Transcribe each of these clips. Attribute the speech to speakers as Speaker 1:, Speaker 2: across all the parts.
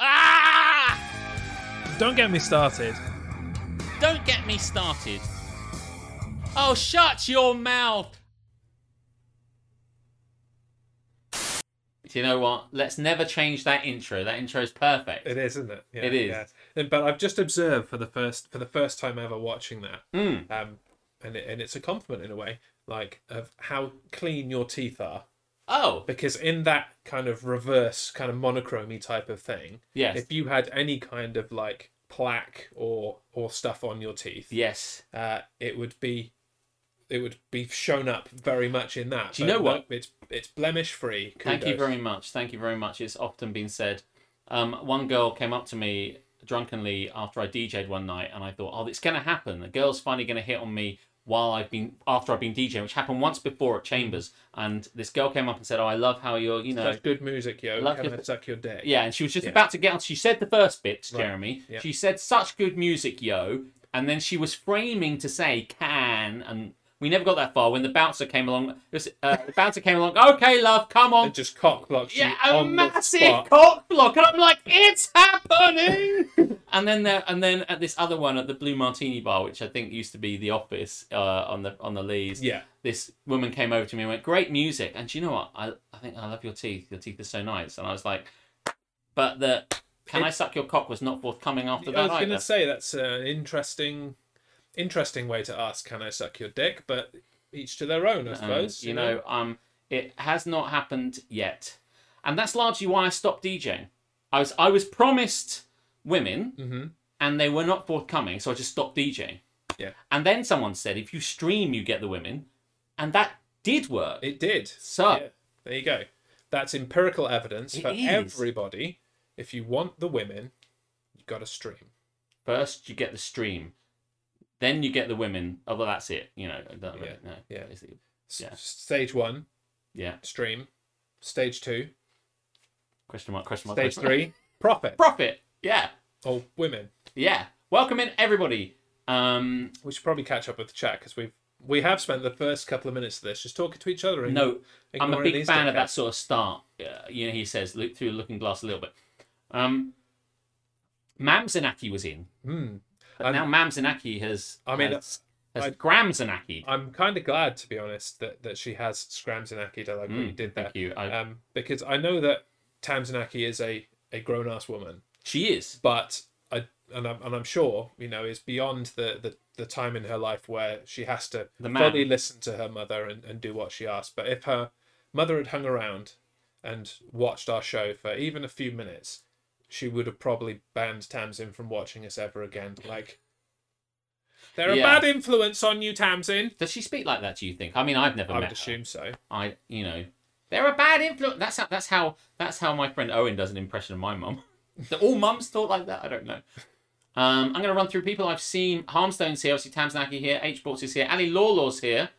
Speaker 1: Ah!
Speaker 2: Don't get me started.
Speaker 1: Don't get me started. Oh, shut your mouth. Do you know what? Let's never change that intro. That intro is perfect.
Speaker 2: It is, isn't it? Yeah,
Speaker 1: It is.
Speaker 2: yeah. And- But I've just observed for the first for the first time ever watching that,
Speaker 1: Mm.
Speaker 2: um, and it, and it's a compliment in a way, like of how clean your teeth are.
Speaker 1: Oh,
Speaker 2: Because in that kind of reverse, kind of monochromy type of thing,
Speaker 1: Yes.
Speaker 2: if you had any kind of like plaque or or stuff on your teeth,
Speaker 1: yes.
Speaker 2: uh, it would be it would be shown up very much in that.
Speaker 1: Do you
Speaker 2: But
Speaker 1: know what?
Speaker 2: no, It's it's blemish free.
Speaker 1: Thank you very much. Thank you very much. It's often been said. Um, one girl came up to me drunkenly after I DJ'd one night, and I thought, "Oh, it's going to happen. The girl's finally going to hit on me while I've been after I've been DJing, which happened once before at Chambers." And this girl came up and said, "Oh, I love how you're, you know."
Speaker 2: That's good music, yo.
Speaker 1: Love
Speaker 2: Can
Speaker 1: your-
Speaker 2: I suck your dick?
Speaker 1: Yeah, and she was just
Speaker 2: Yeah.
Speaker 1: about to get on. She said the first bit, Jeremy.
Speaker 2: Yeah.
Speaker 1: She said such good music, yo, and then she was framing to say can, and we never got that far. When the bouncer came along, it was, uh, the bouncer came along. Okay, love, come on.
Speaker 2: And just cock blocks
Speaker 1: Yeah,
Speaker 2: you
Speaker 1: a
Speaker 2: on
Speaker 1: massive
Speaker 2: the spot.
Speaker 1: cock block, and I'm like, it's happening. and then there, and then at this other one at the Blue Martini Bar, which I think used to be the office uh, on the on the Lees.
Speaker 2: Yeah.
Speaker 1: This woman came over to me and went, "Great music," and do you know what? I I think I love your teeth. Your teeth are so nice. And I was like, but the can I suck your cock was not forthcoming after
Speaker 2: I
Speaker 1: that
Speaker 2: was going
Speaker 1: either.
Speaker 2: to say that's an interesting, interesting way to ask. Can I suck your dick? But each to their own, I
Speaker 1: Um,
Speaker 2: suppose.
Speaker 1: you know, um, it has not happened yet, and that's largely why I stopped DJing. I was I was promised women,
Speaker 2: Mm-hmm.
Speaker 1: and they were not forthcoming, so I just stopped DJing.
Speaker 2: Yeah.
Speaker 1: And then someone said, if you stream, you get the women, and that did work.
Speaker 2: it did.
Speaker 1: so
Speaker 2: Yeah, there you go. That's empirical evidence
Speaker 1: It
Speaker 2: for
Speaker 1: is.
Speaker 2: everybody. If you want the women, you got to stream.
Speaker 1: first you get the stream, then you get the women. Although that's it, you know. I don't really
Speaker 2: Yeah,
Speaker 1: know.
Speaker 2: yeah.
Speaker 1: Is it-
Speaker 2: S-
Speaker 1: Yeah.
Speaker 2: Stage one,
Speaker 1: yeah.
Speaker 2: stream. Stage two,
Speaker 1: Question mark. Question mark.
Speaker 2: stage
Speaker 1: question mark.
Speaker 2: three, profit
Speaker 1: Profit. Yeah.
Speaker 2: or women.
Speaker 1: Yeah. Welcome in everybody. Um,
Speaker 2: We should probably catch up with the chat because we've we have spent the first couple of minutes of this just talking to each other. And
Speaker 1: No, I'm a
Speaker 2: ignoring
Speaker 1: big
Speaker 2: these
Speaker 1: fan of that
Speaker 2: dickheads.
Speaker 1: sort of start. Uh, you know, he says look through the looking glass a little bit. Um, Mam Zanaki was in,
Speaker 2: Hmm.
Speaker 1: but
Speaker 2: And-
Speaker 1: now Mam Zanaki has.
Speaker 2: I mean, uh,
Speaker 1: has, has
Speaker 2: I-
Speaker 1: Gram Zanaki.
Speaker 2: I'm kind of glad, to be honest, that, that she has Scramzanaki. I like what you did there.
Speaker 1: Hmm, Thank you. I,
Speaker 2: Um, because I know that Tamzanaki is a, a grown ass woman,
Speaker 1: she is.
Speaker 2: but I and I'm, and I'm sure you know is beyond the, the, the time in her life where she has to
Speaker 1: The man.
Speaker 2: fully listen to her mother and, and do what she asks. But if her mother had hung around and watched our show for even a few minutes, she would have probably banned Tamsin from watching us ever again. Like, they're
Speaker 1: Yeah.
Speaker 2: a bad influence on you, Tamsin.
Speaker 1: Does she speak like that? Do you think? I mean, I've never
Speaker 2: I
Speaker 1: met.
Speaker 2: would
Speaker 1: her.
Speaker 2: assume so.
Speaker 1: I, you know, they're a bad influence. That's how. That's how. That's how my friend Owen does an impression of my mum. Do all mums thought like that? I don't know. Um, I'm going to run through people I've seen. Harmstone's here. Obviously, Tamsinaki here. H. Bortz is here. Ali Lawlaw's here.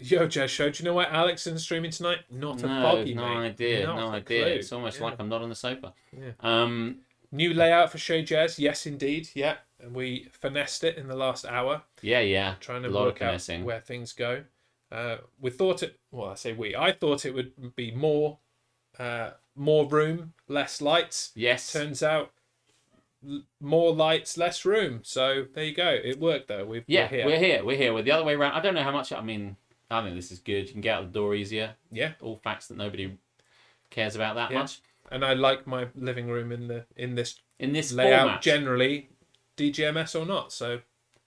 Speaker 2: Yo, Jess Show, do you know why Alex isn't streaming tonight? Not a
Speaker 1: no,
Speaker 2: foggy,
Speaker 1: no
Speaker 2: mate.
Speaker 1: idea,
Speaker 2: Not
Speaker 1: no
Speaker 2: a
Speaker 1: idea.
Speaker 2: clue.
Speaker 1: It's almost
Speaker 2: Yeah.
Speaker 1: like I'm not on the sofa.
Speaker 2: Yeah.
Speaker 1: Um,
Speaker 2: New layout for Show Jazz, yes, indeed, yeah. And we finessed it in the last hour,
Speaker 1: yeah, yeah.
Speaker 2: trying to
Speaker 1: a lot
Speaker 2: work
Speaker 1: of
Speaker 2: out
Speaker 1: messing.
Speaker 2: where things go. Uh, we thought it. Well, I say we. I thought it would be more, uh, more room, less lights.
Speaker 1: Yes,
Speaker 2: Turns out, l- more lights, less room. So there you go. It worked though. We've,
Speaker 1: yeah,
Speaker 2: we're here.
Speaker 1: we're here, we're here. We're the other way around. I don't know how much. I mean, I think this is good. You can get out the door easier.
Speaker 2: Yeah.
Speaker 1: All facts that nobody cares about that
Speaker 2: Yeah.
Speaker 1: much
Speaker 2: And I like my living room in the in this
Speaker 1: in this
Speaker 2: layout
Speaker 1: format.
Speaker 2: generally, DGMS or not. So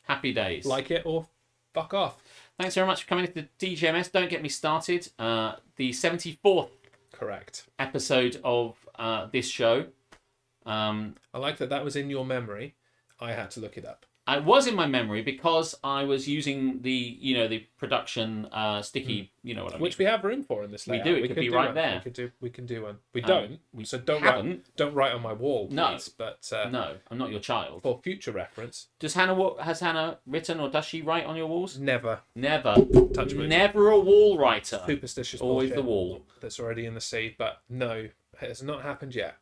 Speaker 1: Happy days.
Speaker 2: like it or fuck off.
Speaker 1: thanks very much for coming to the DGMS. Don't get me started. Uh, the 74th
Speaker 2: Correct.
Speaker 1: episode of uh, this show. Um,
Speaker 2: I like that that was in your memory. I had to look it up.
Speaker 1: I was in my memory because I was using the you know the production uh, sticky you know what I mean.
Speaker 2: Hmm. Which we have room for in this
Speaker 1: We
Speaker 2: layout.
Speaker 1: do, it could
Speaker 2: can
Speaker 1: be right
Speaker 2: one.
Speaker 1: there.
Speaker 2: We could do. We can do one. We
Speaker 1: Um,
Speaker 2: don't.
Speaker 1: we
Speaker 2: so don't
Speaker 1: haven't.
Speaker 2: write. Don't write on my wall, please.
Speaker 1: No.
Speaker 2: But uh,
Speaker 1: no, I'm not your child.
Speaker 2: for future reference,
Speaker 1: Does Hannah wa- has Hannah written or does she write on your walls?
Speaker 2: never
Speaker 1: Never,
Speaker 2: touch me.
Speaker 1: never a wall writer.
Speaker 2: Superstitious.
Speaker 1: Always
Speaker 2: bullshit
Speaker 1: the wall.
Speaker 2: That's already in the seed, but no, it has not happened yet.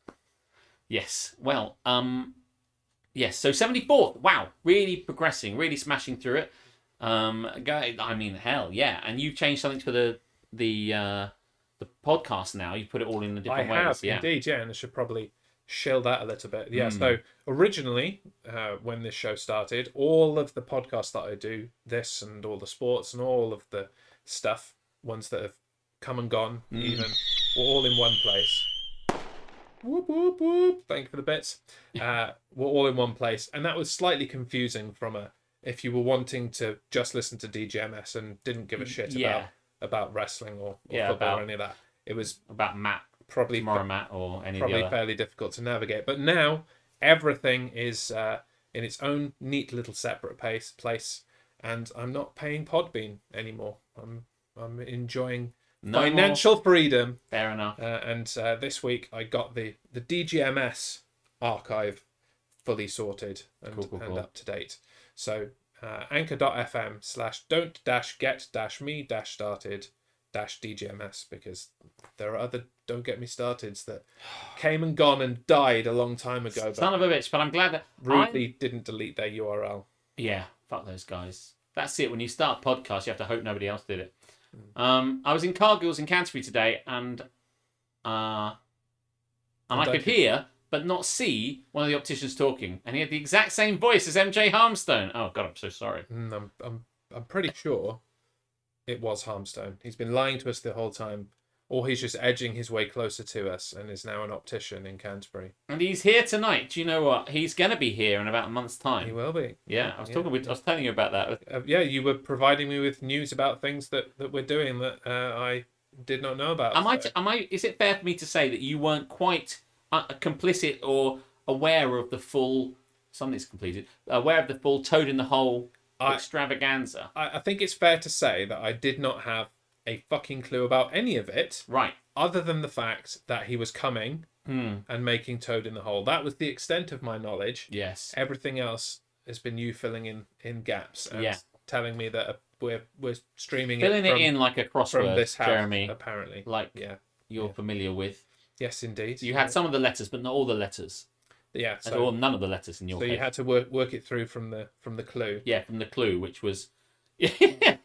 Speaker 1: Yes. Well, um, yes. So 74th. Wow, really progressing, really smashing through it. Um, guy, I mean, hell, yeah. And you've changed something for the the uh, the podcast now. You put it all in the
Speaker 2: I
Speaker 1: different
Speaker 2: have
Speaker 1: ways. Yeah.
Speaker 2: indeed. Yeah, and I should probably shill that a little bit. Yeah, so
Speaker 1: Hmm.
Speaker 2: originally, uh, when this show started, all of the podcasts that I do, this and all the sports and all of the stuff, ones that have come and gone,
Speaker 1: Hmm.
Speaker 2: even, were all in one place. Whoop, whoop, whoop. Thank you for the bits. Uh, were all in one place. And that was slightly confusing from a if you were wanting to just listen to DGMS and didn't give a shit
Speaker 1: yeah.
Speaker 2: about, about wrestling or, or
Speaker 1: Yeah,
Speaker 2: football
Speaker 1: about-
Speaker 2: or any of that. It was
Speaker 1: about Matt,
Speaker 2: probably
Speaker 1: tomorrow Matt, or any of
Speaker 2: probably
Speaker 1: the other.
Speaker 2: fairly difficult to navigate. But now everything is uh, in its own neat little separate pace, place, and I'm not paying Podbean anymore. I'm I'm enjoying
Speaker 1: No
Speaker 2: financial freedom.
Speaker 1: more. Fair enough.
Speaker 2: Uh, and uh, this week I got the the DGMS archive fully sorted and,
Speaker 1: Cool, cool,
Speaker 2: and
Speaker 1: cool.
Speaker 2: up to date. So uh, anchor.fm slash don't dash get dash me dash started dash DGMS because there are other don't get me starteds that came and gone and died a long time ago, but
Speaker 1: Son of a bitch, but I'm glad that
Speaker 2: rudely didn't delete their URL.
Speaker 1: Yeah, fuck those guys. That's it. When you start podcasts, you have to hope nobody else did it. Um, I was in Cargill's in Canterbury today, and uh, and I
Speaker 2: don't
Speaker 1: could
Speaker 2: you-
Speaker 1: hear but not see one of the opticians talking, and he had the exact same voice as MJ Harmstone. Oh God, I'm so sorry.
Speaker 2: Mm, I'm, I'm, I'm pretty sure it was Harmstone. He's been lying to us the whole time, or he's just edging his way closer to us and is now an optician in Canterbury.
Speaker 1: And he's here tonight. Do you know what? He's gonna be here in about a month's
Speaker 2: He
Speaker 1: time.
Speaker 2: will be.
Speaker 1: Yeah, I was
Speaker 2: Yeah.
Speaker 1: talking. With, I was telling you about that.
Speaker 2: Uh, yeah, you were providing me with news about things that, that we're doing that uh, I did not know about.
Speaker 1: Am I?
Speaker 2: so-
Speaker 1: am I? Is it fair for me to say that you weren't quite uh, complicit or aware of the full? Something's completed. Aware of the full toad in the hole
Speaker 2: I-
Speaker 1: extravaganza.
Speaker 2: I, I think it's fair to say that I did not have a fucking clue about any of it,
Speaker 1: Right.
Speaker 2: other than the fact that he was coming
Speaker 1: Hmm.
Speaker 2: and making Toad in the Hole. That was the extent of my knowledge.
Speaker 1: Yes.
Speaker 2: Everything else has been you filling in in gaps and
Speaker 1: Yeah.
Speaker 2: telling me that uh, we're we're streaming
Speaker 1: Filling
Speaker 2: it
Speaker 1: it
Speaker 2: from,
Speaker 1: in like a
Speaker 2: from
Speaker 1: crossword,
Speaker 2: this house,
Speaker 1: Jeremy,
Speaker 2: apparently.
Speaker 1: like
Speaker 2: Yeah.
Speaker 1: you're familiar with.
Speaker 2: Yes, indeed.
Speaker 1: You had some of the letters, but not all the letters,
Speaker 2: yeah.
Speaker 1: and
Speaker 2: So,
Speaker 1: or none of the letters in your
Speaker 2: so
Speaker 1: case.
Speaker 2: you had to work work it through from the from the clue.
Speaker 1: Yeah, from the clue, which was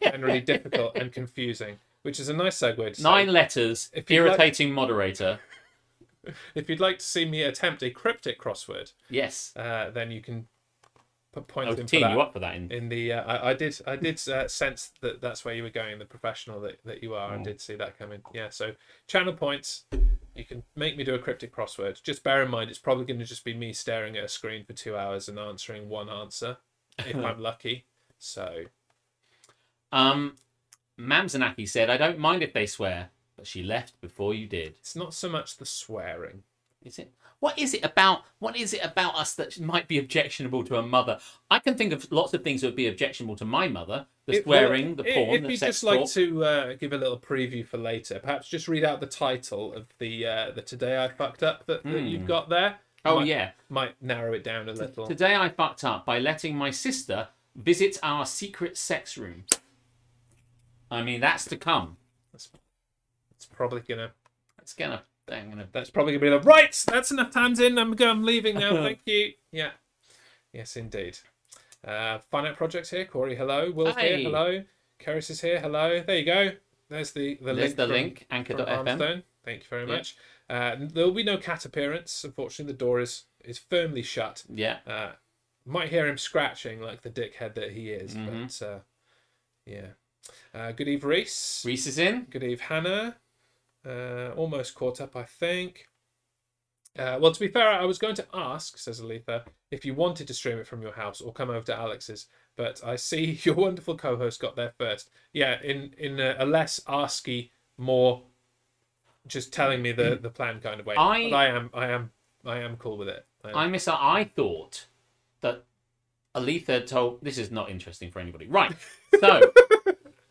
Speaker 2: Generally difficult and confusing, which is a nice segue to say,
Speaker 1: nine letters.
Speaker 2: If you'd like-
Speaker 1: Irritating moderator.
Speaker 2: If you'd like to see me attempt a cryptic crossword,
Speaker 1: Yes.
Speaker 2: uh, then you can put points
Speaker 1: I was
Speaker 2: in for
Speaker 1: teeing
Speaker 2: that.
Speaker 1: Oh, you up for that. In,
Speaker 2: In the uh, I, I did I did uh, sense that that's where you were going, the professional that, that you are, and
Speaker 1: Mm.
Speaker 2: did see that coming. Yeah, so channel points. You can make me do a cryptic crossword. Just bear in mind, it's probably going to just be me staring at a screen for two hours and answering one answer, if I'm lucky. So
Speaker 1: Um, Mamzanaki said, I don't mind if they swear, but she left before you did.
Speaker 2: it's not so much the swearing.
Speaker 1: Is it? What is it about? What is it about us that might be objectionable to a mother? I can think of lots of things that would be objectionable to my mother: the
Speaker 2: It- well,
Speaker 1: swearing, the
Speaker 2: i-
Speaker 1: porn,
Speaker 2: If
Speaker 1: the
Speaker 2: you'd
Speaker 1: sex
Speaker 2: just like
Speaker 1: talk.
Speaker 2: to uh, give a little preview for later, perhaps just read out the title of the uh, the today I fucked up that, that you've got there.
Speaker 1: Oh
Speaker 2: might,
Speaker 1: yeah.
Speaker 2: might narrow it down a little.
Speaker 1: Today I fucked up by letting my sister visit our secret sex room. I mean, that's to come.
Speaker 2: It's probably gonna.
Speaker 1: It's gonna. I'm gonna.
Speaker 2: That's probably gonna be like right. That's enough times in. I'm going. I'm leaving now. Thank you. Yeah. Yes, indeed. Uh, finite projects here. Corey, hello. Will's
Speaker 1: Hi.
Speaker 2: here. Hello. Keris is here. Hello. There you go. There's the the
Speaker 1: There's
Speaker 2: link.
Speaker 1: the
Speaker 2: from-
Speaker 1: link.
Speaker 2: from
Speaker 1: Anchor.fm.
Speaker 2: Armstone. Thank you very
Speaker 1: Yeah.
Speaker 2: much. Uh, there will be no cat appearance. Unfortunately, the door is is firmly shut.
Speaker 1: Yeah.
Speaker 2: Uh, might hear him scratching like the dickhead that he is.
Speaker 1: Mm-hmm.
Speaker 2: But uh, yeah. Uh, good Eve Reese.
Speaker 1: Reese is in.
Speaker 2: Good Eve Hannah. Uh, almost caught up, I think. Uh, well, to be fair, I was going to ask, says Aletha, if you wanted to stream it from your house or come over to Alex's, but I see your wonderful co-host got there first. Yeah, in in a, a less asky, more just telling me the, the plan kind of way.
Speaker 1: I-
Speaker 2: but I am I am I am cool with it. I am-
Speaker 1: I miss. I thought that Aletha told. This is not interesting for anybody, right? So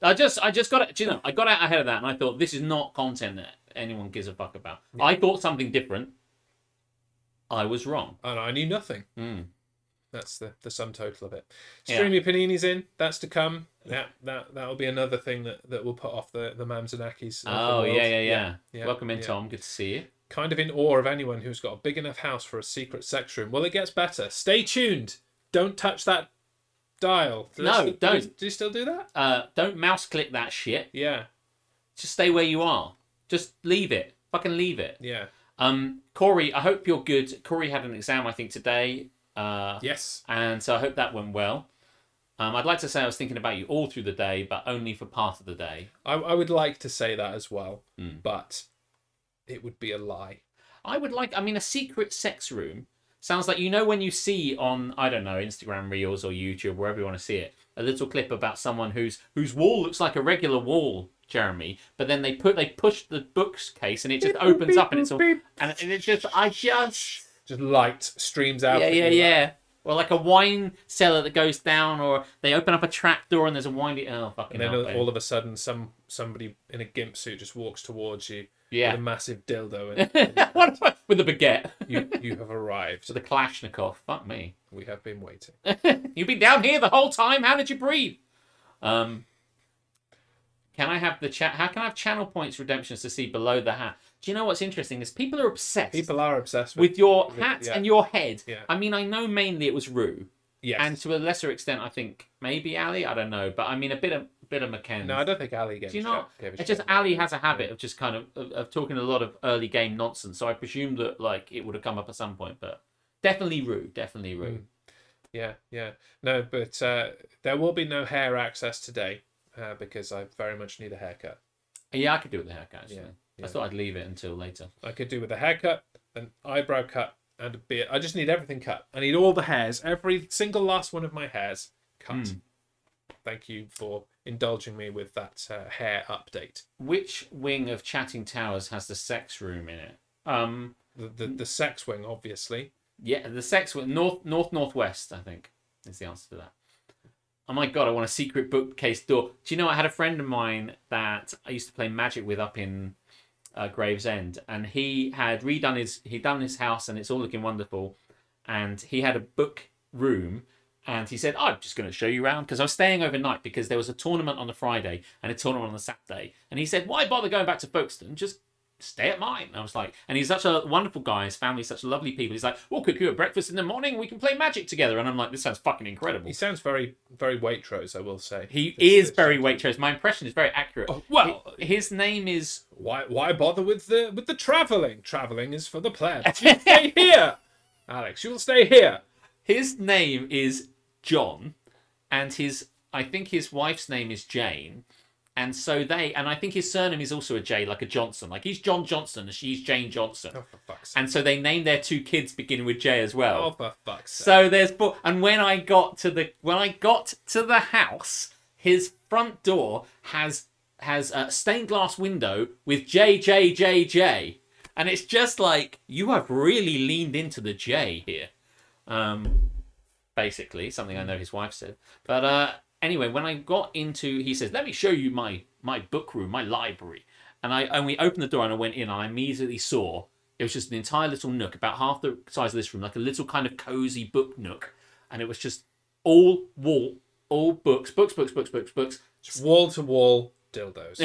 Speaker 1: I just, I just got, do you know, I got out ahead of that, and I thought this is not content that anyone gives a fuck about. I thought something different. I was wrong.
Speaker 2: and I knew nothing.
Speaker 1: Mm.
Speaker 2: That's the, the sum total of it.
Speaker 1: Yeah.
Speaker 2: Stream your paninis in. That's to come. That that that'll be another thing that, that will put off the the Mamzanakis. of the
Speaker 1: Oh
Speaker 2: world.
Speaker 1: yeah, yeah, yeah,
Speaker 2: yeah,
Speaker 1: Welcome in,
Speaker 2: yeah.
Speaker 1: Tom. Good to see you.
Speaker 2: Kind of in awe of anyone who's got a big enough house for a secret sex room. Well, it gets better. Stay tuned. Don't touch that dial. Do they
Speaker 1: No,
Speaker 2: still- do
Speaker 1: don't.
Speaker 2: you- Do you still do that?
Speaker 1: Uh, don't mouse click that shit.
Speaker 2: Yeah,
Speaker 1: Just stay where you are. Just leave it. Fucking leave it.
Speaker 2: yeah.
Speaker 1: Um, Corey, I hope you're good. Corey had an exam, I think, today. Uh,
Speaker 2: Yes.
Speaker 1: and so I hope that went well. Um, I'd like to say I was thinking about you all through the day, but only for part of the day.
Speaker 2: I, I would like to say that as well,
Speaker 1: Hmm.
Speaker 2: but it would be a lie.
Speaker 1: I would like, I mean, a secret sex room sounds like you know when you see on I don't know Instagram Reels or YouTube, wherever you want to see it, a little clip about someone whose whose wall looks like a regular wall, Jeremy, but then they put they push the bookcase and it just opens up and it's all and, and it's just I just
Speaker 2: Just light streams out.
Speaker 1: yeah
Speaker 2: at
Speaker 1: yeah
Speaker 2: you, like,
Speaker 1: yeah. Or like a wine cellar that goes down, or they open up a trap door and there's a windy. Oh fucking
Speaker 2: And then
Speaker 1: hell,
Speaker 2: all-
Speaker 1: babe.
Speaker 2: all of a sudden, some somebody in a gimp suit just walks towards you
Speaker 1: Yeah.
Speaker 2: with a massive dildo, and
Speaker 1: What if I- with a baguette,
Speaker 2: you you have arrived.
Speaker 1: with a Kalashnikov. Fuck me.
Speaker 2: We have been waiting.
Speaker 1: You've been down here the whole time. How did you breathe? Um, can I have the chat? How can I have channel points redemptions to see below the hat? Do you know what's interesting is people are obsessed
Speaker 2: People are obsessed with,
Speaker 1: with your hat
Speaker 2: yeah.
Speaker 1: and your head.
Speaker 2: Yeah.
Speaker 1: I mean, I know mainly it was Rue,
Speaker 2: yes.
Speaker 1: and to a lesser extent, I think maybe Ali. I don't know, but I mean a bit of bit of McKenna.
Speaker 2: no, I don't think Ali gave.
Speaker 1: Do you
Speaker 2: a
Speaker 1: not?
Speaker 2: shit- Gave a
Speaker 1: It's just
Speaker 2: shit.
Speaker 1: Ali has a habit of just kind of, of of talking a lot of early game nonsense. So I presume that like it would have come up at some point, but definitely Rue, definitely Rue.
Speaker 2: Mm. Yeah, yeah. No, but uh, there will be no hair access today uh, because I very much need a haircut.
Speaker 1: Yeah, I could do it with a haircut. Actually.
Speaker 2: Yeah,
Speaker 1: I thought I'd leave it until later.
Speaker 2: I could do with a haircut, an eyebrow cut, and a beard. I just need everything cut. I need all the hairs, every single last one of my hairs cut.
Speaker 1: Hmm.
Speaker 2: Thank you for indulging me with that uh, hair update.
Speaker 1: Which wing of Chatting Towers has the sex room in it? Um,
Speaker 2: The the, the sex wing, obviously.
Speaker 1: yeah, the sex wing north north northwest. I think is the answer to that. Oh my god, I want a secret bookcase door. Do you know I had a friend of mine that I used to play magic with up in uh, Gravesend, and he had redone his he'd done his house, and it's all looking wonderful. And he had a book room, and he said, "I'm just going to show you around because I was staying overnight because there was a tournament on the Friday and a tournament on the Saturday." And he said, "Why bother going back to Folkestone? Just stay at mine." And I was like, and he's such a wonderful guy. His family's such lovely people. He's like, "We'll cook you a breakfast in the morning. We can play magic together." And I'm like, "This sounds fucking incredible."
Speaker 2: He sounds very very Waitrose, I will say.
Speaker 1: He
Speaker 2: This-
Speaker 1: is
Speaker 2: this-
Speaker 1: very Waitrose. My impression is very accurate.
Speaker 2: Oh, well-
Speaker 1: Hi- his name is
Speaker 2: Why why bother with the with the travelling? Travelling is for the plebs. You stay here, Alex. You'll stay here.
Speaker 1: his name is John, and his I think his wife's name is Jane, and so they and I think his surname is also a J, like a Johnson. Like he's John Johnson and she's Jane Johnson,
Speaker 2: Oh, for fuck's sake.
Speaker 1: and so they named their two kids beginning with J as well.
Speaker 2: Oh, for fuck's sake.
Speaker 1: So there's bo- and when I got to the when I got to the house, his front door has has a stained glass window with J J J J, and it's just like you have really leaned into the J here, um, basically something I know his wife said. But uh, anyway, when I got into, he says, "Let me show you my my book room, my library," and I and we opened the door and I went in and I immediately saw it was just an entire little nook, about half the size of this room, like a little kind of cozy book nook, and it was just all wall, all books, books, books, books, books, books.
Speaker 2: wall to wall dildos.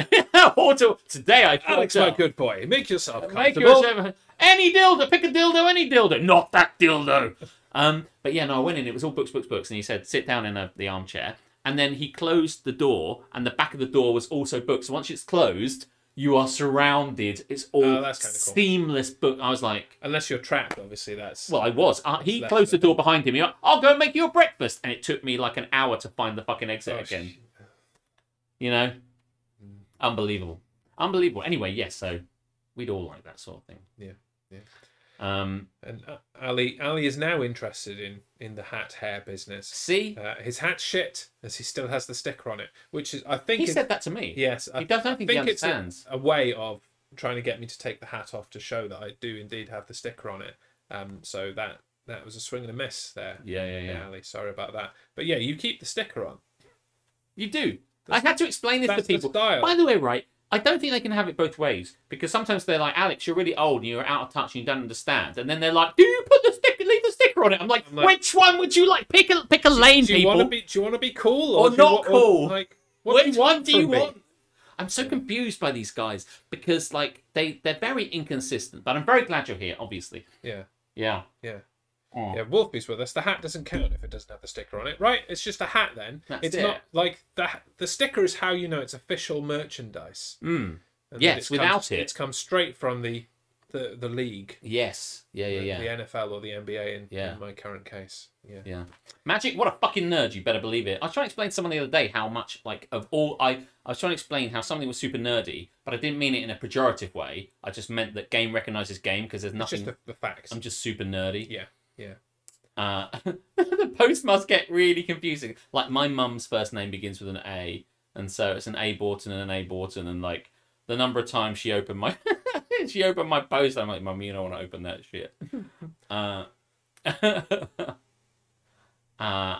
Speaker 1: Auto. Today I thought uh,
Speaker 2: Alex, my good boy, make yourself
Speaker 1: Make
Speaker 2: comfortable.
Speaker 1: yourself any dildo. Pick a dildo, any dildo. Not that dildo. Um, but yeah, no, I went in. It was all books, books, books, and he said, "Sit down in a, the armchair." And then he closed the door, and the back of the door was also books. Once it's closed, you are surrounded. It's all
Speaker 2: Oh, that's kinda cool.
Speaker 1: seamless book. I was like,
Speaker 2: Unless you're trapped, obviously that's
Speaker 1: Well, I was. Uh, he
Speaker 2: left
Speaker 1: closed the
Speaker 2: the
Speaker 1: door behind him. He went, I'll go and make you a breakfast. And it took me like an hour to find the fucking exit
Speaker 2: Oh, Mm.
Speaker 1: again.
Speaker 2: sh-
Speaker 1: You know? Unbelievable. Unbelievable. Anyway, yes, so we'd all like that sort of thing.
Speaker 2: Yeah, yeah.
Speaker 1: Um,
Speaker 2: And uh, Ali, Ali is now interested in in the hat hair business.
Speaker 1: see?
Speaker 2: Uh, his hat shit, as he still has the sticker on it, which is I think
Speaker 1: He
Speaker 2: it-
Speaker 1: said that to me.
Speaker 2: yes. I,
Speaker 1: He does, I don't think he
Speaker 2: it's a,
Speaker 1: understands.
Speaker 2: a way of trying to get me to take the hat off to show that I do indeed have the sticker on it. Um, so that that was a swing and a miss there.
Speaker 1: Yeah, yeah, yeah.
Speaker 2: Ali, sorry about that. But yeah, you keep the sticker on.
Speaker 1: You do. I had to explain this to
Speaker 2: that's the
Speaker 1: people.
Speaker 2: style.
Speaker 1: By the way, right? I don't think they can have it both ways because sometimes they're like, Alex, you're really old and you're out of touch and you don't understand. And then they're like, Do you put the sticker, leave the sticker on it? I'm like,
Speaker 2: I'm like-
Speaker 1: Which one would you like? Pick a pick a lane,
Speaker 2: Do you
Speaker 1: people.
Speaker 2: want to be? Do you want to be cool
Speaker 1: Or
Speaker 2: do you
Speaker 1: not
Speaker 2: wa-
Speaker 1: cool?
Speaker 2: Like,
Speaker 1: Which
Speaker 2: do you
Speaker 1: one do you
Speaker 2: from me?
Speaker 1: want? I'm so confused by these guys because like they they're very inconsistent. But I'm very glad you're here, obviously.
Speaker 2: Yeah,
Speaker 1: Yeah.
Speaker 2: yeah.
Speaker 1: Oh.
Speaker 2: Yeah, Wolfie's with us. The hat doesn't count if it doesn't have the sticker on it, right? It's just a hat then.
Speaker 1: That's
Speaker 2: it's
Speaker 1: it.
Speaker 2: not like the the sticker is how you know it's official merchandise.
Speaker 1: Mm.
Speaker 2: And that
Speaker 1: Yes,
Speaker 2: it's
Speaker 1: without
Speaker 2: come,
Speaker 1: it.
Speaker 2: it's come straight from the the the league,
Speaker 1: Yes. Yeah, yeah,
Speaker 2: the,
Speaker 1: yeah.
Speaker 2: the NFL or the NBA in,
Speaker 1: Yeah.
Speaker 2: in my current case. Yeah.
Speaker 1: Yeah. Magic, what a fucking nerd, you better believe it. I was trying to explain to someone the other day how much, like, of all. I, I was trying to explain how something was super nerdy, but I didn't mean it in a pejorative way. I just meant that game recognizes game because there's
Speaker 2: It's
Speaker 1: nothing.
Speaker 2: just the, the facts.
Speaker 1: I'm just super nerdy.
Speaker 2: Yeah, yeah.
Speaker 1: Uh, the post must get really confusing. Like, my mum's first name begins with an A, and so it's an A Borton and an A Borton, and like, the number of times she opened my. she opened my post, I'm like, Mum, you don't want to open that shit. uh, uh,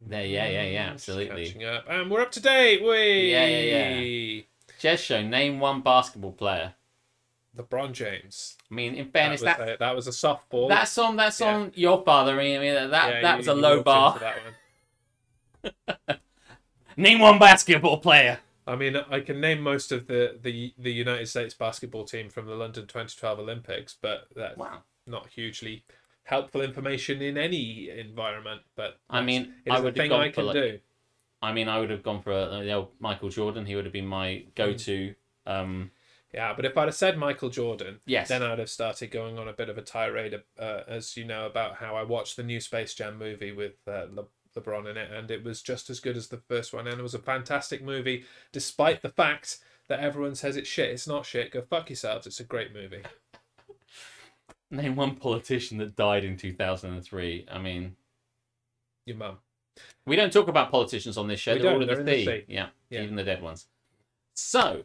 Speaker 1: there, yeah, yeah, yeah,
Speaker 2: Just
Speaker 1: absolutely.
Speaker 2: Catching up. And we're up to date. We.
Speaker 1: Yeah, yeah, yeah. Jez Show, name one basketball player.
Speaker 2: LeBron James.
Speaker 1: I mean, in
Speaker 2: That
Speaker 1: fairness,
Speaker 2: was,
Speaker 1: that,
Speaker 2: a, that was a softball.
Speaker 1: that's on that's on your father. I mean, that
Speaker 2: Yeah,
Speaker 1: that,
Speaker 2: you-
Speaker 1: that was a
Speaker 2: you
Speaker 1: low
Speaker 2: walked
Speaker 1: bar.
Speaker 2: into that one.
Speaker 1: Name one basketball player.
Speaker 2: I mean, I can name most of the, the, the United States basketball team from the London 2012 Olympics, but that's
Speaker 1: Wow.
Speaker 2: not hugely helpful information in any environment. But
Speaker 1: I mean,
Speaker 2: it's
Speaker 1: I
Speaker 2: a
Speaker 1: would have
Speaker 2: thing
Speaker 1: gone
Speaker 2: I
Speaker 1: for
Speaker 2: can
Speaker 1: like,
Speaker 2: do.
Speaker 1: I mean, I would have gone for uh, the old Michael Jordan. He would have been my go-to. Um,
Speaker 2: Yeah, but if I'd have said Michael Jordan,
Speaker 1: Yes.
Speaker 2: then I'd have started going on a bit of a tirade, uh, as you know, about how I watched the new Space Jam movie with uh, Le- LeBron in it, and it was just as good as the first one, and it was a fantastic movie, despite the fact that everyone says it's shit. It's not shit. Go fuck yourselves. It's a great movie.
Speaker 1: name one politician that died in two thousand and three. I mean,
Speaker 2: Your mum.
Speaker 1: we don't talk about politicians on this show.
Speaker 2: We
Speaker 1: they're all
Speaker 2: don't,
Speaker 1: in,
Speaker 2: they're
Speaker 1: the,
Speaker 2: in the
Speaker 1: sea.
Speaker 2: sea.
Speaker 1: Yeah,
Speaker 2: Yeah.
Speaker 1: even the dead ones. So,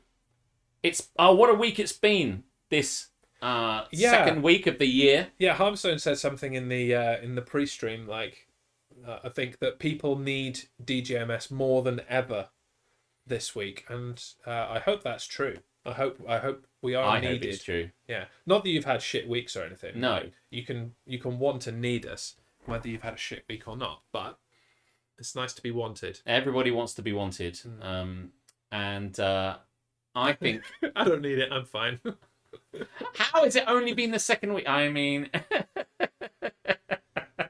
Speaker 1: it's oh, what a week it's been. This uh,
Speaker 2: Yeah.
Speaker 1: second week of the year.
Speaker 2: Yeah, Harmstone said something in the uh, in the pre-stream like uh, I think that people need DGMS more than ever this week, and uh, I hope that's true. I hope I hope we are
Speaker 1: I
Speaker 2: needed.
Speaker 1: hope it's true.
Speaker 2: Yeah, not that you've had shit weeks or anything.
Speaker 1: No.
Speaker 2: Like, you can you can want and need us whether you've had a shit week or not, but it's nice to be wanted.
Speaker 1: Everybody wants to be wanted,
Speaker 2: Mm.
Speaker 1: um, and uh, I think
Speaker 2: I don't need it. I'm fine.
Speaker 1: How has it only been the second week? I mean,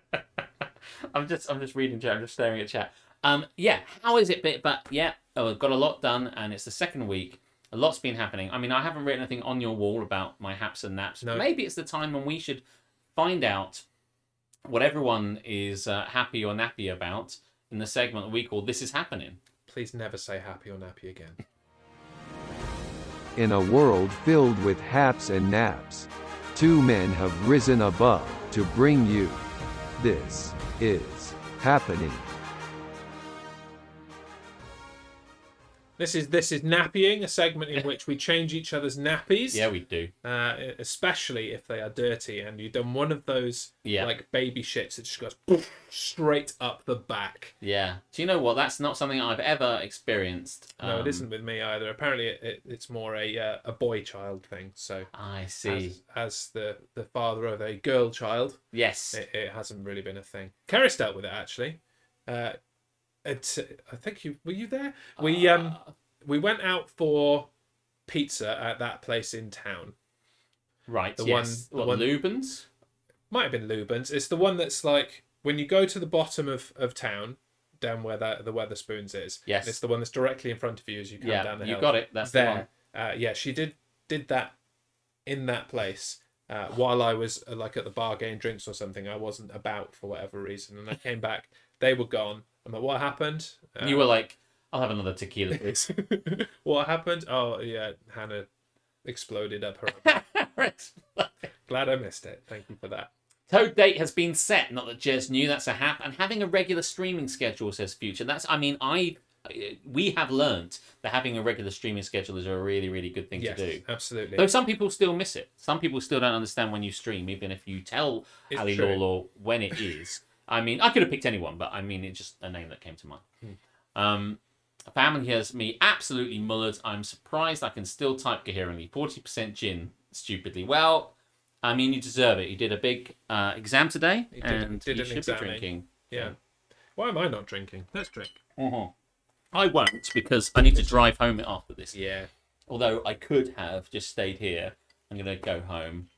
Speaker 1: I'm just I'm just reading chat. I'm just staring at chat. Um, yeah. How is it? But but yeah, oh, I've got a lot done, and it's the second week. A lot's been happening. I mean, I haven't written anything on your wall about my haps and naps.
Speaker 2: No.
Speaker 1: Maybe it's the time when we should find out what everyone is uh, happy or nappy about in the segment that we call "This Is Happening."
Speaker 2: Please never say happy or nappy again.
Speaker 3: In a world filled with haps and naps, two men have risen above to bring you. This is happening.
Speaker 2: This is this is nappying, a segment in which we change each other's nappies.
Speaker 1: Yeah, we do.
Speaker 2: uh, especially if they are dirty and you've done one of those
Speaker 1: Yeah.
Speaker 2: like baby shits that just goes poof, straight up the back.
Speaker 1: Yeah. Do you know what? That's not something I've ever experienced.
Speaker 2: No,
Speaker 1: Um,
Speaker 2: it isn't with me either. Apparently, it, it, it's more a uh, a boy child thing. So,
Speaker 1: I see.
Speaker 2: as, as the the father of a girl child,
Speaker 1: Yes.
Speaker 2: it, it hasn't really been a thing. Karis dealt with it actually. Uh, it's, I think you were you there. We um we went out for pizza at that place in town.
Speaker 1: Right.
Speaker 2: The
Speaker 1: yes.
Speaker 2: one- the
Speaker 1: what,
Speaker 2: one-
Speaker 1: Lubens?
Speaker 2: might have been Lubens. It's the one that's like when you go to the bottom of, of town, down where the, the Weatherspoons is.
Speaker 1: Yes.
Speaker 2: It's the one that's directly in front of you as you come
Speaker 1: Yeah.
Speaker 2: down the
Speaker 1: You
Speaker 2: hill.
Speaker 1: got it. That's
Speaker 2: there. Uh, yeah, she did did that in that place. Uh, while I was uh, like at the bar getting drinks or something, I wasn't about for whatever reason, and I came back. They were gone. I'm like, what happened?
Speaker 1: the
Speaker 2: Uh,
Speaker 1: one. You were like, I'll have another tequila, please.
Speaker 2: what happened? Oh yeah, Hannah exploded up her. own- Glad I missed it. Thank you for that.
Speaker 1: Toad date has been set. Not that Jez knew that's a hap. And having a regular streaming schedule says future. That's. I mean, I. uh, We have learnt that having a regular streaming schedule is a really, really good thing
Speaker 2: Yes,
Speaker 1: to do.
Speaker 2: absolutely.
Speaker 1: Though some people still miss it. Some people still don't understand when you stream, even if you tell
Speaker 2: It's
Speaker 1: Ali
Speaker 2: true.
Speaker 1: Lawlor when it is. I mean, I could have picked anyone, but I mean, it's just a name that came to mind.
Speaker 2: Hmm.
Speaker 1: Um, family has me absolutely mullered. I'm surprised I can still type coherently. 40% gin, stupidly. Well, I mean, you deserve it. You did a big uh, exam today,
Speaker 2: You did-
Speaker 1: and
Speaker 2: did
Speaker 1: you
Speaker 2: an
Speaker 1: should
Speaker 2: exam, eh?
Speaker 1: be drinking. Uh-huh.
Speaker 2: Yeah. Why am I not drinking? Let's drink.
Speaker 1: I won't because I need to drive home after this.
Speaker 2: Yeah.
Speaker 1: although I could have just stayed here. I'm gonna go home.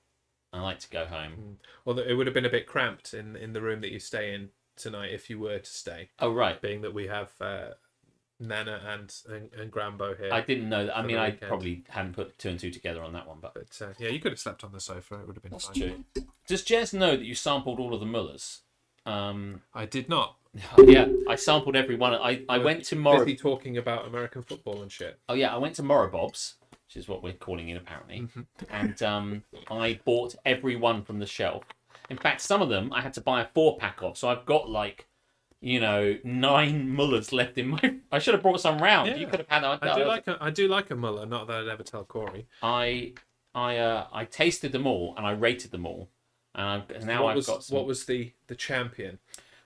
Speaker 1: I like to go
Speaker 2: Hmm.
Speaker 1: home.
Speaker 2: Although it would have been a bit cramped in in the room that you stay in tonight if you were to stay,
Speaker 1: Oh right,
Speaker 2: being that we have uh, Nana and and, and Grambo here.
Speaker 1: I didn't know that. I
Speaker 2: For the
Speaker 1: mean, I
Speaker 2: weekend.
Speaker 1: probably hadn't put two and two together on that one, but
Speaker 2: But uh, yeah, you could have slept on the sofa. It would have been
Speaker 1: that's
Speaker 2: fine.
Speaker 1: true. Does Jez know that you sampled all of the Mullers? Um,
Speaker 2: I did not.
Speaker 1: yeah, I sampled every one. I, I went to Morro.
Speaker 2: Busy talking about American football and shit.
Speaker 1: Oh yeah, I went to Morrobob's, which is what we're calling it apparently,
Speaker 2: Mm-hmm.
Speaker 1: and um, I bought every one from the shelf. In fact, some of them I had to buy a four pack of, so I've got like, you know, nine mullers left in my. I should have brought some round. You
Speaker 2: Yeah.
Speaker 1: could have had. I,
Speaker 2: I do like a, I do like a Muller. Not that I'd ever tell Corey.
Speaker 1: I I uh, I tasted them all and I rated them all, and I've, and now
Speaker 2: what
Speaker 1: I've
Speaker 2: was
Speaker 1: got some.
Speaker 2: what was the the champion?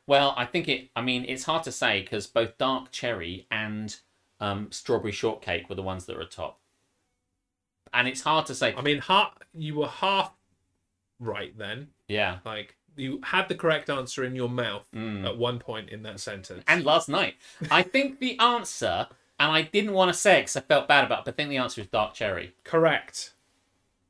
Speaker 1: Well, I think it. I mean, it's hard to say because both dark cherry and um, strawberry shortcake were the ones that were top. And it's hard to say.
Speaker 2: I mean, half you were half right then.
Speaker 1: Yeah.
Speaker 2: Like you had the correct answer in your mouth at one point in that sentence.
Speaker 1: Hmm. and last night. I think the answer, and I didn't want to say it 'cause I felt bad about it, but I think the answer is dark cherry.
Speaker 2: correct.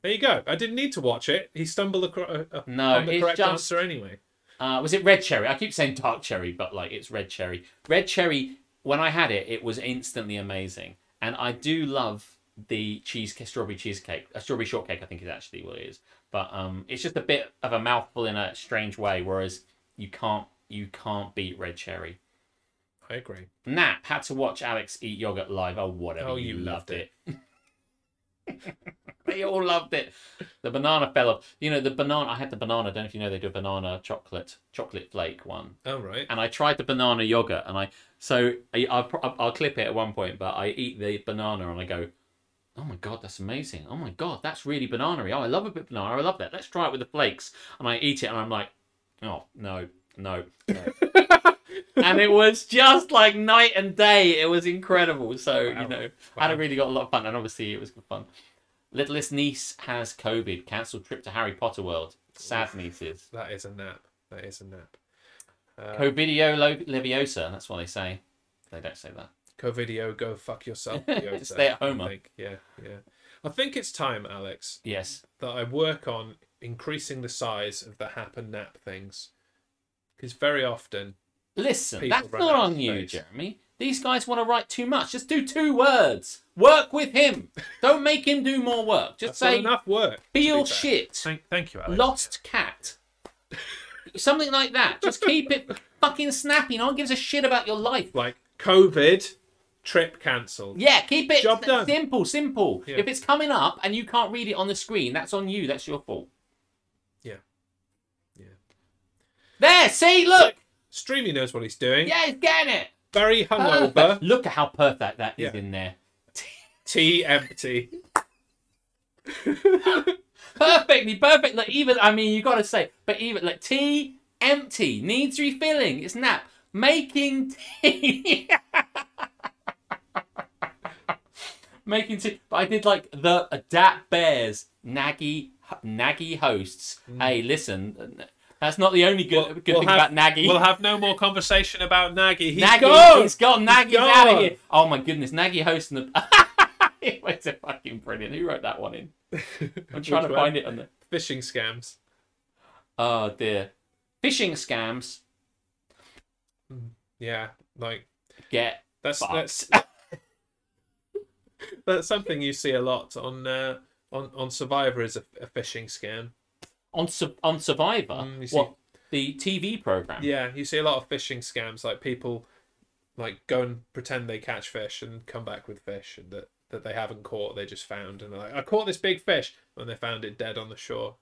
Speaker 2: There you go. I didn't need to watch it. He stumbled acro- uh, uh,
Speaker 1: No,
Speaker 2: on the
Speaker 1: it's
Speaker 2: correct
Speaker 1: just-
Speaker 2: answer anyway.
Speaker 1: Uh, was it red cherry? I keep saying dark cherry, but like it's red cherry. Red cherry, when I had it, it was instantly amazing. And I do love the cheese, strawberry cheesecake, a strawberry shortcake, I think is actually what it is. But um, it's just a bit of a mouthful in a strange way, whereas you can't you can't beat red cherry.
Speaker 2: I agree.
Speaker 1: Nap had to watch Alex eat yogurt live. Oh, whatever.
Speaker 2: Oh,
Speaker 1: you,
Speaker 2: you
Speaker 1: loved
Speaker 2: loved
Speaker 1: it. they all loved it. The banana fell off. You know, the banana, I had the banana. I don't know if you know, they do a banana chocolate, chocolate flake one.
Speaker 2: All right.
Speaker 1: And I tried the banana yogurt and I, so I, I'll, pro- I'll clip it at one point, but I eat the banana and I go, oh my God, that's amazing. Oh my God, that's really banana Oh, I love a bit of banana. I love that. Let's try it with the flakes. And I eat it and I'm like, oh, no, no, no and it was just like night and day. It was incredible. So you know, and I really got a lot of fun, and obviously it was good fun. Littlest niece has COVID. Cancelled trip to Harry Potter World. Sad nieces.
Speaker 2: That is a nap. That is a nap.
Speaker 1: Covidio lo- leviosa. That's what they say. They don't say that.
Speaker 2: Covidio, go fuck yourself. Yoda,
Speaker 1: Stay at home.
Speaker 2: I think. Yeah, yeah. I think it's time, Alex,
Speaker 1: Yes.
Speaker 2: that I work on increasing the size of the hap and nap things. Because very often,
Speaker 1: Listen,
Speaker 2: People
Speaker 1: that's
Speaker 2: run
Speaker 1: not
Speaker 2: out of
Speaker 1: on you,
Speaker 2: space.
Speaker 1: Jeremy. These guys want to write too much. Just do two words. Work with him. Don't make him do more work. Just
Speaker 2: I've done
Speaker 1: say
Speaker 2: enough work. to
Speaker 1: feel
Speaker 2: be fair.
Speaker 1: shit.
Speaker 2: Thank, thank you, Alex.
Speaker 1: Lost cat. Something like that. Just keep it fucking snappy. No one gives a shit about your life.
Speaker 2: Like COVID, trip cancelled.
Speaker 1: Yeah, keep it
Speaker 2: Job done.
Speaker 1: simple, simple.
Speaker 2: Yeah.
Speaker 1: If it's coming up and you can't read it on the screen, that's on you. That's your fault.
Speaker 2: Yeah.
Speaker 1: There, see, look.
Speaker 2: Streamy knows what he's doing.
Speaker 1: Yeah, he's getting it.
Speaker 2: Very
Speaker 1: Perfect.
Speaker 2: hungover,
Speaker 1: Look at how perfect that is
Speaker 2: Yeah.
Speaker 1: in there.
Speaker 2: tea empty.
Speaker 1: Perfectly perfect. Like even I mean you gotta say, but even like tea empty, needs refilling, it's nap. Making tea Making tea but I did like the Adapt Bears naggy naggy hosts. Hey, listen, that's not the only good, good thing
Speaker 2: have,
Speaker 1: about Naggy.
Speaker 2: Mm. We'll have no more conversation about Nagy. He's
Speaker 1: Nagy,
Speaker 2: gone.
Speaker 1: he's gone. Nagy's out of
Speaker 2: gone.
Speaker 1: here. Oh my goodness, Nagy hosting the. it was a fucking brilliant. Who wrote that one in? I'm trying to
Speaker 2: Which one?
Speaker 1: find it on the.
Speaker 2: Phishing scams.
Speaker 1: Oh dear. Phishing scams
Speaker 2: Yeah, like
Speaker 1: get
Speaker 2: that's
Speaker 1: fucked.
Speaker 2: that's that's something you see a lot on uh, on on Survivor is a, a phishing scam.
Speaker 1: on Su- on Survivor.
Speaker 2: Mm, you see-
Speaker 1: what the TV program?
Speaker 2: Yeah, you see a lot of phishing scams like people like go and pretend they catch fish and come back with fish and that that they haven't caught they just found and they're like I caught this big fish and they found it dead on the shore.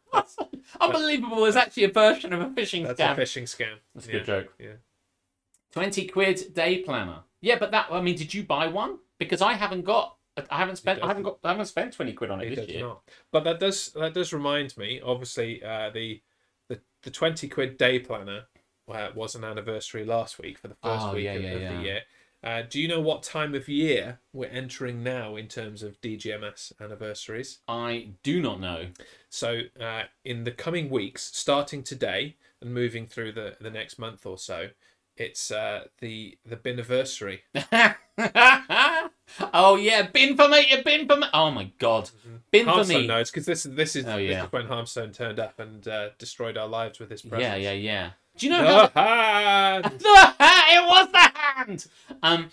Speaker 1: Unbelievable. There's actually a version of a phishing
Speaker 2: That's
Speaker 1: scam.
Speaker 2: a phishing scam.
Speaker 1: That's a
Speaker 2: yeah.
Speaker 1: good joke.
Speaker 2: Yeah.
Speaker 1: Twenty quid day planner. Yeah, but that. I mean, did you buy one? Because I haven't got. I haven't spent. I haven't got. I haven't spent twenty quid on it,
Speaker 2: It
Speaker 1: this
Speaker 2: does
Speaker 1: year.
Speaker 2: not. But that does that does remind me. Obviously, uh, the the the twenty quid day planner uh, was an anniversary last week for the first
Speaker 1: Oh,
Speaker 2: week
Speaker 1: yeah,
Speaker 2: of,
Speaker 1: yeah,
Speaker 2: of
Speaker 1: yeah.
Speaker 2: the year. Uh, do you know what time of year we're entering now in terms of DGMS anniversaries?
Speaker 1: I do not know.
Speaker 2: So, uh, in the coming weeks, starting today and moving through the, the next month or so, it's uh, the the biniversary.
Speaker 1: oh yeah, bin for me, a bin for me. Oh my god,
Speaker 2: Mm-hmm.
Speaker 1: bin for
Speaker 2: Harmstone
Speaker 1: me.
Speaker 2: knows because this is this is,
Speaker 1: Oh,
Speaker 2: this
Speaker 1: yeah.
Speaker 2: is when Harmstone turned up and uh, destroyed our lives with his presence. Oh,
Speaker 1: Yeah, yeah, yeah. Do you know how
Speaker 2: Ah,
Speaker 1: the hand? It was the hand. Um,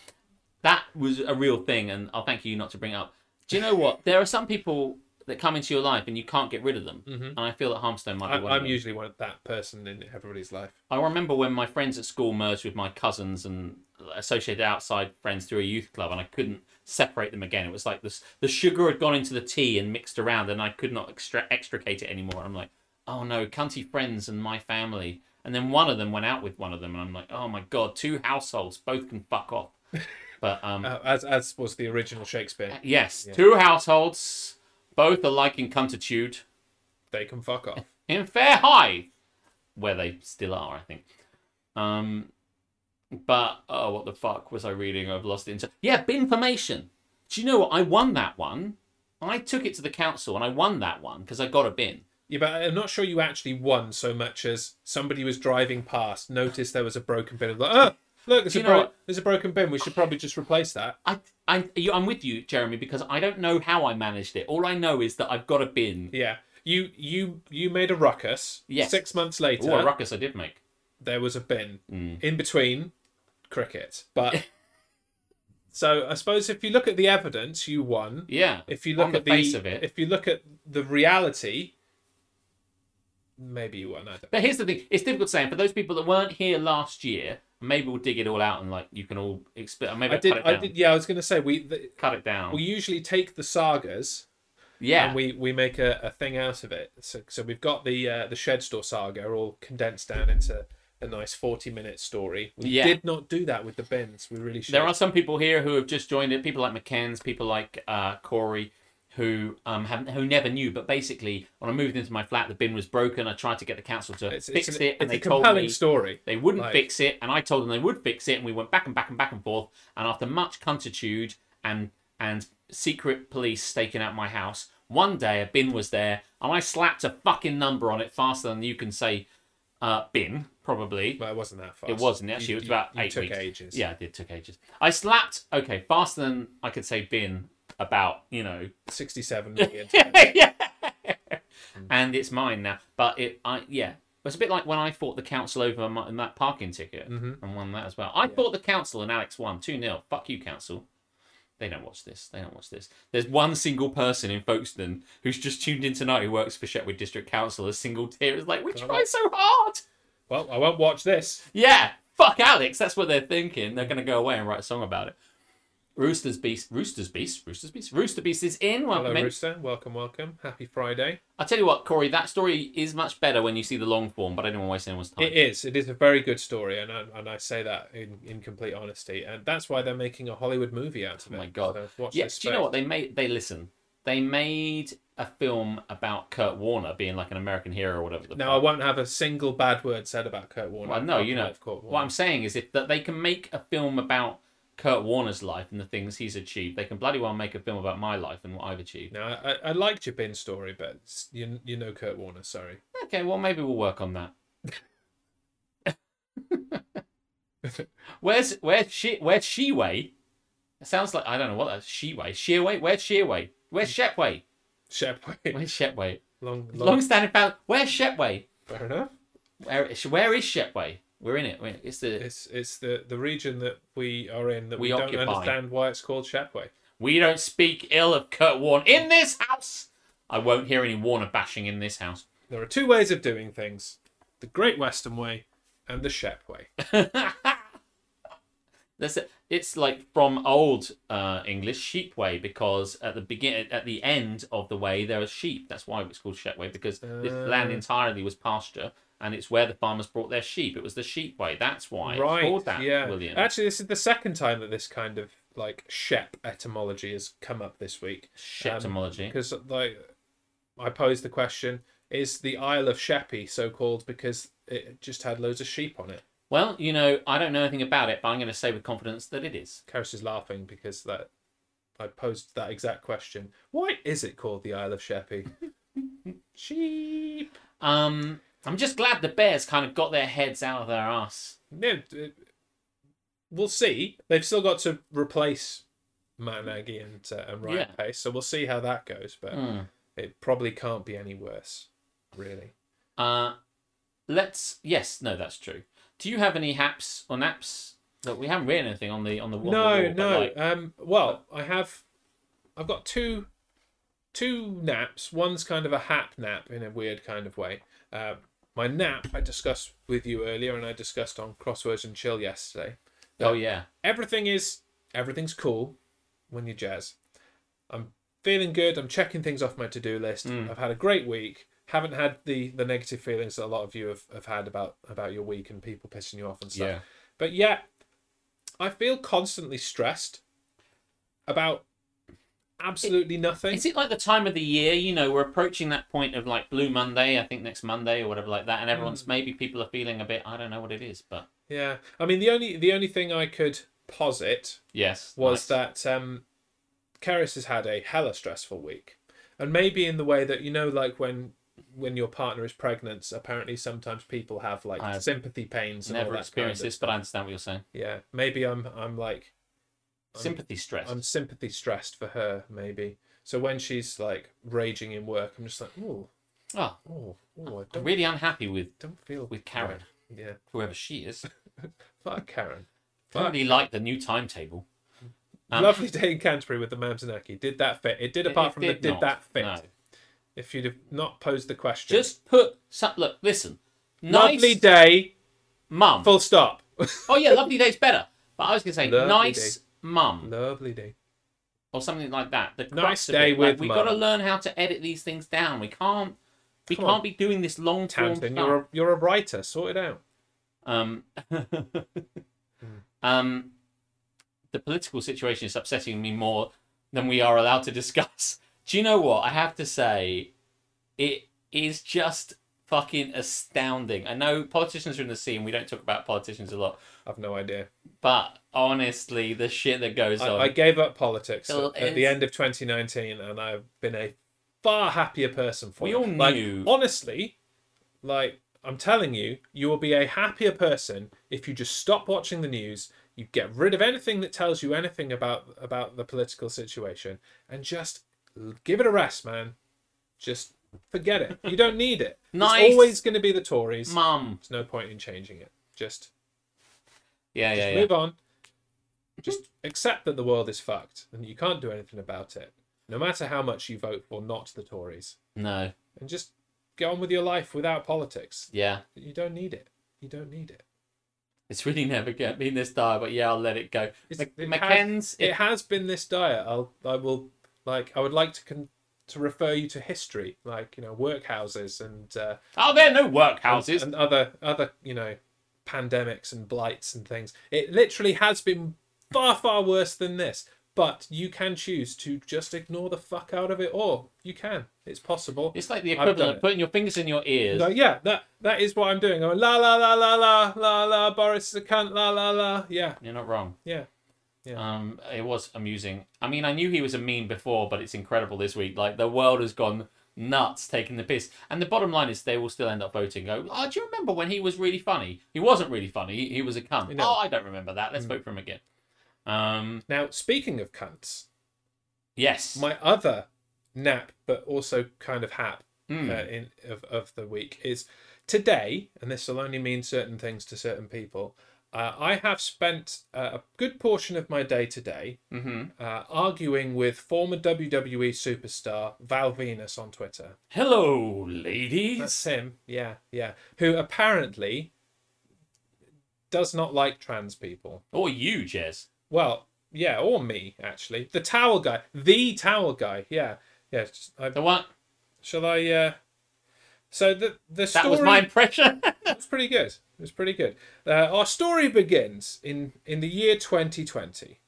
Speaker 1: that was a real thing, and I'll thank you not to bring it up. Do you know what? There are some people that come into your life and you can't get rid of them, and I feel that Harmstone might be
Speaker 2: I'm,
Speaker 1: one. of
Speaker 2: I'm
Speaker 1: them.
Speaker 2: usually one of that person in everybody's life.
Speaker 1: I remember when my friends at school merged with my cousins and associated outside friends through a youth club, and I couldn't separate them again. It was like this: the sugar had gone into the tea and mixed around, and I could not extra- extricate it anymore. I'm like, oh no, cunty friends and my family. And then one of them went out with one of them, and I'm like, oh my god, two households, both can fuck off. But um,
Speaker 2: Uh, as as was the original Shakespeare.
Speaker 1: yes, two households, both alike in cuntitude
Speaker 2: They can fuck off.
Speaker 1: in Fair High, where they still are, I think. Um, but oh, what the fuck was I reading? I've lost it. Into- yeah, bin formation. Do you know what? I won that one. I took it to the council and I won that one because I got a bin.
Speaker 2: Yeah, but I'm not sure you actually won so much as somebody was driving past, noticed there was a broken bin, and was like, oh, look, there's
Speaker 1: Do
Speaker 2: a,
Speaker 1: you know
Speaker 2: bro-
Speaker 1: what?
Speaker 2: there's a broken bin. We should probably just replace that.
Speaker 1: I, I, you- I'm with you, Jeremy, because I don't know how I managed it. All I know is that I've got a bin.
Speaker 2: Yeah, you you you made a ruckus.
Speaker 1: Yes.
Speaker 2: Six months later,
Speaker 1: Oh, a ruckus I did make.
Speaker 2: there was a bin
Speaker 1: Mm.
Speaker 2: in between cricket, but. So I suppose if you look at the evidence, you won.
Speaker 1: Yeah.
Speaker 2: If you look
Speaker 1: on the
Speaker 2: at the
Speaker 1: face of it.
Speaker 2: if you look at the reality, maybe you won. I don't.
Speaker 1: But here's the thing: it's difficult saying for those people that weren't here last year. Maybe we'll dig it all out and like you can all explain. Maybe
Speaker 2: I
Speaker 1: I'll
Speaker 2: did.
Speaker 1: cut it
Speaker 2: I
Speaker 1: down.
Speaker 2: did. Yeah, I was going to say we the,
Speaker 1: Cut it down.
Speaker 2: we usually take the sagas
Speaker 1: yeah.
Speaker 2: and we, we make a, a thing out of it. So, so we've got the uh, the shed store saga all condensed down into a nice forty minute story. We
Speaker 1: Yeah.
Speaker 2: did not do that with the bins. We really should.
Speaker 1: there are some people here who have just joined it. People like McCann's, people like uh, Corey, who um haven't, who never knew. But basically, when I moved into my flat, the bin was broken. I tried to get the council to
Speaker 2: it's,
Speaker 1: fix
Speaker 2: it's an-
Speaker 1: it, and
Speaker 2: it's
Speaker 1: they
Speaker 2: a
Speaker 1: told
Speaker 2: compelling
Speaker 1: me
Speaker 2: story.
Speaker 1: they wouldn't
Speaker 2: Like-
Speaker 1: fix it, and I told them they would fix it, and we went back and back and back and forth. And after much cuntitude and and secret police staking out my house, one day a bin was there, and I slapped a fucking number on it faster than you can say uh, bin, probably.
Speaker 2: Well, it wasn't that fast.
Speaker 1: It wasn't actually.
Speaker 2: You-
Speaker 1: it was about
Speaker 2: you,
Speaker 1: eight
Speaker 2: you took
Speaker 1: weeks.
Speaker 2: ages.
Speaker 1: Yeah, I did. Took ages. I slapped. Okay, faster than I could say bin. About you know.
Speaker 2: sixty seven million.
Speaker 1: yeah. And it's mine now. But it. I yeah. It was a bit like when I fought the council over my, in that parking ticket
Speaker 2: Mm-hmm.
Speaker 1: and won that as well. I fought the council and Alex won two 0 Fuck you, council. They don't watch this. They don't watch this. There's one single person in Folkestone who's just tuned in tonight who works for Shetwood District Council. A single tear is like, we try so hard.
Speaker 2: well, I won't watch this.
Speaker 1: Yeah, fuck Alex. That's what they're thinking. They're gonna go away and write a song about it. Rooster's Beast, Rooster's Beast, Rooster's Beast, Rooster Beast is in. Well,
Speaker 2: Hello,
Speaker 1: I mean-
Speaker 2: Rooster. Welcome, welcome. Happy Friday.
Speaker 1: I'll tell you what, Corey, that story is much better when you see the long form, but I didn't want to waste anyone's time.
Speaker 2: It is. It is a very good story, and I, and I say that in, in complete honesty. And that's why they're making a Hollywood movie out of it.
Speaker 1: oh my god!
Speaker 2: So watch
Speaker 1: yeah,
Speaker 2: this
Speaker 1: do you know
Speaker 2: space.
Speaker 1: what they made? They listen. They made a film about Kurt Warner being like an American hero or whatever. The
Speaker 2: Now I won't have a single bad word said about Kurt Warner.
Speaker 1: Well, no, you know.
Speaker 2: Of course.
Speaker 1: What I'm saying is, if that they can make a film about Kurt Warner's life and the things he's achieved, they can bloody well make a film about my life and what I've achieved.
Speaker 2: Now I, I liked your bin story, but s- you you know Kurt Warner. Sorry.
Speaker 1: Okay, well, maybe we'll work on that. where's where's she where's Sheway? It sounds like I don't know what that's Sheway. Sheway? Where's Sheway? Where's Shepway?
Speaker 2: Shepway.
Speaker 1: Where's Shepway?
Speaker 2: Long, long,
Speaker 1: Long standing fan. Where's Shepway?
Speaker 2: Fair enough.
Speaker 1: Where is where is Shepway? We're in it. We're- It's the
Speaker 2: It's it's the the region that we are in that
Speaker 1: We
Speaker 2: we, don't
Speaker 1: occupy.
Speaker 2: understand why it's called Shepway.
Speaker 1: we don't speak ill of Kurt Warner in this house. I won't hear any Warner bashing in this house.
Speaker 2: There are two ways of doing things: the Great Western Way and the Shep Way.
Speaker 1: That's it. It's like from old uh, English sheep way because at the begin at the end of the way there are sheep. That's why it's called sheep way because this land
Speaker 2: Uh.
Speaker 1: entirely was pasture and it's where the farmers brought their sheep. It was the sheep way. That's why it's
Speaker 2: right.
Speaker 1: called that,
Speaker 2: yeah.
Speaker 1: William.
Speaker 2: Actually, this is the second time that this kind of like Shep etymology has come up this week.
Speaker 1: Sheptomology.
Speaker 2: because like I posed the question: Is the Isle of Sheppey so called because it just had loads of sheep on it?
Speaker 1: well, you know, I don't know anything about it, but I'm going to say with confidence that it is.
Speaker 2: Karis is laughing because that I posed that exact question. Why is it called the Isle of Sheppey? sheep.
Speaker 1: Um, I'm just glad the bears kind of got their heads out of their ass.
Speaker 2: No, d- we'll see. They've still got to replace Matt Nagy and uh, and Ryan
Speaker 1: Yeah.
Speaker 2: Pace, so we'll see how that goes. But
Speaker 1: Hmm.
Speaker 2: it probably can't be any worse, really.
Speaker 1: Uh, let's. Yes, no, that's true. Do you have any haps or naps Look, we haven't written anything on the on the on the
Speaker 2: no,
Speaker 1: wall, but,
Speaker 2: no.
Speaker 1: like,
Speaker 2: um, well, I have, I've got two, two naps. One's kind of a hap nap in a weird kind of way. Uh, my nap I discussed with you earlier, and I discussed on crosswords and chill yesterday.
Speaker 1: oh yeah,
Speaker 2: Everything is everything's cool when you jazz. I'm feeling good. I'm checking things off my to do list.
Speaker 1: Hmm.
Speaker 2: I've had a great week. Haven't had the the negative feelings that a lot of you have, have had about about your week and people pissing you off and stuff.
Speaker 1: yeah.
Speaker 2: But yet, I feel constantly stressed about absolutely nothing.
Speaker 1: Is it like the time of the year? You know, we're approaching that point of like Blue Monday, I think next Monday or whatever like that, and everyone's
Speaker 2: Mm.
Speaker 1: maybe people are feeling a bit. I don't know what it is, but
Speaker 2: Yeah, I mean the only the only thing I could posit
Speaker 1: yes,
Speaker 2: was
Speaker 1: nice.
Speaker 2: that um, Keris has had a hella stressful week, and maybe in the way that you know, like when when your partner is pregnant, apparently sometimes people have like
Speaker 1: I've
Speaker 2: sympathy pains. and all
Speaker 1: never
Speaker 2: that
Speaker 1: experienced
Speaker 2: kind of-
Speaker 1: this, but I understand what you're saying.
Speaker 2: Yeah, maybe I'm I'm like
Speaker 1: Sympathy stress.
Speaker 2: I'm sympathy stressed for her maybe. So when she's like raging in work, I'm just like, oh,
Speaker 1: Oh,
Speaker 2: oh, oh, I
Speaker 1: I'm
Speaker 2: don't,
Speaker 1: really unhappy with
Speaker 2: don't feel
Speaker 1: with Karen,
Speaker 2: Yeah,
Speaker 1: whoever she is.
Speaker 2: fuck Karen.
Speaker 1: I really like the new timetable. Um,
Speaker 2: Lovely day in Canterbury with the Mamsanaki. Did that fit? It did.
Speaker 1: It-
Speaker 2: Apart
Speaker 1: it
Speaker 2: from the
Speaker 1: did
Speaker 2: did
Speaker 1: not,
Speaker 2: that fit?
Speaker 1: no.
Speaker 2: If you'd have not posed the question,
Speaker 1: Just put some. Look, listen. Nice
Speaker 2: lovely day.
Speaker 1: mum.
Speaker 2: Full stop.
Speaker 1: Oh yeah, lovely day's better. But I was gonna say
Speaker 2: Lovely
Speaker 1: nice
Speaker 2: day.
Speaker 1: mum
Speaker 2: lovely day.
Speaker 1: or something like that. The crux
Speaker 2: Nice
Speaker 1: of
Speaker 2: day
Speaker 1: it, like,
Speaker 2: with
Speaker 1: we
Speaker 2: mum.
Speaker 1: got to learn how to edit these things down. We can't. We
Speaker 2: Come on.
Speaker 1: can't be doing this long form
Speaker 2: Tamsin,
Speaker 1: stuff.
Speaker 2: you're a, you're a writer. Sort it out.
Speaker 1: Um, um, the political situation is upsetting me more than we are allowed to discuss. Do you know what? I have to say, it is just fucking astounding. I know politicians are in the scene. We don't talk about politicians a lot,
Speaker 2: I've no idea.
Speaker 1: but honestly, the shit that goes
Speaker 2: I,
Speaker 1: on.
Speaker 2: I gave up politics
Speaker 1: Well,
Speaker 2: at, at the
Speaker 1: it's-
Speaker 2: end of 2019, and I've been a far happier person for
Speaker 1: We
Speaker 2: it.
Speaker 1: all
Speaker 2: like,
Speaker 1: knew-
Speaker 2: Honestly, like I'm telling you, you will be a happier person if you just stop watching the news. You get rid of anything that tells you anything about about the political situation, and just l- give it a rest, man. Just forget it. You don't need it.
Speaker 1: Nice.
Speaker 2: It's always going to be the Tories.
Speaker 1: Mum.
Speaker 2: There's no point in changing it. Just
Speaker 1: Yeah, yeah,
Speaker 2: just
Speaker 1: yeah.
Speaker 2: move on. Just accept that the world is fucked and you can't do anything about it. No matter how much you vote for not the Tories.
Speaker 1: No,
Speaker 2: And just get on with your life without politics.
Speaker 1: yeah.
Speaker 2: You don't need it. You don't need it.
Speaker 1: It's really never going to be this dire, but yeah, I'll let it go.
Speaker 2: It's-
Speaker 1: Mac-
Speaker 2: it
Speaker 1: Macken's.
Speaker 2: has, it has been this diet. I'll I will like I would like to con- to refer you to history, like, you know, workhouses and uh
Speaker 1: oh, there are no workhouses.
Speaker 2: and other other you know pandemics and blights and things it literally has been far far worse than this but you can choose to just ignore the fuck out of it or you can it's possible
Speaker 1: It's like the
Speaker 2: I've done
Speaker 1: equivalent
Speaker 2: it.
Speaker 1: of putting your fingers in your ears.
Speaker 2: no, yeah that that is what i'm doing i'm la la la la la la la boris is a cunt la la la yeah
Speaker 1: You're not wrong.
Speaker 2: yeah
Speaker 1: Um, it was amusing. I mean, I knew he was a mean before, but it's incredible this week. Like the world has gone nuts, taking the piss. And the bottom line is, they will still end up voting. Go. Oh, do you remember when he was really funny? He wasn't really funny. He, he was a cunt.
Speaker 2: No.
Speaker 1: Oh, I don't remember that.
Speaker 2: Mm.
Speaker 1: Let's vote for him again. Um,
Speaker 2: now speaking of cunts
Speaker 1: yes.
Speaker 2: my other nap but also kind of hap
Speaker 1: Mm.
Speaker 2: uh, in of, of the week is today, and this will only mean certain things to certain people. Uh, I have spent uh, a good portion of my day today
Speaker 1: hmm
Speaker 2: uh, arguing with former WWE superstar Val Venus on Twitter.
Speaker 1: Hello, ladies.
Speaker 2: That's him, yeah, yeah. Who apparently does not like trans people.
Speaker 1: Or you, Jez.
Speaker 2: Well, yeah, or me actually. The towel guy, the towel guy, yeah, yeah. I,
Speaker 1: The one
Speaker 2: shall I? Uh, so the the
Speaker 1: that
Speaker 2: story
Speaker 1: was my impression.
Speaker 2: It's pretty good. It's pretty good. Uh, our story begins in in the year 2020,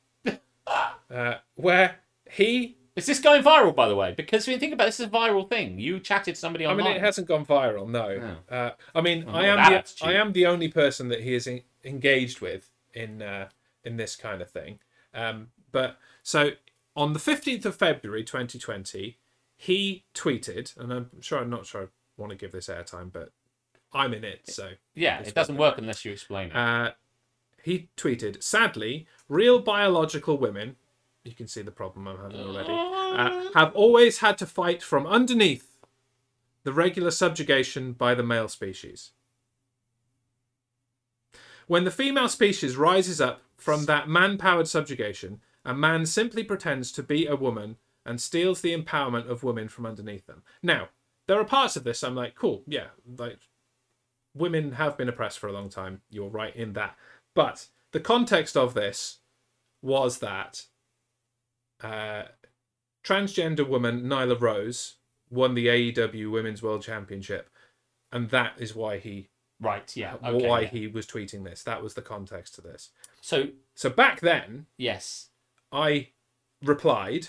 Speaker 2: uh, where he.
Speaker 1: is this going viral, by the way? Because when you think about it, this, is a viral thing. You chatted somebody
Speaker 2: I
Speaker 1: online.
Speaker 2: mean, it hasn't gone viral. No. Uh, I mean, I
Speaker 1: not
Speaker 2: am
Speaker 1: that
Speaker 2: the
Speaker 1: attitude.
Speaker 2: I am the only person that he is en- engaged with in uh, in this kind of thing. Um, but so on the 15th of February 2020, he tweeted, and I'm sure I'm not sure I want to give this airtime, but I'm in it, so.
Speaker 1: Yeah, it doesn't work unless you explain it.
Speaker 2: Uh, he tweeted, "Sadly, real biological women, you can see the problem I'm having already, uh, have always had to fight from underneath the regular subjugation by the male species. When the female species rises up, From that man powered subjugation, a man simply pretends to be a woman and steals the empowerment of women from underneath them. Now, there are parts of this I'm like, cool, yeah, like women have been oppressed for a long time. You're right in that. But the context of this was that uh, transgender woman Nyla Rose won the AEW Women's World Championship, and that is why he
Speaker 1: Right. Yeah. Okay.
Speaker 2: why
Speaker 1: yeah.
Speaker 2: he was tweeting this. That was the context to this.
Speaker 1: So
Speaker 2: So back then,
Speaker 1: yes.
Speaker 2: I replied,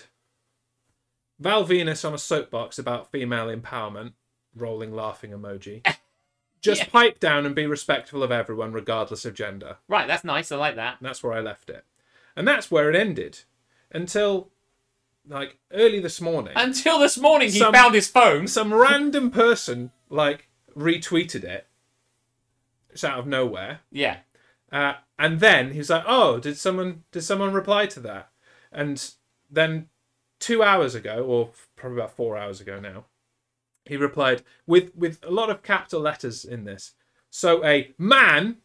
Speaker 2: Val Venus on a soapbox about female empowerment, rolling laughing emoji. Just
Speaker 1: Yeah.
Speaker 2: pipe down and be respectful of everyone, regardless of gender.
Speaker 1: Right. That's nice. I like that.
Speaker 2: And that's where I left it. And that's where it ended until like early this morning.
Speaker 1: Until this morning, he
Speaker 2: Some-
Speaker 1: found his phone.
Speaker 2: some random person like retweeted it. It's out of nowhere.
Speaker 1: Yeah.
Speaker 2: Uh, and then he was like, "Oh, did someone did someone reply to that?" And then two hours ago, or probably about four hours ago now, he replied with with a lot of capital letters in this. So a man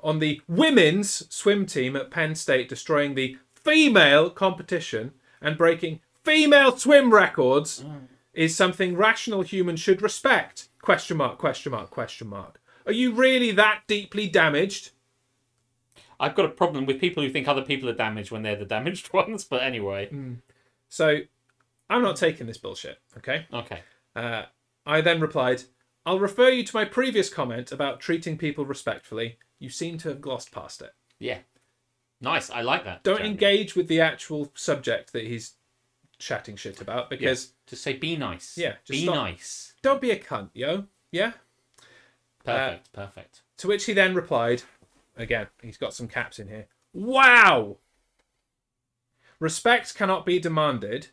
Speaker 2: on the women's swim team at Penn State destroying the female competition and breaking female swim records is something rational humans should respect. Question mark, question mark, question mark. Are you really that deeply damaged?
Speaker 1: I've got a problem with people who think other people are damaged when they're the damaged ones. But anyway.
Speaker 2: Mm. So I'm not taking this bullshit, okay?
Speaker 1: Okay.
Speaker 2: Uh, I then replied, I'll refer you to my previous comment about treating people respectfully. You seem to have glossed past it.
Speaker 1: Yeah. Nice. I like that.
Speaker 2: Don't
Speaker 1: Jeremy.
Speaker 2: engage with the actual subject that he's chatting shit about because
Speaker 1: Just say be nice.
Speaker 2: Yeah, just
Speaker 1: Be
Speaker 2: stop.
Speaker 1: nice.
Speaker 2: don't be a cunt, yo. Yeah? Uh,
Speaker 1: Perfect. perfect.
Speaker 2: To which he then replied, again, he's got some caps in here. Wow! Respect cannot be demanded.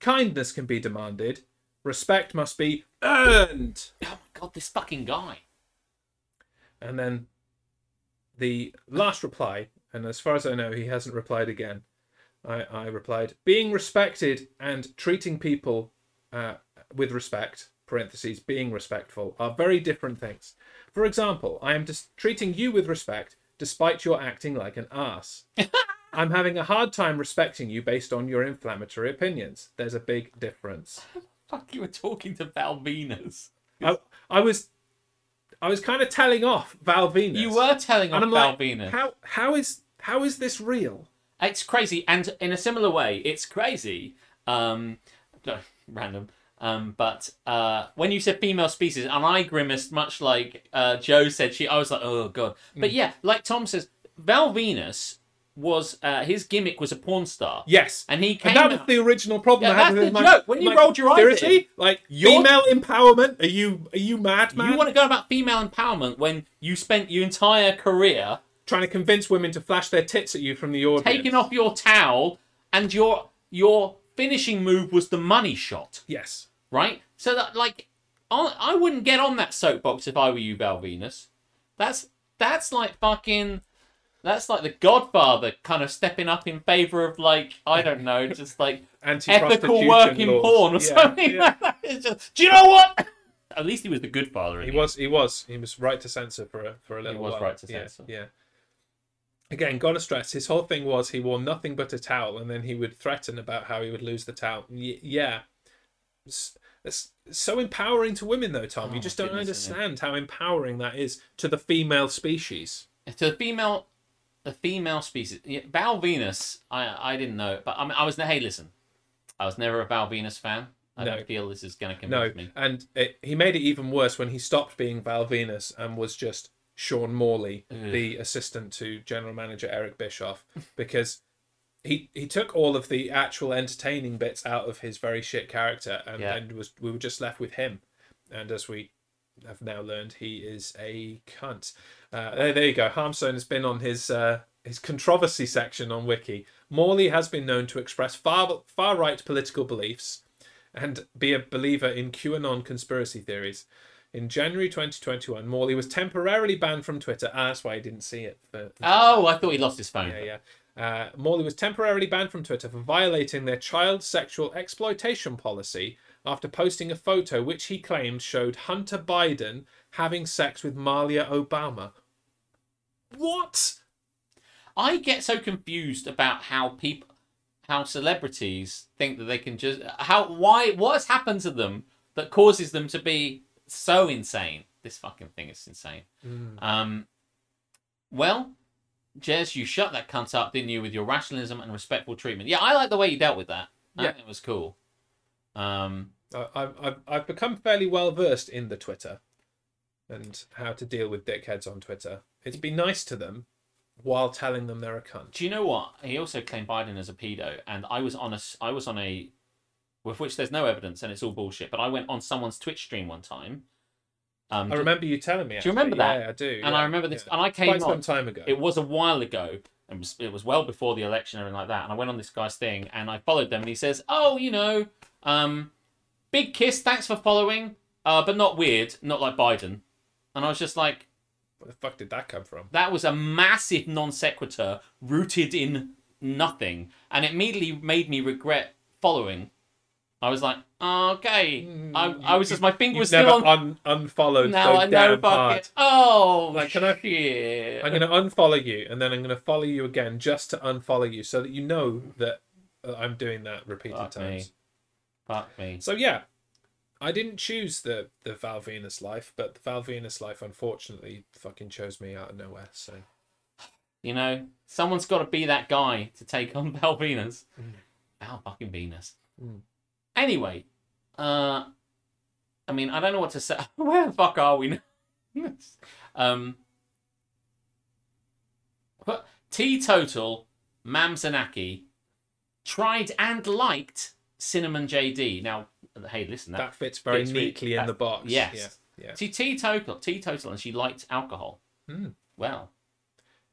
Speaker 2: Kindness can be demanded. Respect must be earned.
Speaker 1: Oh my god, this fucking guy.
Speaker 2: And then the last reply, and as far as I know, he hasn't replied again. I, I replied, being respected and treating people uh, with respect, parentheses, being respectful, are very different things. For example, I am just treating you with respect despite your acting like an ass. I'm having a hard time respecting you based on your inflammatory opinions. There's a big difference.
Speaker 1: Fuck, you were talking to Val Venus.
Speaker 2: I, I was, I was kind of telling off Val Venus.
Speaker 1: You were telling on
Speaker 2: and I'm
Speaker 1: Val
Speaker 2: like,
Speaker 1: Venus.
Speaker 2: how how is how is this real?
Speaker 1: It's crazy, and in a similar way, it's crazy. Um, random. Um, but uh, when you said female species, and I grimaced, much like uh, Joe said, she. I was like, oh god.
Speaker 2: Mm.
Speaker 1: But yeah, like Tom says, Val Venus was uh, his gimmick was a porn star.
Speaker 2: Yes,
Speaker 1: and he came.
Speaker 2: and that was
Speaker 1: out-
Speaker 2: the original
Speaker 1: Yeah,
Speaker 2: problem I had
Speaker 1: that's
Speaker 2: with
Speaker 1: the
Speaker 2: my
Speaker 1: joke. When you rolled your eyes
Speaker 2: seriously,
Speaker 1: at him,
Speaker 2: like
Speaker 1: you're-
Speaker 2: female empowerment. Are you are you mad, man?
Speaker 1: you want to go about female empowerment when you spent your entire career
Speaker 2: trying to convince women to flash their tits at you from the audience?
Speaker 1: taking off your towel, and your your finishing move was the money shot.
Speaker 2: Yes,
Speaker 1: right? So that like, I, I wouldn't get on that soapbox if I were you, Val Venus. That's that's like fucking, that's like the Godfather kind of stepping up in favor of like I don't know, just like ethical
Speaker 2: anti-prostitution
Speaker 1: work in
Speaker 2: laws.
Speaker 1: porn or
Speaker 2: Yeah,
Speaker 1: something
Speaker 2: yeah.
Speaker 1: like that. It's just, do you know what? At least he was the good father.
Speaker 2: He was he was he was right to censor for a, for a little
Speaker 1: was
Speaker 2: while.
Speaker 1: right to
Speaker 2: Yeah,
Speaker 1: censor.
Speaker 2: Yeah. Again, gotta stress his whole thing was he wore nothing but a towel, and then he would threaten about how he would lose the towel. Y- yeah. It's, it's so empowering to women though, Tom.
Speaker 1: Oh, my
Speaker 2: you just don't
Speaker 1: goodness, isn't
Speaker 2: understand how empowering that is to the female species.
Speaker 1: to the female, the female species. Yeah, Val Venus. I I didn't know it, but I mean, I was hey listen, I was never a Val Venus fan. I
Speaker 2: No.
Speaker 1: don't feel this is going to
Speaker 2: No,
Speaker 1: convince me.
Speaker 2: and it, he made it even worse when he stopped being Val Venus and was just Sean Morley, the assistant to general manager Eric Bischoff, because he he took all of the actual entertaining bits out of his very shit character, and,
Speaker 1: Yeah.
Speaker 2: and was we were just left with him. And as we have now learned, he is a cunt. Uh, there, there you go. Harmstone has been on his. Uh, his controversy section on Wiki. Morley has been known to express far far right political beliefs, and be a believer in QAnon conspiracy theories. In January 2021, Morley was temporarily banned from Twitter. Ah, that's why I didn't see it. But,
Speaker 1: Oh, I thought he lost his phone.
Speaker 2: yeah, yeah. Uh, Morley was temporarily banned from Twitter for violating their child sexual exploitation policy after posting a photo which he claimed showed Hunter Biden having sex with Malia Obama. What?
Speaker 1: I get so confused about how people, how celebrities think that they can just how why what's happened to them that causes them to be so insane. This fucking thing is insane. Um, well, Jez, you shut that cunt up, didn't you, with your rationalism and respectful treatment? Yeah, I like the way you dealt with that. I
Speaker 2: Yeah.
Speaker 1: think it was cool. Um,
Speaker 2: I, I've, I've, I've become fairly well versed in the Twitter and how to deal with dickheads on Twitter. It's be nice to them while telling them they're a cunt.
Speaker 1: Do you know what? He also claimed Biden as a pedo, and I was on a s- I was on a with which there's no evidence and it's all bullshit. But I went on someone's Twitch stream one time. Um,
Speaker 2: I remember you telling me.
Speaker 1: Do you remember that?
Speaker 2: actually. Yeah, I do.
Speaker 1: And I remember this- and I came
Speaker 2: Quite some
Speaker 1: on-
Speaker 2: time ago.
Speaker 1: it was a while ago. It was it was well before the election and everything like that. And I went on this guy's thing and I followed them and he says, "Oh, you know, um, big kiss, thanks for following, uh, but not weird, not like Biden." And I was just like,
Speaker 2: Where the fuck did that come from?
Speaker 1: That was a massive non sequitur rooted in nothing, and it immediately made me regret following. I was like, okay, I, I was just my finger
Speaker 2: Hmm, You've
Speaker 1: was
Speaker 2: never
Speaker 1: still on.
Speaker 2: un- unfollowed
Speaker 1: Now
Speaker 2: so
Speaker 1: I
Speaker 2: damn
Speaker 1: know
Speaker 2: hard.
Speaker 1: fucking. Oh,
Speaker 2: Like, can I-
Speaker 1: shit.
Speaker 2: I'm going to unfollow you, and then I'm going to follow you again just to unfollow you, so that you know that uh, I'm doing that repeated
Speaker 1: Fuck me.
Speaker 2: times.
Speaker 1: Fuck me.
Speaker 2: So yeah, I didn't choose the the Val Venus life, but the Val Venus life unfortunately fucking chose me out of nowhere. So
Speaker 1: You know, someone's got to be that guy to take on Val Venus. Val fucking Venus.
Speaker 2: Mm.
Speaker 1: Anyway, uh, I mean, I don't know what to say. Where the fuck are we now? um, but teetotal Mamzanaki tried and liked Cinnamon JD. Now, hey, listen, that
Speaker 2: that fits very
Speaker 1: fits really-
Speaker 2: neatly in
Speaker 1: that-
Speaker 2: the box.
Speaker 1: yes.
Speaker 2: Yeah. Yeah.
Speaker 1: she teetotal, teetotal, and she liked alcohol.
Speaker 2: Mm.
Speaker 1: Well,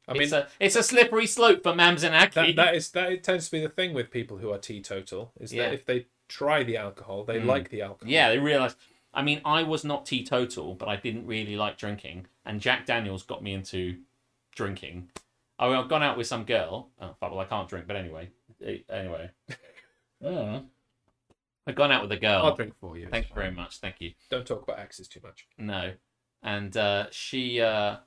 Speaker 2: I mean
Speaker 1: it's a it's a slippery slope for Mamzanaki.
Speaker 2: that that is that it tends to be the thing with people who are teetotal is
Speaker 1: Yeah. Mm.
Speaker 2: that if they try the alcohol, they like the alcohol.
Speaker 1: Yeah, they realised. I mean, I was not teetotal, but I didn't really like drinking. And Jack Daniels got me into drinking. I mean, I've gone out with some girl. Oh, fuck, well, I can't drink, but anyway. Eh, Anyway. Yeah. I've gone out with a
Speaker 2: I'll
Speaker 1: girl.
Speaker 2: drink for you.
Speaker 1: Thank you very much. Thank you.
Speaker 2: Don't talk about exes too much.
Speaker 1: No. And uh, she uh,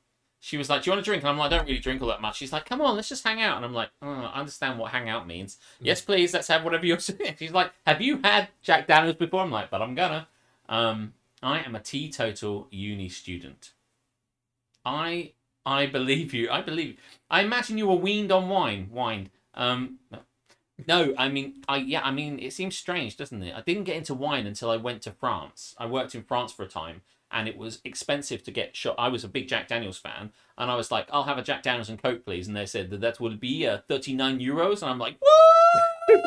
Speaker 1: she was like, "Do you want to drink?" And I'm like, "I don't really drink all that much." She's like, "Come on, let's just hang out." And I'm like, oh, "I understand what hang out means. Yes, please, let's have whatever you're." saying." She's like, "Have you had Jack Daniels before?" I'm like, "But I'm gonna." Um, I am a teetotal uni student. I I believe you. I believe. I imagine you were weaned on wine. Wine. Um, no, I mean, I yeah, I mean, it seems strange, doesn't it? I didn't get into wine until I went to France. I worked in France for a time, and it was expensive to get shot. I was a big Jack Daniels fan, and I was like, "I'll have a Jack Daniels and Coke, please." And they said that that would be uh, thirty nine euros, and I'm like, "Woo!"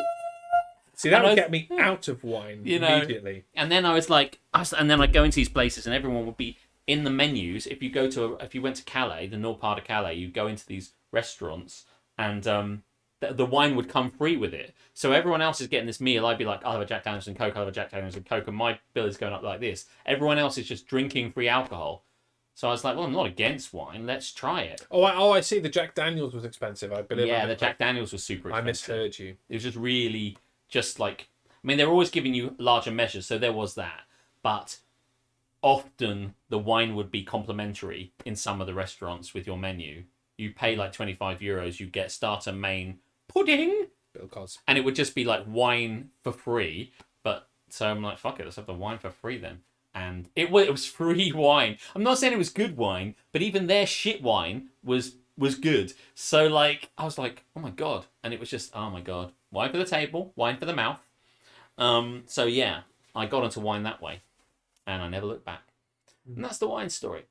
Speaker 2: See that
Speaker 1: And
Speaker 2: would
Speaker 1: I-
Speaker 2: get me out of wine
Speaker 1: You know.
Speaker 2: immediately.
Speaker 1: And then I was like, I was, and then I go into these places, and everyone would be in the menus. If you go to, if you went to Calais, the north part of Calais, you go into these restaurants, and um, the, the wine would come free with it. So everyone else is getting this meal. I'd be like, I'll have a Jack Daniels and Coke. I'll have a Jack Daniels and Coke, and my bill is going up like this. Everyone else is just drinking free alcohol. So I was like, well, I'm not against wine. Let's try it.
Speaker 2: Oh, I, oh, I see. The Jack Daniels was expensive. I believe.
Speaker 1: yeah,
Speaker 2: I,
Speaker 1: the Jack Daniels was super.
Speaker 2: I
Speaker 1: Expensive.
Speaker 2: misheard you.
Speaker 1: It was just really just like I mean, they're always giving you larger measures, so there was that. But often the wine would be complimentary in some of the restaurants with your menu. You pay like twenty five euros, you get starter main pudding,
Speaker 2: Bill Cosby.
Speaker 1: and it would just be like wine for free. But so I'm like, fuck it, let's have the wine for free then. And it was it was free wine. I'm not saying it was good wine, but even their shit wine was was good. So like I was like, oh my god, and it was just oh my god, wine for the table, wine for the mouth. Um, so yeah, I got into wine that way, and I never looked back. And that's the wine story.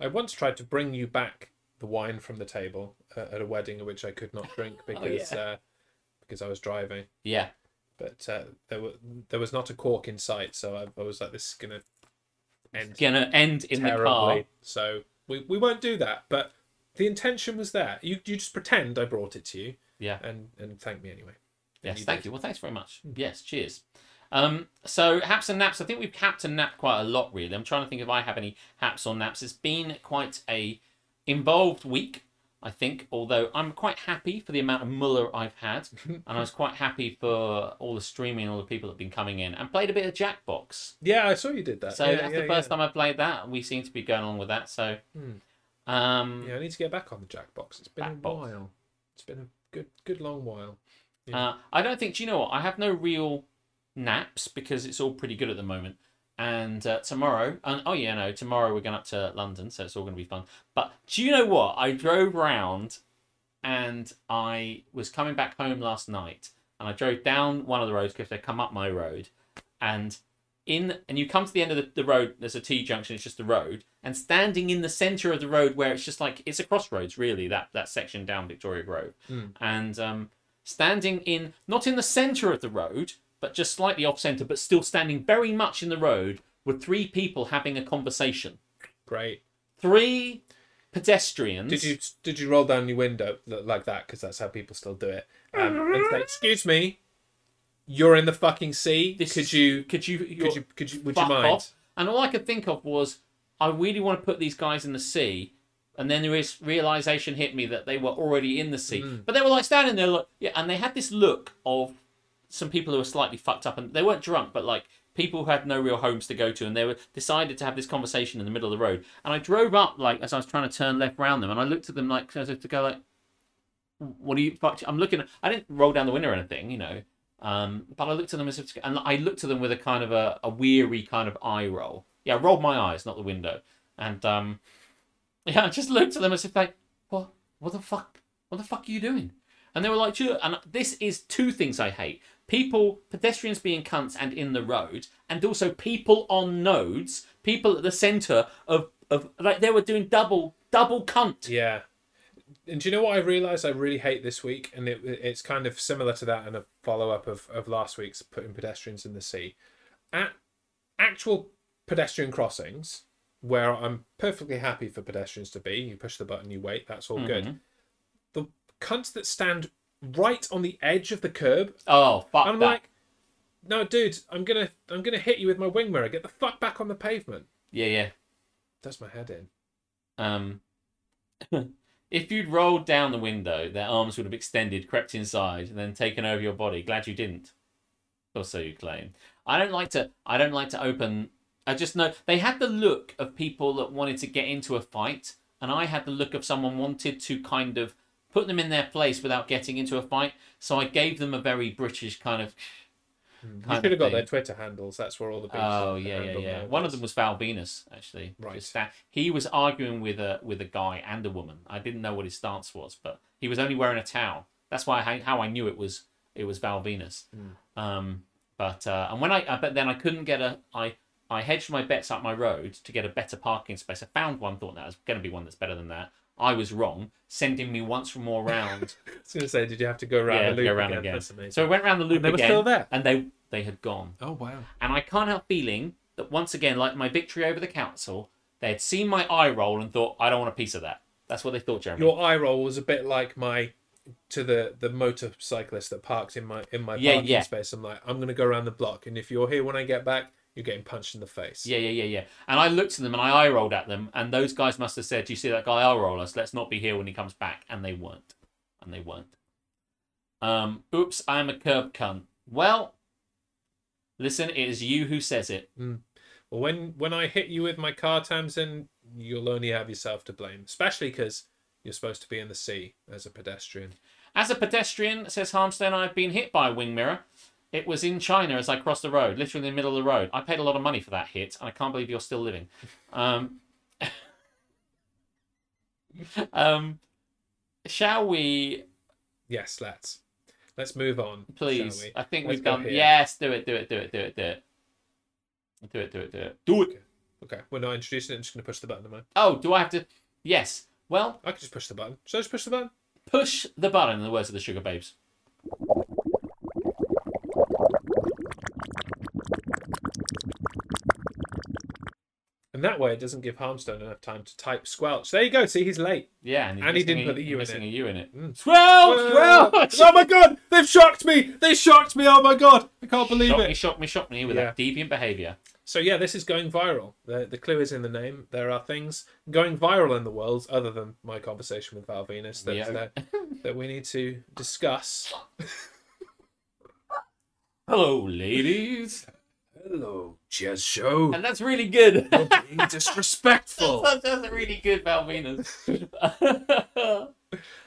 Speaker 2: I once tried to bring you back the wine from the table uh, at a wedding at which I could not drink because
Speaker 1: Oh, yeah.
Speaker 2: uh, because I was driving.
Speaker 1: Yeah,
Speaker 2: But uh, there were there was not a cork in sight, so I, I was like, this is gonna end
Speaker 1: gonna end in the car.
Speaker 2: terribly. So we, we won't do that. But the intention was there. You you just pretend I brought it to you
Speaker 1: Yeah.
Speaker 2: and and thank me anyway.
Speaker 1: Yes,
Speaker 2: you Hmm.
Speaker 1: thank you. Well, thanks very much. Yes, cheers. Um, so haps and naps. I think we've happed and napped quite a lot, really. I'm trying to think if I have any haps or naps. It's been quite a involved week, I think. Although I'm quite happy for the amount of Muller I've had, and I was quite happy for all the streaming, all the people that have been coming in, and played a bit of Jackbox.
Speaker 2: Yeah, I saw you did that.
Speaker 1: So
Speaker 2: yeah,
Speaker 1: that's
Speaker 2: yeah,
Speaker 1: the first
Speaker 2: yeah.
Speaker 1: time I played that. We seem to be going along with that. So,
Speaker 2: Hmm.
Speaker 1: um,
Speaker 2: Yeah, I need to get back on the Jackbox. It's been a
Speaker 1: Jackbox.
Speaker 2: while. It's been a good, good long while. Yeah.
Speaker 1: Uh, I don't think. Do you know what? I have no real naps because it's all pretty good at the moment. And uh, tomorrow, and oh yeah, no, tomorrow we're going up to London, so it's all going to be fun. But do you know what? I drove round, and I was coming back home last night, and I drove down one of the roads because they come up my road, and in and you come to the end of the, the road. There's a T junction. It's just the road, and standing in the centre of the road where it's just like it's a crossroads, really. That that section down Victoria Road,
Speaker 2: Hmm.
Speaker 1: and um, standing in not in the center of the road but just slightly off center but still standing very much in the road were three people having a conversation
Speaker 2: Great.
Speaker 1: three pedestrians
Speaker 2: Did you did you roll down your window li- like that? Because that's how people still do it. Um, and say, "Excuse me, you're in the fucking sea.
Speaker 1: This
Speaker 2: could
Speaker 1: is-
Speaker 2: you
Speaker 1: could you
Speaker 2: could you could you would you
Speaker 1: fuck
Speaker 2: mind?"
Speaker 1: off and all i could think of was i really want to put these guys in the sea and then there is realization hit me that they were already in the sea but they were like standing there like yeah and they had this look of some people who were slightly fucked up and they weren't drunk but like people who had no real homes to go to and they were decided to have this conversation in the middle of the road and i drove up like as i was trying to turn left round them and i looked at them like as if to go like what are you fuck i'm looking i didn't roll down the window or anything you know um but i looked at them as if to, and i looked at them with a kind of a, a weary kind of eye roll yeah i rolled my eyes not the window and um yeah, I just looked at them as if like, what, what the fuck, what the fuck are you doing? And they were like, "Sure." and this is two things I hate: people, pedestrians being cunts and in the road, and also people on nodes, people at the centre of of like they were doing double double cunt.
Speaker 2: Yeah. And do you know what I realised I really hate this week? And it, it's kind of similar to that and a follow up of, of last week's putting pedestrians in the sea. At actual pedestrian crossings, where I'm perfectly happy for pedestrians to be, you push the button, you wait, that's all
Speaker 1: Mm-hmm.
Speaker 2: good. The cunts that stand right on the edge of the curb,
Speaker 1: Oh fuck
Speaker 2: I'm
Speaker 1: that!
Speaker 2: like, no, dude, I'm gonna I'm gonna hit you with my wing mirror. Get the fuck back on the pavement.
Speaker 1: yeah, yeah.
Speaker 2: That's my head in.
Speaker 1: Um, if you'd rolled down the window, their arms would have extended, crept inside, and then taken over your body. Glad you didn't. Or so you claim. I don't like to. I don't like to open. I just know they had the look of people that wanted to get into a fight, and I had the look of someone wanted to kind of put them in their place without getting into a fight. So I gave them a very British kind of.
Speaker 2: Hmm. You
Speaker 1: kind
Speaker 2: should
Speaker 1: of
Speaker 2: have got
Speaker 1: thing.
Speaker 2: their Twitter handles. That's where all the beefs
Speaker 1: Oh
Speaker 2: are
Speaker 1: yeah, yeah,
Speaker 2: handled
Speaker 1: yeah.
Speaker 2: nowadays.
Speaker 1: One of them was Val Venus, actually.
Speaker 2: Right.
Speaker 1: Just that- he was arguing with a with a guy and a woman. I didn't know what his stance was, but he was only wearing a towel. That's why I, how I knew it was it was Val Venus.
Speaker 2: Hmm.
Speaker 1: Um, but uh, and when I uh, but then I couldn't get a I I hedged my bets up my road to get a better parking space. I found one, thought that was going to be one that's better than that. I was wrong, sending me once more round.
Speaker 2: I was going to say, did you have to go around
Speaker 1: yeah,
Speaker 2: the
Speaker 1: to
Speaker 2: loop
Speaker 1: go round
Speaker 2: again?
Speaker 1: again.
Speaker 2: That's amazing.
Speaker 1: So I went round the loop
Speaker 2: And they were
Speaker 1: again,
Speaker 2: still there?
Speaker 1: and they they had gone.
Speaker 2: oh wow.
Speaker 1: And I can't help feeling that once again, like my victory over the council, they had seen my eye roll and thought, I don't want a piece of that. That's what they thought, Jeremy.
Speaker 2: Your eye roll was a bit like my to the the motorcyclist that parked in my in my
Speaker 1: Yeah,
Speaker 2: parking
Speaker 1: yeah.
Speaker 2: space. I'm like, I'm going to go around the block, and if you're here when I get back, you're getting punched in the face.
Speaker 1: yeah, yeah, yeah, yeah. And I looked at them and I eye rolled at them, and those guys must have said, "You see that guy eye roll us? Let's not be here when he comes back." And they weren't. And they weren't. Um, oops, I'm a curb cunt. Well, listen, it is you who says it.
Speaker 2: Well, when when I hit you with my car, Tamsin, you'll only have yourself to blame, especially because you're supposed to be in the sea as a pedestrian.
Speaker 1: As a pedestrian, says Harmstone, I've been hit by a wing mirror. It was in China as I crossed the road, literally in the middle of the road. I paid a lot of money for that hit, and I can't believe you're still living. Um, um, shall we
Speaker 2: Yes, let's let's move on, shall
Speaker 1: please?
Speaker 2: we?
Speaker 1: I think
Speaker 2: Let's
Speaker 1: we've
Speaker 2: go
Speaker 1: done.
Speaker 2: here.
Speaker 1: Yes, do it, do it, do it, do it, do it. Do it, do it, do it. Do it.
Speaker 2: Okay, we're not introducing it. I'm just going to push the button. Am I?
Speaker 1: Oh, do I have to? Yes. Well,
Speaker 2: I could just push the button. Should I just push the button?
Speaker 1: push the button, in the words of the Sugar Babes.
Speaker 2: And that way, it doesn't give Harmstone enough time to type squelch. There you go. See, he's late.
Speaker 1: Yeah, and, he's
Speaker 2: And he
Speaker 1: missing
Speaker 2: didn't
Speaker 1: a-
Speaker 2: put the U in
Speaker 1: missing
Speaker 2: it.
Speaker 1: A U in it. Mm.
Speaker 2: Well, oh my god, they've shocked me. They shocked me. Oh my god, I can't believe
Speaker 1: Shock me,
Speaker 2: it.
Speaker 1: shock me, shock me with that deviant behaviour.
Speaker 2: So yeah, this is going viral. The the clue is in the name. There are things going viral in the world other than my conversation with Val Venus that
Speaker 1: Yeah.
Speaker 2: that, that we need to discuss.
Speaker 1: Hello, ladies.
Speaker 2: Hello, Jazz Show.
Speaker 1: And that's really good. that's,
Speaker 2: Being disrespectful.
Speaker 1: that's a really good Val Venus.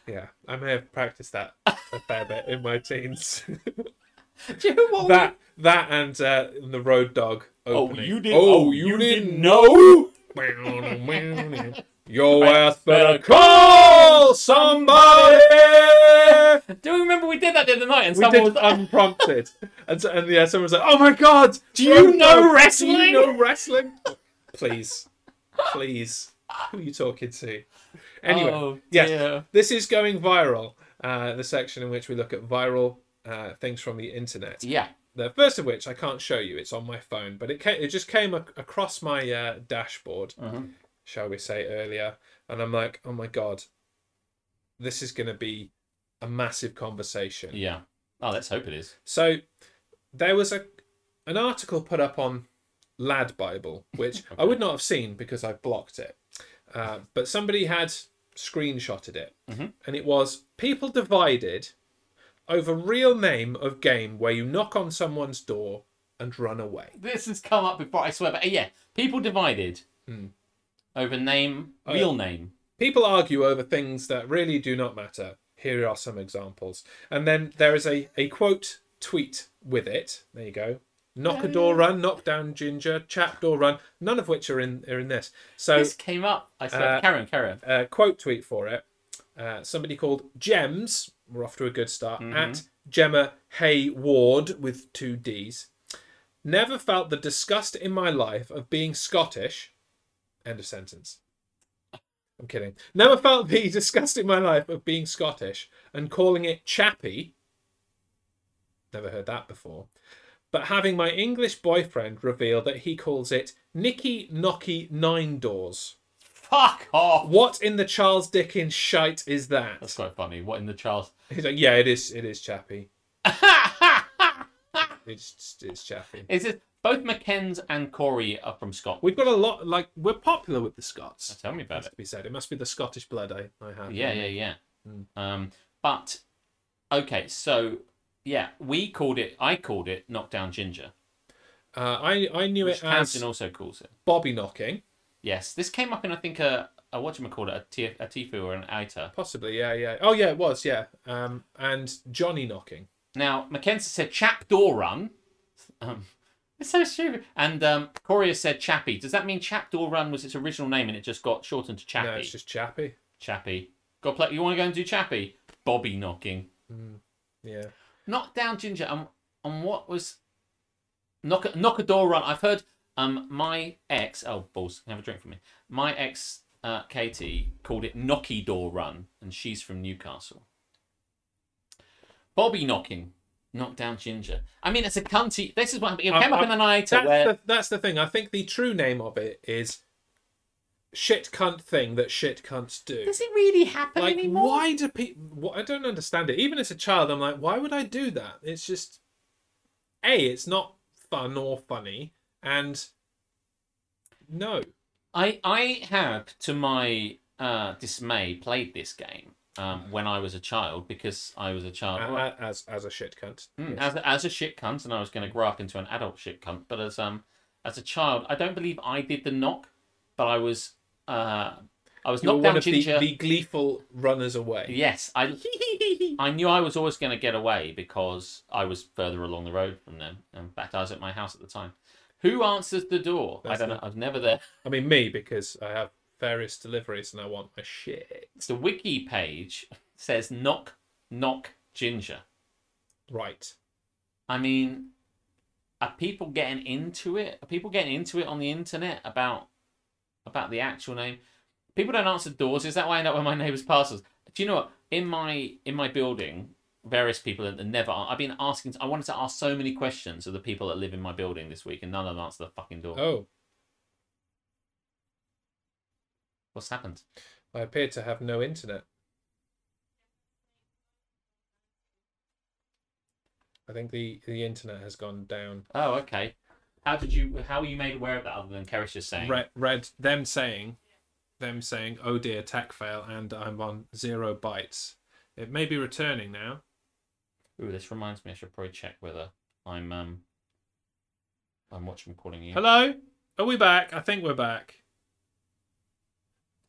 Speaker 2: Yeah, I may have practiced that a fair bit in my teens.
Speaker 1: Do you know what?
Speaker 2: that that and uh, the road dog
Speaker 1: Oh,
Speaker 2: opening.
Speaker 1: you didn't.
Speaker 2: Oh, you, didn't know. Your ass better call somebody.
Speaker 1: Do you remember we did that the other night and
Speaker 2: We
Speaker 1: someone
Speaker 2: did um,
Speaker 1: was. Oh,
Speaker 2: unprompted, and, so- and yeah, someone was like, "Oh my god,
Speaker 1: Do you
Speaker 2: road
Speaker 1: know
Speaker 2: dog, Do
Speaker 1: wrestling?"
Speaker 2: you know wrestling? Please, please, who are you talking to? Anyway,
Speaker 1: Oh,
Speaker 2: yes,
Speaker 1: dear.
Speaker 2: this is going viral. Uh, the section in which we look at viral uh, things from the internet.
Speaker 1: Yeah.
Speaker 2: The first of which I can't show you; it's on my phone, but it came, it just came ac- across my uh, dashboard, shall we say earlier, and I'm like, oh my god, this is going to be a massive conversation.
Speaker 1: Yeah. Oh, let's hope it is.
Speaker 2: So there was a an article put up on Lad Bible, which I would not have seen because I blocked it, uh, but somebody had screenshotted it, and it was people divided over real name of game where you knock on someone's door and run away.
Speaker 1: This has come up before, I swear. But uh, yeah, people divided
Speaker 2: Hmm.
Speaker 1: over name,
Speaker 2: Oh,
Speaker 1: real name.
Speaker 2: People argue over things that really do not matter. Here are some examples. And then there is a, a quote tweet with it. There you go. Knock a door run, knock down ginger, chap door run, none of which are in are in this. So
Speaker 1: This came up. I swear.
Speaker 2: Uh,
Speaker 1: carry on, carry on.
Speaker 2: uh, quote tweet for it. Uh, somebody called Gems, we're off to a good start, at Gemma Hayward with two D's. Never felt the disgust in my life of being Scottish. End of sentence. I'm kidding. Never felt the disgust in my life of being Scottish and calling it chappy. Never heard that before. But having my English boyfriend reveal that he calls it Nicky Knocky Nine Doors.
Speaker 1: Fuck off.
Speaker 2: What in the Charles Dickens shite is
Speaker 1: That's
Speaker 2: that?
Speaker 1: quite funny. What in the Charles?
Speaker 2: He's like, yeah, it is. It is Chappie. It's it's Chappie.
Speaker 1: Is it both Mackenzie and Corey are from Scotland?
Speaker 2: We've got a lot. Like we're popular with the Scots.
Speaker 1: Tell me about
Speaker 2: Has
Speaker 1: it.
Speaker 2: to be said. It must be the Scottish blood I, I have.
Speaker 1: Yeah, yeah, yeah.
Speaker 2: Hmm.
Speaker 1: Um, but okay, so yeah, we called it. I called it knockdown ginger.
Speaker 2: Uh, I I knew
Speaker 1: Which
Speaker 2: it as
Speaker 1: Camden also calls it.
Speaker 2: Bobby knocking.
Speaker 1: Yes, this came up in I think a, a what do call it a, t- E a tifu or an aita.
Speaker 2: Possibly. Yeah, yeah. Oh yeah, it was. Yeah. Um, and Johnny knocking.
Speaker 1: Now Mackenzie said chap door run. Um, it's so stupid. And um, Corey has said chappy. Does that mean chap door run was its original name and it just got shortened to chappy?
Speaker 2: No, it's just Chappie.
Speaker 1: chappy. Got play. You want to go and do chappy? Bobby knocking.
Speaker 2: Yeah.
Speaker 1: knock down ginger and and what was knock a- knock a door run i've heard um my ex oh balls have a drink for me my ex uh, katie called it knocky door run and she's from newcastle bobby knocking knock down ginger i mean it's a cunty this is what happened. it came
Speaker 2: I-
Speaker 1: up
Speaker 2: I-
Speaker 1: in an item
Speaker 2: Uh, That's
Speaker 1: where
Speaker 2: the that's the thing. I think the true name of it is shit cunt thing that shit cunts do.
Speaker 1: does it really happen
Speaker 2: like
Speaker 1: anymore
Speaker 2: why do people i don't understand it even as a child i'm like why would i do that it's just a it's not fun or funny and no
Speaker 1: I I have, to my uh, dismay, played this game um, when I was a child because I was a
Speaker 2: a-
Speaker 1: child.
Speaker 2: a- as as a shit cunt
Speaker 1: Mm, as as a shit cunt, and I was going to grow up into an adult shit cunt. But as um as a child, I don't believe I did the knock, but I was uh I was
Speaker 2: you're
Speaker 1: knocked
Speaker 2: one
Speaker 1: down
Speaker 2: of the,
Speaker 1: ginger.
Speaker 2: the gleeful runners away
Speaker 1: Yes, I I knew I was always going to get away because I was further along the road from them. In fact, I was at my house at the time. Who answers the door?
Speaker 2: That's
Speaker 1: I don't know. I was never there.
Speaker 2: i mean me because i have various deliveries and i want my shit
Speaker 1: The wiki page says knock knock ginger.
Speaker 2: right
Speaker 1: I mean, are people getting into it? Are people getting into it on the internet about about the actual name? People don't answer doors. Is that why I end up with my neighbour's parcels? Do you know what? In my in my building, various people that never. I've been asking. I wanted to ask so many questions of the people that live in my building this week, and none of them answer the fucking door.
Speaker 2: oh
Speaker 1: What's happened?
Speaker 2: i appear to have no internet i think the the internet has gone down
Speaker 1: Oh, okay. How did you? How were you made aware of that? Other than Keris just saying.
Speaker 2: read, read them saying them saying oh dear tech fail and i'm on zero bytes it may be returning now
Speaker 1: Ooh, this reminds me. I should probably check whether I'm um. I'm watching calling you.
Speaker 2: hello are we back i think we're back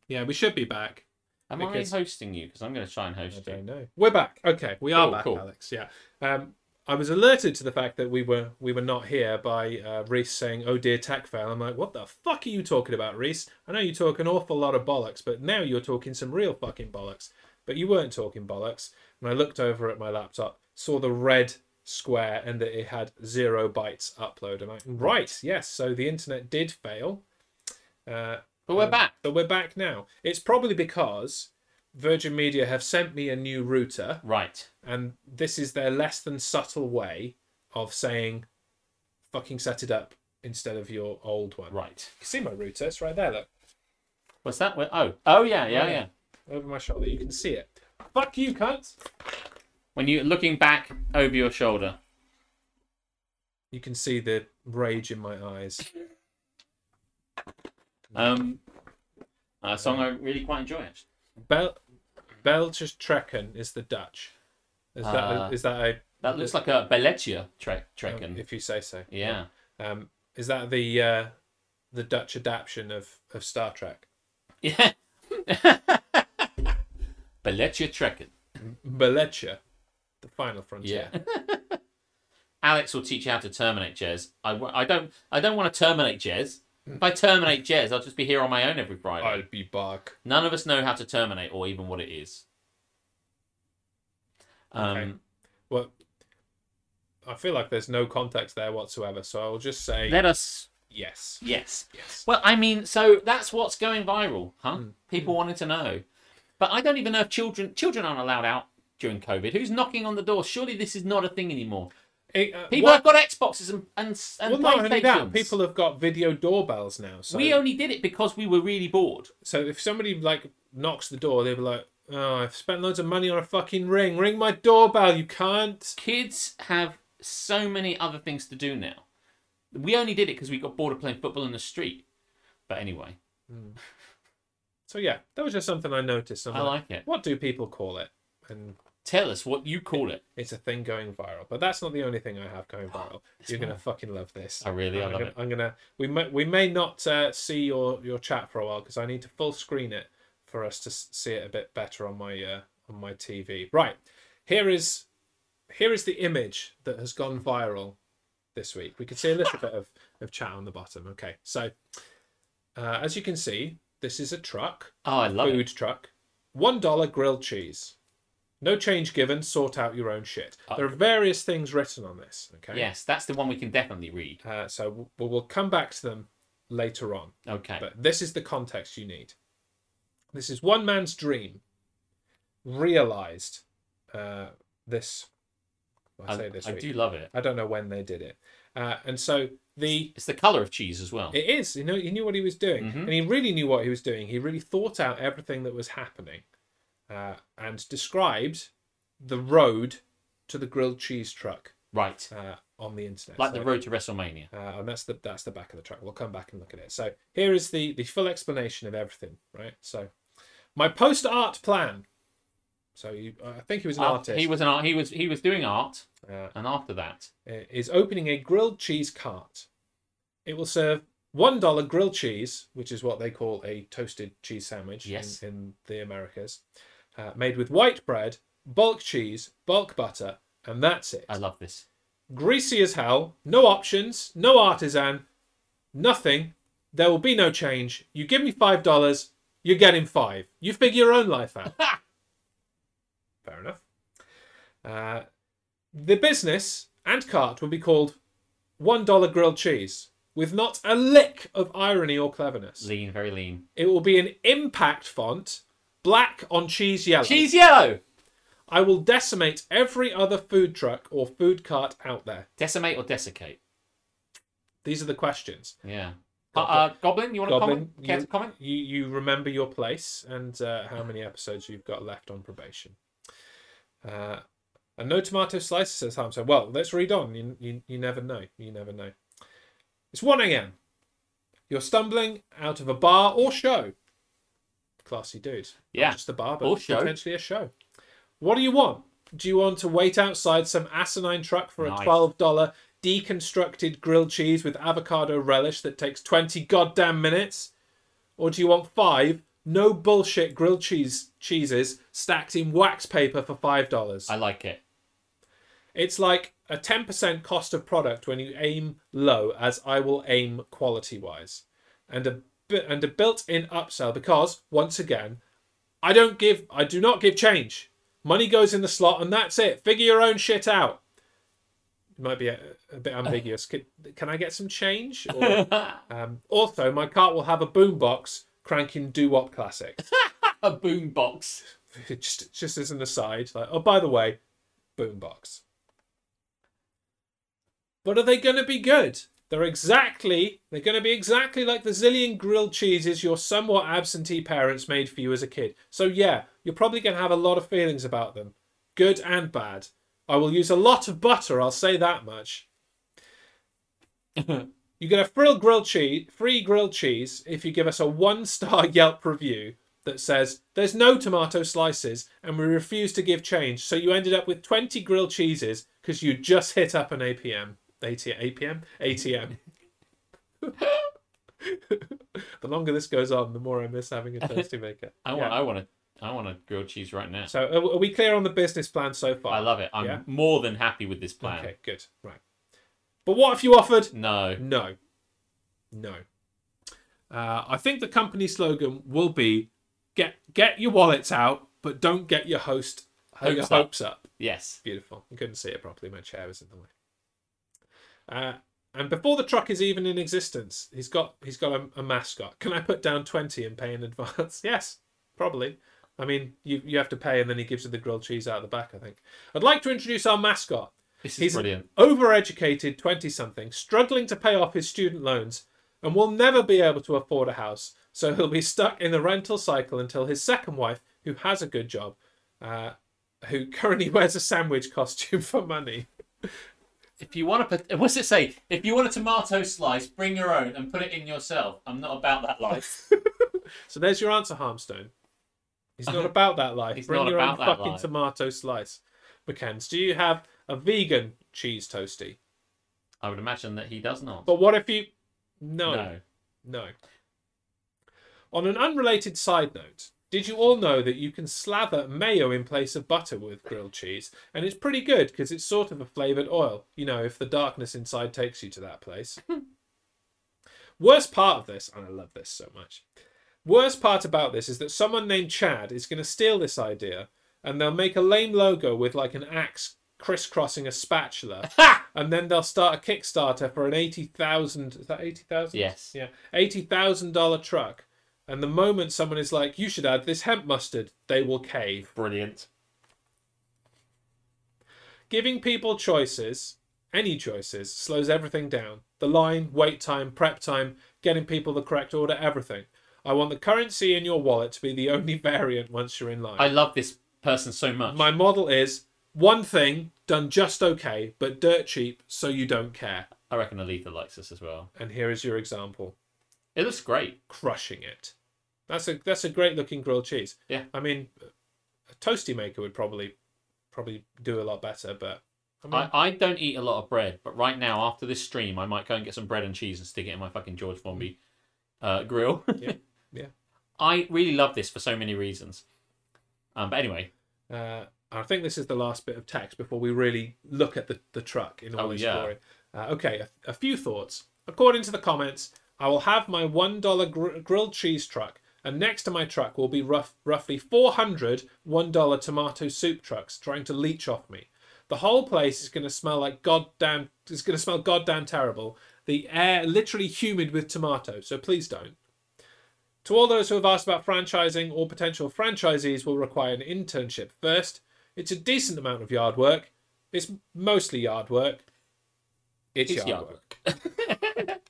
Speaker 2: yeah we should be back
Speaker 1: Am
Speaker 2: Because-
Speaker 1: I hosting you? Because I'm going to try and host
Speaker 2: I
Speaker 1: you.
Speaker 2: don't know. We're back. Okay, we are
Speaker 1: Cool,
Speaker 2: back,
Speaker 1: cool.
Speaker 2: Alex. Yeah. Um, I was alerted to the fact that we were we were not here by uh, Reese saying, "Oh dear, tech fail." I'm like, "What the fuck are you talking about, Reese? I know you talk an awful lot of bollocks, but now you're talking some real fucking bollocks." But you weren't talking bollocks. And I looked over at my laptop, saw the red square, and that it had zero bytes upload. I'm like,
Speaker 1: Mm.
Speaker 2: "Right, yes." So the internet did fail. Uh,
Speaker 1: But we're back.
Speaker 2: but we're back now. It's probably because Virgin Media have sent me a new router,
Speaker 1: Right.
Speaker 2: and this is their less than subtle way of saying, fucking set it up instead of your old one.
Speaker 1: Right.
Speaker 2: You can see my router, it's right there, look,
Speaker 1: What's that? Where- Oh. Oh yeah. Yeah.
Speaker 2: Yeah.
Speaker 1: Yeah.
Speaker 2: over my shoulder. You can see it. Fuck you, cunt!
Speaker 1: When you're looking back over your shoulder.
Speaker 2: You can see the rage in my eyes.
Speaker 1: Um. A song I really quite enjoy. Actually.
Speaker 2: Bel- Belgische Trekken is the Dutch. Is that
Speaker 1: Ah.
Speaker 2: is that a.
Speaker 1: That looks like a Belletia trek
Speaker 2: um,
Speaker 1: trekken.
Speaker 2: If you say so.
Speaker 1: yeah.
Speaker 2: Um, is that the uh, the Dutch adaptation of, of Star Trek?
Speaker 1: Yeah. Belletia trekken.
Speaker 2: Belletia, the final frontier.
Speaker 1: Alex will teach you how to terminate Jez. I, w- I don't I don't want to terminate Jez. If I terminate Jez, I'll just be here on my own every Friday.
Speaker 2: I'll be back.
Speaker 1: None of us know how to terminate or even what it is. Um,
Speaker 2: Okay. Well, I feel like there's no context there whatsoever, so I'll just say
Speaker 1: Let us.
Speaker 2: yes.
Speaker 1: Yes.
Speaker 2: Yes.
Speaker 1: Well, I mean, so that's what's going viral, huh?
Speaker 2: Hmm.
Speaker 1: People wanted to know, but I don't even know if children children aren't allowed out during COVID. Who's knocking on the door? Surely this is not a thing anymore.
Speaker 2: It, uh,
Speaker 1: People
Speaker 2: what-
Speaker 1: have got Xboxes and and, and
Speaker 2: well, not only that,
Speaker 1: PlayStations.
Speaker 2: people have got video doorbells now. So,
Speaker 1: we only did it because we were really bored.
Speaker 2: so if somebody like knocks the door, they'll be like, "Oh, I've spent loads of money on a fucking ring. Ring my doorbell. You can't."
Speaker 1: kids have so many other things to do now. We only did it because we got bored of playing football in the street. But anyway,
Speaker 2: So yeah, that was just something I noticed. I'm
Speaker 1: I like it.
Speaker 2: What do people call it? And
Speaker 1: Tell us what you call it.
Speaker 2: it's a thing going viral. But that's not the only thing I have going viral. You're gonna fucking love this.
Speaker 1: I really- I
Speaker 2: I'm
Speaker 1: love
Speaker 2: gonna,
Speaker 1: it.
Speaker 2: I'm gonna. We may we may not uh, see your your chat for a while because I need to full screen it for us to s- see it a bit better on my uh, on my TV. Right, here is here is the image that has gone viral this week. We can see a little bit of of chat on the bottom. Okay, so uh, as you can see, this is a truck
Speaker 1: Oh, I love
Speaker 2: food
Speaker 1: it.
Speaker 2: truck. One dollar grilled cheese. No change given. Sort out your own shit.
Speaker 1: Uh,
Speaker 2: there are various things written on this. Okay.
Speaker 1: Yes, that's the one we can definitely read.
Speaker 2: Uh, so w- we'll, we'll come back to them later on.
Speaker 1: Okay.
Speaker 2: But this is the context you need. This is one man's dream realized. Uh, this. I say this
Speaker 1: I
Speaker 2: week.
Speaker 1: do love it.
Speaker 2: I don't know when they did it. Uh, and so the
Speaker 1: It's the color of cheese as well.
Speaker 2: it is. You know, he knew what he was doing,
Speaker 1: Mm-hmm.
Speaker 2: and he really knew what he was doing. He really thought out everything that was happening, uh, and described the road to the grilled cheese truck
Speaker 1: right.
Speaker 2: uh, on the internet.
Speaker 1: Like
Speaker 2: So,
Speaker 1: the road to WrestleMania.
Speaker 2: uh, and that's the that's the back of the truck. We'll come back and look at it. So here is the the full explanation of everything. Right. So my post art plan. So you, I think he was an
Speaker 1: After- Uh,
Speaker 2: artist.
Speaker 1: Ah, He was an art. He was he was doing art,
Speaker 2: Uh,
Speaker 1: and after that,
Speaker 2: is opening a grilled cheese cart. It will serve one dollar grilled cheese, which is what they call a toasted cheese sandwich
Speaker 1: Yes.
Speaker 2: in, in the Americas, uh, made with white bread, bulk cheese, bulk butter, and that's it.
Speaker 1: I love this.
Speaker 2: Greasy as hell, no options, no artisan, nothing. There will be no change. You give me five dollars, you're getting five. You figure your own life out. Fair enough. Uh, the business and cart will be called One Dollar Grilled Cheese, with not a lick of irony or cleverness.
Speaker 1: Lean, very lean.
Speaker 2: It will be an impact font, black on cheese yellow.
Speaker 1: Cheese yellow.
Speaker 2: I will decimate every other food truck or food cart out there.
Speaker 1: Decimate or desiccate.
Speaker 2: These are the questions.
Speaker 1: Yeah. Uh, uh, Goblin, you want to
Speaker 2: Goblin,
Speaker 1: comment? Care to comment?
Speaker 2: you you remember your place and uh, how many episodes you've got left on probation. Uh, and no tomato slices says Harm. So well, let's read on. You, you you never know. You never know. It's one a.m. You're stumbling out of a bar or show. Classy dude. Not
Speaker 1: Yeah.
Speaker 2: just a bar, but
Speaker 1: Or show.
Speaker 2: potentially a show. What do you want? Do you want to wait outside some asinine truck for
Speaker 1: Nice.
Speaker 2: a twelve dollar deconstructed grilled cheese with avocado relish that takes twenty goddamn minutes? Or do you want five no bullshit grilled cheese cheeses stacked in wax paper for five dollars.
Speaker 1: I like it.
Speaker 2: It's like a 10% cost of product when you aim low, as I will aim quality wise. And a bi- and a built-in upsell because once again, I don't give I do not give change. Money goes in the slot and that's it. Figure your own shit out. It might be a, a bit ambiguous. Can, can I get some change? Or, um, also, my cart will have a boombox cranking doo-wop classics
Speaker 1: A boom box.
Speaker 2: just just as an aside, like, oh by the way, boombox. But are they going to be good? They're exactly they're going to be exactly like the zillion grilled cheeses your somewhat absentee parents made for you as a kid. So yeah, you're probably going to have a lot of feelings about them, good and bad. I will use a lot of butter. I'll say that much. You get a free grilled cheese, free grilled cheese, if you give us a one-star Yelp review that says there's no tomato slices and we refuse to give change. So you ended up with 20 grilled cheeses because you just hit up an APM, ATM, APM, ATM. the longer this goes on, the more I miss having a toasty maker.
Speaker 1: I
Speaker 2: Yeah.
Speaker 1: want. I want to. I want a grilled cheese right now.
Speaker 2: So are are we clear on the business plan so far?
Speaker 1: I love it. I'm
Speaker 2: Yeah.
Speaker 1: more than happy with this plan.
Speaker 2: Okay, good, right. But what if you offered
Speaker 1: No.
Speaker 2: No. No. Uh, I think the company slogan will be get get your wallets out, but don't get your host
Speaker 1: Hopes
Speaker 2: your
Speaker 1: up.
Speaker 2: hopes up.
Speaker 1: Yes.
Speaker 2: Beautiful. I couldn't see it properly. My chair was in the way. Uh, and before the truck is even in existence, he's got he's got a, a mascot. Can I put down twenty and pay in advance? yes, probably. I mean, you you have to pay, and then he gives you the grilled cheese out of the back. I think. I'd like to introduce our mascot.
Speaker 1: This is
Speaker 2: He's
Speaker 1: brilliant.
Speaker 2: an overeducated 20 something, struggling to pay off his student loans, and will never be able to afford a house, so he'll be stuck in the rental cycle until his second wife, who has a good job, uh, who currently wears a sandwich costume for money.
Speaker 1: If you want to put, what's it say? If you want a tomato slice, bring your own and put it in yourself. I'm not about that life.
Speaker 2: So there's your answer, Harmstone. He's not about that life.
Speaker 1: He's
Speaker 2: Bring
Speaker 1: not
Speaker 2: your
Speaker 1: about
Speaker 2: own
Speaker 1: that
Speaker 2: fucking
Speaker 1: life.
Speaker 2: tomato slice. McCanns, do you have a vegan cheese toasty?
Speaker 1: I would imagine that he does not.
Speaker 2: But what if you.
Speaker 1: No.
Speaker 2: No. On an unrelated side note, did you all know that you can slather mayo in place of butter with grilled cheese? And it's pretty good because it's sort of a flavoured oil, you know, if the darkness inside takes you to that place. Worst part of this, and I love this so much, worst part about this is that someone named Chad is going to steal this idea and they'll make a lame logo with like an axe crisscrossing a spatula. and then they'll start a Kickstarter for an 80,000, is that 80,000?
Speaker 1: Yes.
Speaker 2: Yeah, eighty thousand dollar truck, and the moment someone is like, "You should add this hemp mustard," they will cave.
Speaker 1: Brilliant.
Speaker 2: Giving people choices, any choices, slows everything down. The line, wait time, prep time, getting people the correct order, everything. I want the currency in your wallet to be the only variant once you're in line.
Speaker 1: I love this person so much.
Speaker 2: My model is one thing done just okay, but dirt cheap, so you don't care.
Speaker 1: I reckon Aletha likes this as well.
Speaker 2: And here is your example,
Speaker 1: It looks great.
Speaker 2: crushing it. That's a that's a great looking grilled cheese.
Speaker 1: Yeah.
Speaker 2: I mean, a toasty maker would probably probably do a lot better, but I mean,
Speaker 1: I, I don't eat a lot of bread, but right now after this stream, I might go and get some bread and cheese and stick it in my fucking George Formby uh, grill.
Speaker 2: Yeah, yeah.
Speaker 1: I really love this for so many reasons. Um, but anyway,
Speaker 2: uh, I think this is the last bit of text before we really look at the, the truck in all
Speaker 1: Oh,
Speaker 2: its
Speaker 1: yeah.
Speaker 2: glory. Uh, okay, a, a few thoughts. According to the comments, I will have my one dollar gr- grilled cheese truck, and next to my truck will be rough, roughly 400 one dollar tomato soup trucks trying to leech off me. The whole place is going to smell like goddamn. It's going to smell goddamn terrible. The air literally humid with tomato. So please don't. To all those who have asked about franchising or potential franchisees will require an internship first. It's a decent amount of yard work. It's mostly yard work. It's,
Speaker 1: it's
Speaker 2: yard,
Speaker 1: yard
Speaker 2: work.
Speaker 1: work.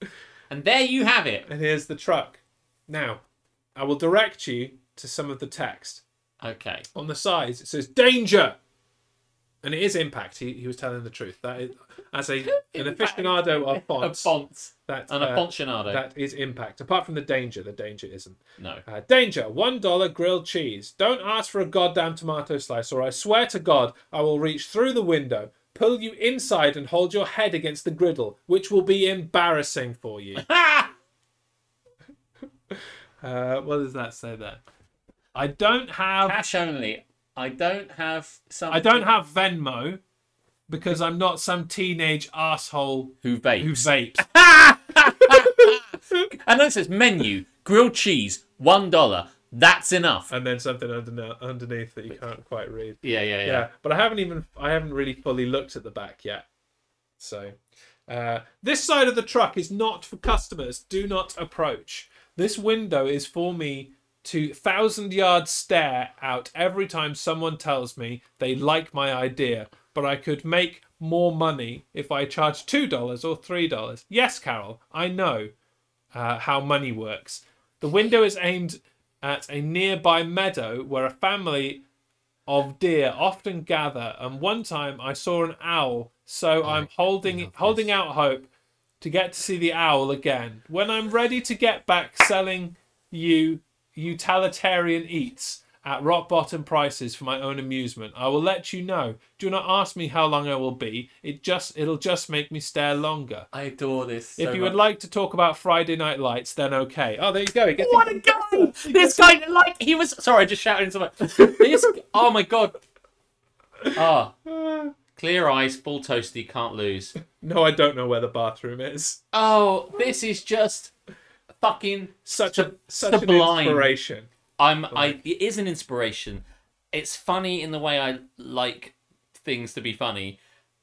Speaker 1: and there you have it.
Speaker 2: And here's the truck. Now, I will direct you to some of the text.
Speaker 1: Okay.
Speaker 2: On the sides, it says danger. And it is impact. He, he was telling the truth. That is, as a an
Speaker 1: Impact.
Speaker 2: aficionado of
Speaker 1: A
Speaker 2: fonts,
Speaker 1: font.
Speaker 2: that,
Speaker 1: An
Speaker 2: uh,
Speaker 1: affoncionado.
Speaker 2: that is impact. Apart from the danger, the danger isn't.
Speaker 1: No.
Speaker 2: Uh, danger, one dollar grilled cheese. Don't ask for a goddamn tomato slice, or I swear to God, I will reach through the window, pull you inside, and hold your head against the griddle, which will be embarrassing for you.
Speaker 1: Ah!
Speaker 2: Uh, what does that say there? I don't have
Speaker 1: Cash only. I don't have some.
Speaker 2: I don't have Venmo because I'm not some teenage asshole
Speaker 1: who
Speaker 2: who
Speaker 1: vapes.
Speaker 2: vapes.
Speaker 1: and then it says menu grilled cheese one dollar. That's enough.
Speaker 2: and then something underneath, underneath that you can't quite read.
Speaker 1: Yeah, yeah, yeah.
Speaker 2: Uh, Yeah. but I haven't even I haven't really fully looked at the back yet. So, uh, this side of the truck is not for customers. Do not approach. This window is for me to thousand yard stare out every time someone tells me they like my idea, but I could make more money if I charge two dollars or three dollars. Yes, Carol, I know uh, how money works. The window is aimed at a nearby meadow where a family of deer often gather, and one time I saw an owl, so I'm holding holding out hope to get to see the owl again. When I'm ready to get back selling you utilitarian eats at rock bottom prices for my own amusement, I will let you know. Do not ask me how long I will be. It just it'll just make me stare longer.
Speaker 1: I adore this.
Speaker 2: If
Speaker 1: so much.
Speaker 2: you would like to talk about Friday Night Lights, then okay. Oh, there you go. He gets
Speaker 1: What a guy! This guy, like, he was. Sorry, I just shouted into my. This. Oh my god. Ah. Clear eyes, full toasty, can't lose.
Speaker 2: No, I don't know where the bathroom is.
Speaker 1: Oh, this is just fucking.
Speaker 2: Such a
Speaker 1: Sub-
Speaker 2: such
Speaker 1: sublime.
Speaker 2: an inspiration.
Speaker 1: I'm. I. It is an inspiration. It's funny in the way I like things to be funny.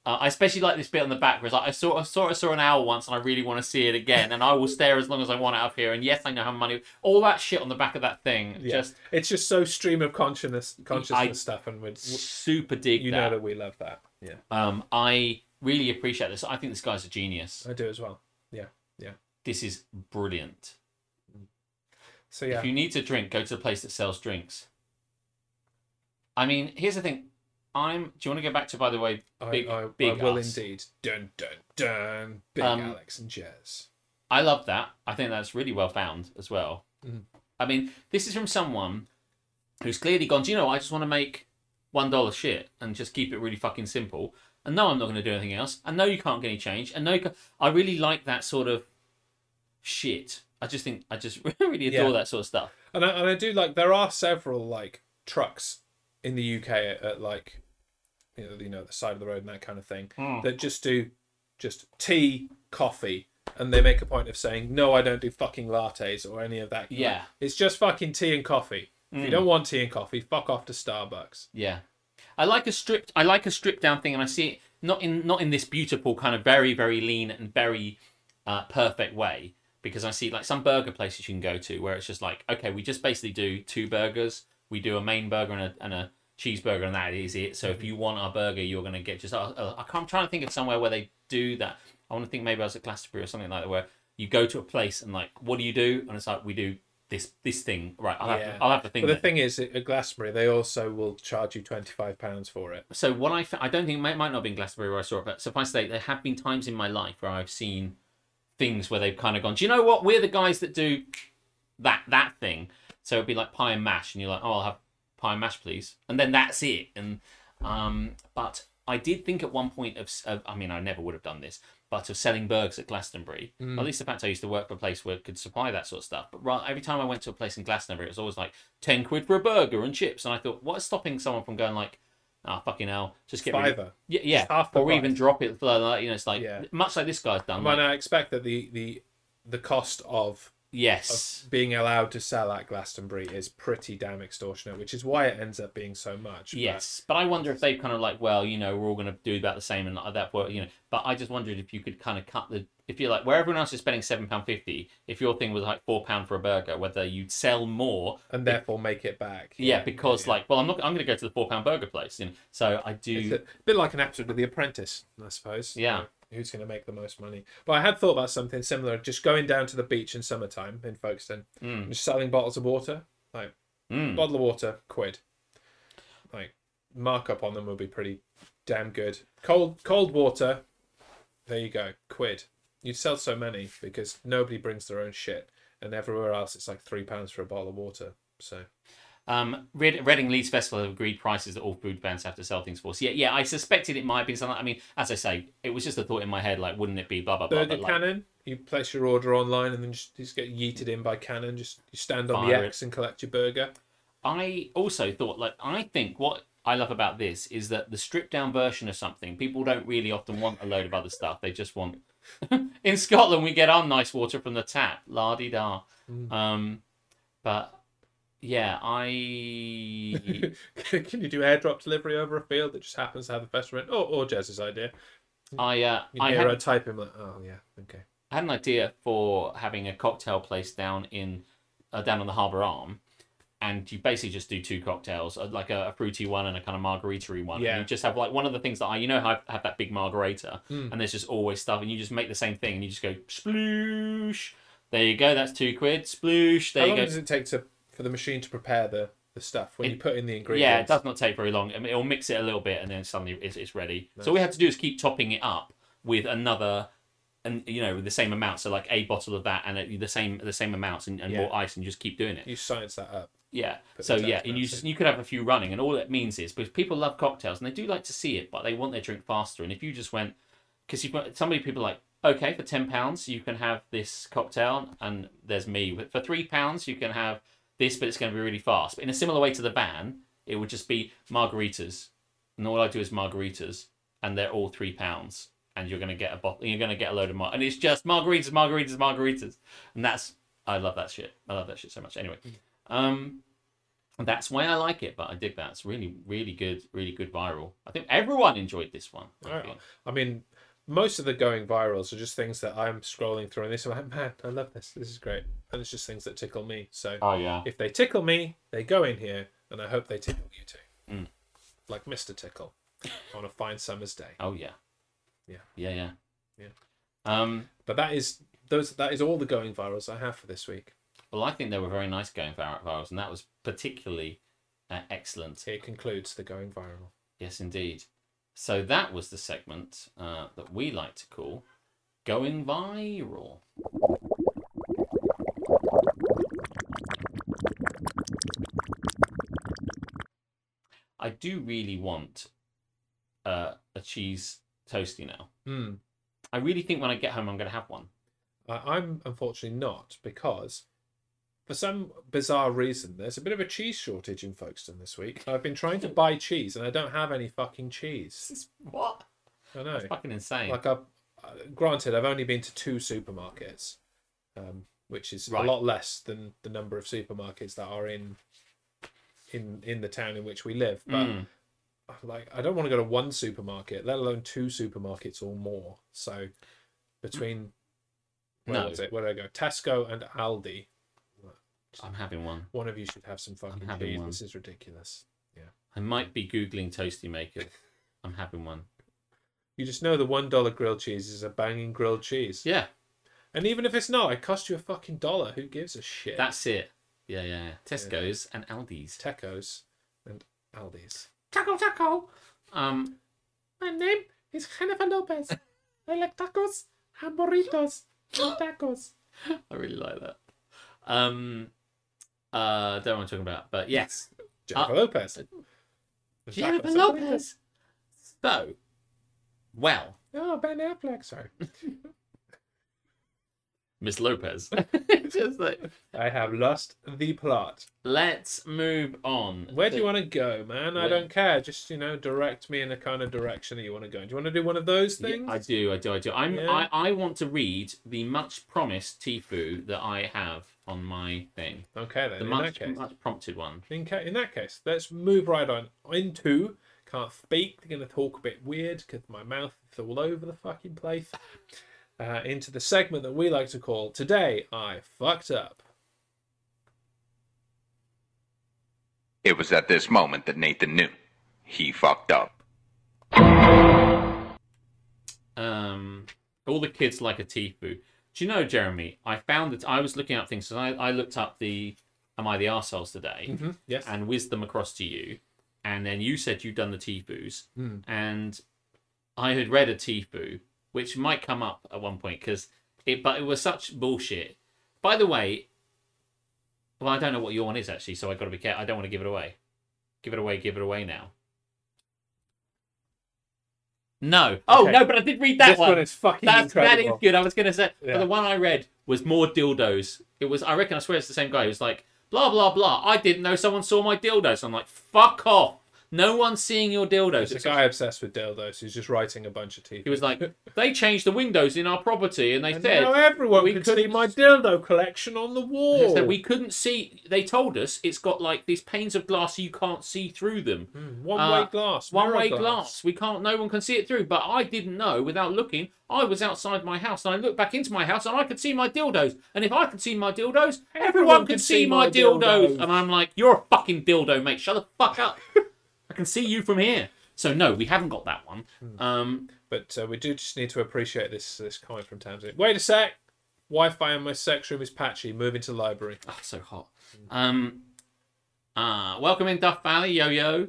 Speaker 1: Uh, I especially like this bit on the back where it's like I saw I saw I saw an owl once and I really want to see it again and I will stare as long as I want out of here and yes I know how money all that shit on the back of that thing
Speaker 2: Yeah.
Speaker 1: just
Speaker 2: it's just so stream of consciousness consciousness
Speaker 1: I-
Speaker 2: stuff, and we'd,
Speaker 1: super dig
Speaker 2: you
Speaker 1: that.
Speaker 2: know that we love that. Yeah,
Speaker 1: Um, I really appreciate this. I think this guy's a genius.
Speaker 2: I do as well. Yeah,
Speaker 1: This is brilliant.
Speaker 2: so yeah,
Speaker 1: If you need to drink, go to the place that sells drinks. I mean, here's the thing. I'm. Do you want to go back to, by the way,
Speaker 2: I,
Speaker 1: big,
Speaker 2: I,
Speaker 1: big
Speaker 2: I will
Speaker 1: us?
Speaker 2: indeed. Dun dun dun. Big
Speaker 1: Um,
Speaker 2: Alex and Jez.
Speaker 1: I love that. I think that's really well found as well.
Speaker 2: Mm.
Speaker 1: I mean, this is from someone who's clearly gone, do you know, what? I just want to make one dollar shit and just keep it really fucking simple. And no, I'm not going to do anything else. And no, you can't get any change. And no, you ca- I really like that sort of shit. I just think I just really adore
Speaker 2: Yeah.
Speaker 1: that sort of stuff.
Speaker 2: And I, and I do like there are several like trucks in the UK at, at like you know, you know the side of the road and that kind of thing
Speaker 1: Hmm.
Speaker 2: that just do just tea, coffee, and they make a point of saying no, I don't do fucking lattes or any of that.
Speaker 1: Yeah. Hmm.
Speaker 2: it's just fucking tea and coffee. If you don't want tea and coffee, fuck off to Starbucks.
Speaker 1: Yeah, I like a stripped. I like a stripped down thing, and I see it not in not in this beautiful kind of very very lean and very uh, perfect way because I see like some burger places you can go to where it's just like okay, we just basically do two burgers. We do a main burger and a and a cheeseburger, and that is it. So
Speaker 2: Mm-hmm.
Speaker 1: if you want our burger, you're gonna get just. Uh, uh, I can't- I'm trying to think of somewhere where they do that. I want to think maybe I was at Glastonbury or something like that where you go to a place and like what do you do and it's like we do this this thing right i'll, have,
Speaker 2: Yeah.
Speaker 1: to, I'll have to think
Speaker 2: But
Speaker 1: that-
Speaker 2: the thing is, at Glastonbury, they also will charge you twenty five pounds for it.
Speaker 1: so what I f- I don't think it might, might not have been Glastonbury where I saw it, but suffice to say, there have been times in my life where I've seen things where they've kind of gone, do you know what? We're the guys that do that that thing. So it'd be like pie and mash, and you're like, oh, I'll have pie and mash, please, and then that's it. And um, but I did think at one point of, s- of I mean, I never would have done this, but of selling burgers at Glastonbury.
Speaker 2: Mm.
Speaker 1: At least the fact I used to work for a place where it could supply that sort of stuff. But right, every time I went to a place in Glastonbury, it was always like ten quid for a burger and chips, and I thought, what's stopping someone from going like. Ah, fucking hell! Just get rid of-
Speaker 2: Fiver.
Speaker 1: yeah, yeah.
Speaker 2: It's half the
Speaker 1: or
Speaker 2: price.
Speaker 1: even drop it. blah, blah, You know, it's like
Speaker 2: Yeah.
Speaker 1: much like this guy's done.
Speaker 2: Well,
Speaker 1: Like,
Speaker 2: and I expect that the the the cost of
Speaker 1: yes,
Speaker 2: being allowed to sell at Glastonbury is pretty damn extortionate, which is why it ends up being so much. but-
Speaker 1: yes. But I wonder if they've kind of like, well, you know, we're all going to do about the same and like that work, you know. But I just wondered if you could kind of cut the if you're like where everyone else is spending seven pound fifty, if your thing was like four pound for a burger, whether you'd sell more.
Speaker 2: and therefore make it back.
Speaker 1: Yeah, because like, well, I'm not. I'm going to go to the four pound burger place. You know, so I
Speaker 2: It's
Speaker 1: do.
Speaker 2: a bit like an episode of The Apprentice, I suppose.
Speaker 1: Yeah.
Speaker 2: Who's going to make the most money? But I had thought about something similar, just going down to the beach in summertime in Folkestone,
Speaker 1: Mm.
Speaker 2: just selling bottles of water, like
Speaker 1: Mm.
Speaker 2: bottle of water, quid. Like markup on them would be pretty damn good. Cold cold water, there you go, quid. You'd sell so many because nobody brings their own shit, and everywhere else it's like three pounds for a bottle of water. So
Speaker 1: Um, Red- Reading Leeds Festival have agreed prices that all food bands have to sell things for. So yeah, yeah, I suspected it might have been something. I mean, as I say, it was just a thought in my head. Like, wouldn't it be blah blah blah?
Speaker 2: Burger
Speaker 1: but, like,
Speaker 2: Cannon, You place your order online and then just, just get yeeted in by cannon. Just you stand on
Speaker 1: Fire
Speaker 2: the
Speaker 1: it.
Speaker 2: X and collect your burger.
Speaker 1: I also thought like I think what I love about this is that the stripped down version of something people don't really often want a load of other stuff. They just want. In Scotland, we get our nice water from the tap, la di da.
Speaker 2: Mm.
Speaker 1: Um, but yeah, I
Speaker 2: Can you do airdrop delivery over a field that just happens to have the best rent? Or, or Jez's idea.
Speaker 1: I uh,
Speaker 2: You
Speaker 1: I
Speaker 2: hear
Speaker 1: had
Speaker 2: her type him like, oh yeah, okay.
Speaker 1: I had an idea for having a cocktail place down in uh, down on the Harbour Arm, and you basically just do two cocktails, uh, like a, a fruity one and a kind of margarita-y one.
Speaker 2: Yeah.
Speaker 1: And you just have like one of the things that I, you know, how I have that big margarita,
Speaker 2: Hmm.
Speaker 1: and there's just always stuff, and you just make the same thing, and you just go sploosh. There you go. That's two quid. Sploosh. There
Speaker 2: How long
Speaker 1: you
Speaker 2: does
Speaker 1: go.
Speaker 2: it take to for the machine to prepare the, the stuff when
Speaker 1: It-
Speaker 2: you put in the ingredients?
Speaker 1: Yeah, it does not take very long. I mean, it'll mix it a little bit, and then suddenly it's, it's ready. So all we have to do is keep topping it up with another, and you know, the same amount. So like a bottle of that, and it- the same the same amounts, and, and
Speaker 2: Yeah.
Speaker 1: more ice, and you just keep doing it.
Speaker 2: You science that up.
Speaker 1: Yeah. So
Speaker 2: the
Speaker 1: yeah,
Speaker 2: taps
Speaker 1: and you
Speaker 2: down,
Speaker 1: just
Speaker 2: so-
Speaker 1: you could have a few running, and all it means is because people love cocktails and they do like to see it, but they want their drink faster. And if you just went, because you've got somebody people are like, okay, for ten pounds you can have this cocktail, and there's me. But for three pounds you can have this, but it's going to be really fast. But in a similar way to the van, it would just be margaritas, and all I do is margaritas, and they're all three pounds. And you're gonna get a bottle. You're gonna get a load of mar, and it's just margaritas, margaritas, margaritas, and that's I love that shit. I love that shit so much. Anyway,
Speaker 2: Mm.
Speaker 1: um, and that's why I like it, but I dig that. It's really, really good, really good viral. I think everyone enjoyed this one. I
Speaker 2: I,
Speaker 1: think.
Speaker 2: I mean, most of the going virals are just things that I'm scrolling through and this. I'm like, man, I love this. This is great. And it's just things that tickle me. So
Speaker 1: Oh yeah.
Speaker 2: if they tickle me, they go in here, and I hope they tickle you too. Like Mr. Tickle on a fine summer's day.
Speaker 1: Oh yeah.
Speaker 2: Yeah.
Speaker 1: Yeah yeah.
Speaker 2: Yeah.
Speaker 1: Um.
Speaker 2: But that is those. That is all the going virals I have for this week.
Speaker 1: Well, I think they were very nice going vir- virals, and that was particularly uh, excellent.
Speaker 2: It concludes the going viral.
Speaker 1: Yes, indeed. So that was the segment uh, that we like to call going viral. I do really want uh, a cheese toasty now.
Speaker 2: Hmm.
Speaker 1: I really think when I get home, I'm going to have one.
Speaker 2: I, I'm unfortunately not because. For some bizarre reason, there's a bit of a cheese shortage in Folkestone this week. I've been trying to buy cheese and I don't have any fucking cheese.
Speaker 1: This is what?
Speaker 2: I know.
Speaker 1: That's fucking insane.
Speaker 2: like I've uh, granted I've only been to two supermarkets, um, which is
Speaker 1: Right.
Speaker 2: a lot less than the number of supermarkets that are in in in the town in which we live. But
Speaker 1: Mm.
Speaker 2: like I don't want to go to one supermarket, let alone two supermarkets or more. So between where
Speaker 1: No.
Speaker 2: was it? Where did I go? Tesco and Aldi.
Speaker 1: I'm having one.
Speaker 2: One of you should have some fucking
Speaker 1: having
Speaker 2: cheese.
Speaker 1: one.
Speaker 2: This is ridiculous.
Speaker 1: I might be Googling toasty maker. I'm having one.
Speaker 2: You just know the one dollar grilled cheese is a banging grilled cheese.
Speaker 1: Yeah.
Speaker 2: And even if it's not, it costs you a fucking dollar. Who gives a shit?
Speaker 1: That's it. Yeah, yeah. yeah. Tesco's and Aldi's.
Speaker 2: Tecos and Aldi's.
Speaker 1: Taco, taco. Um,
Speaker 2: My name is Jennifer Lopez. I like tacos and burritos and tacos.
Speaker 1: I really like that. Um, uh, don't know what I'm talking about, but yes,
Speaker 2: Jennifer Lopez. And
Speaker 1: Ah. Jennifer
Speaker 2: tacos and burritos.
Speaker 1: Lopez. So, well,
Speaker 2: Oh, Ben Affleck. Sorry.
Speaker 1: Miss Lopez. Just like,
Speaker 2: I have lost the plot.
Speaker 1: let's move on.
Speaker 2: Where do you want to go, man? I
Speaker 1: Where-
Speaker 2: don't care. Just, you know, direct me in the kind of direction that you want to go. Do you want to do one of those
Speaker 1: Yeah,
Speaker 2: things?
Speaker 1: I do, I do, I do. I'm,
Speaker 2: Yeah.
Speaker 1: I, I want to read the much promised Tifu that I have on my thing.
Speaker 2: Okay, then.
Speaker 1: The
Speaker 2: in
Speaker 1: much,
Speaker 2: that case.
Speaker 1: much prompted one.
Speaker 2: In, ca- in that case, let's move right on into. Can't speak. They're going to talk a bit weird because my mouth is all over the fucking place. Uh, into the segment that we like to call Today I Fucked Up.
Speaker 4: It was at this moment that Nathan knew he fucked up.
Speaker 1: um, all the kids like a Tifu. Do you know, Jeremy? I found that I was looking up things, and I, I looked up the "Am I the Arseholes today?"
Speaker 2: Yes.
Speaker 1: and whizzed them across to you, and then you said you'd done the Tifus,
Speaker 2: Hmm.
Speaker 1: and I had read a Tifu, which might come up at one point because it, but it was such bullshit. By the way, well, I don't know what your one is actually, so I got to be careful. I don't want to give it away. Give it away. Give it away now. No. Oh
Speaker 2: Okay.
Speaker 1: no, but I did read that
Speaker 2: This
Speaker 1: one.
Speaker 2: one is fucking
Speaker 1: That's, that is
Speaker 2: incredible.
Speaker 1: good. I was gonna say, but
Speaker 2: Yeah.
Speaker 1: the one I read was more dildos. It was. I reckon. I swear it's the same guy. It was like blah blah blah. I didn't know someone saw my dildos. I'm like, fuck off. No one's seeing your dildos.
Speaker 2: There's a
Speaker 1: It's
Speaker 2: guy obsessed with dildos who's just writing a bunch of teeth.
Speaker 1: He was like, they changed the windows in our property, and they
Speaker 2: and
Speaker 1: said
Speaker 2: now everyone
Speaker 1: we
Speaker 2: can
Speaker 1: couldn't
Speaker 2: see my dildo collection on the wall.
Speaker 1: It's that we couldn't see. They told us it's got like these panes of glass you can't see through them.
Speaker 2: one
Speaker 1: Uh,
Speaker 2: way glass.
Speaker 1: One
Speaker 2: mirror
Speaker 1: way glass. We can't. No one can see it through. But I didn't know without looking. I was outside my house and I looked back into my house and I could see my dildos. And if I could see my dildos, everyone, could see my dildos.
Speaker 2: dildos.
Speaker 1: And I'm like, you're a fucking dildo, mate. Shut the fuck up. I can see you from here. So no, we haven't got that one. Um,
Speaker 2: But uh, we do just need to appreciate this this comment from Tamsin. Wait a sec. Wi-Fi in my sex room is patchy. Moving to library.
Speaker 1: oh, so hot. Um, uh, welcome in Duff Valley, yo yo.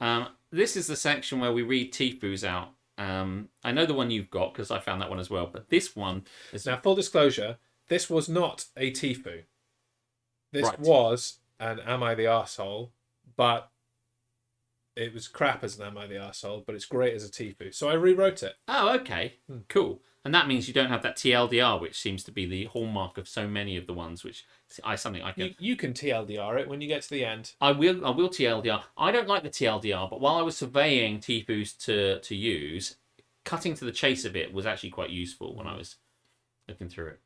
Speaker 1: Um, this is the section where we read Tifu's out. Um, I know the one you've got because I found that one as well. But this one is
Speaker 2: Now, full disclosure: this was not a Tifu. This
Speaker 1: Right.
Speaker 2: was an "Am I the asshole?" But it was crap as an "Am I the asshole?" But it's great as a Tifu. So I rewrote it.
Speaker 1: Oh, okay. Cool. And that means you don't have that TLDR, which seems to be the hallmark of so many of the ones, which I something I can.
Speaker 2: You, you can TLDR it when you get to the end.
Speaker 1: I will. I will TLDR. I don't like the TLDR, but while I was surveying Tifu's to to use, cutting to the chase a bit was actually quite useful when I was looking through it.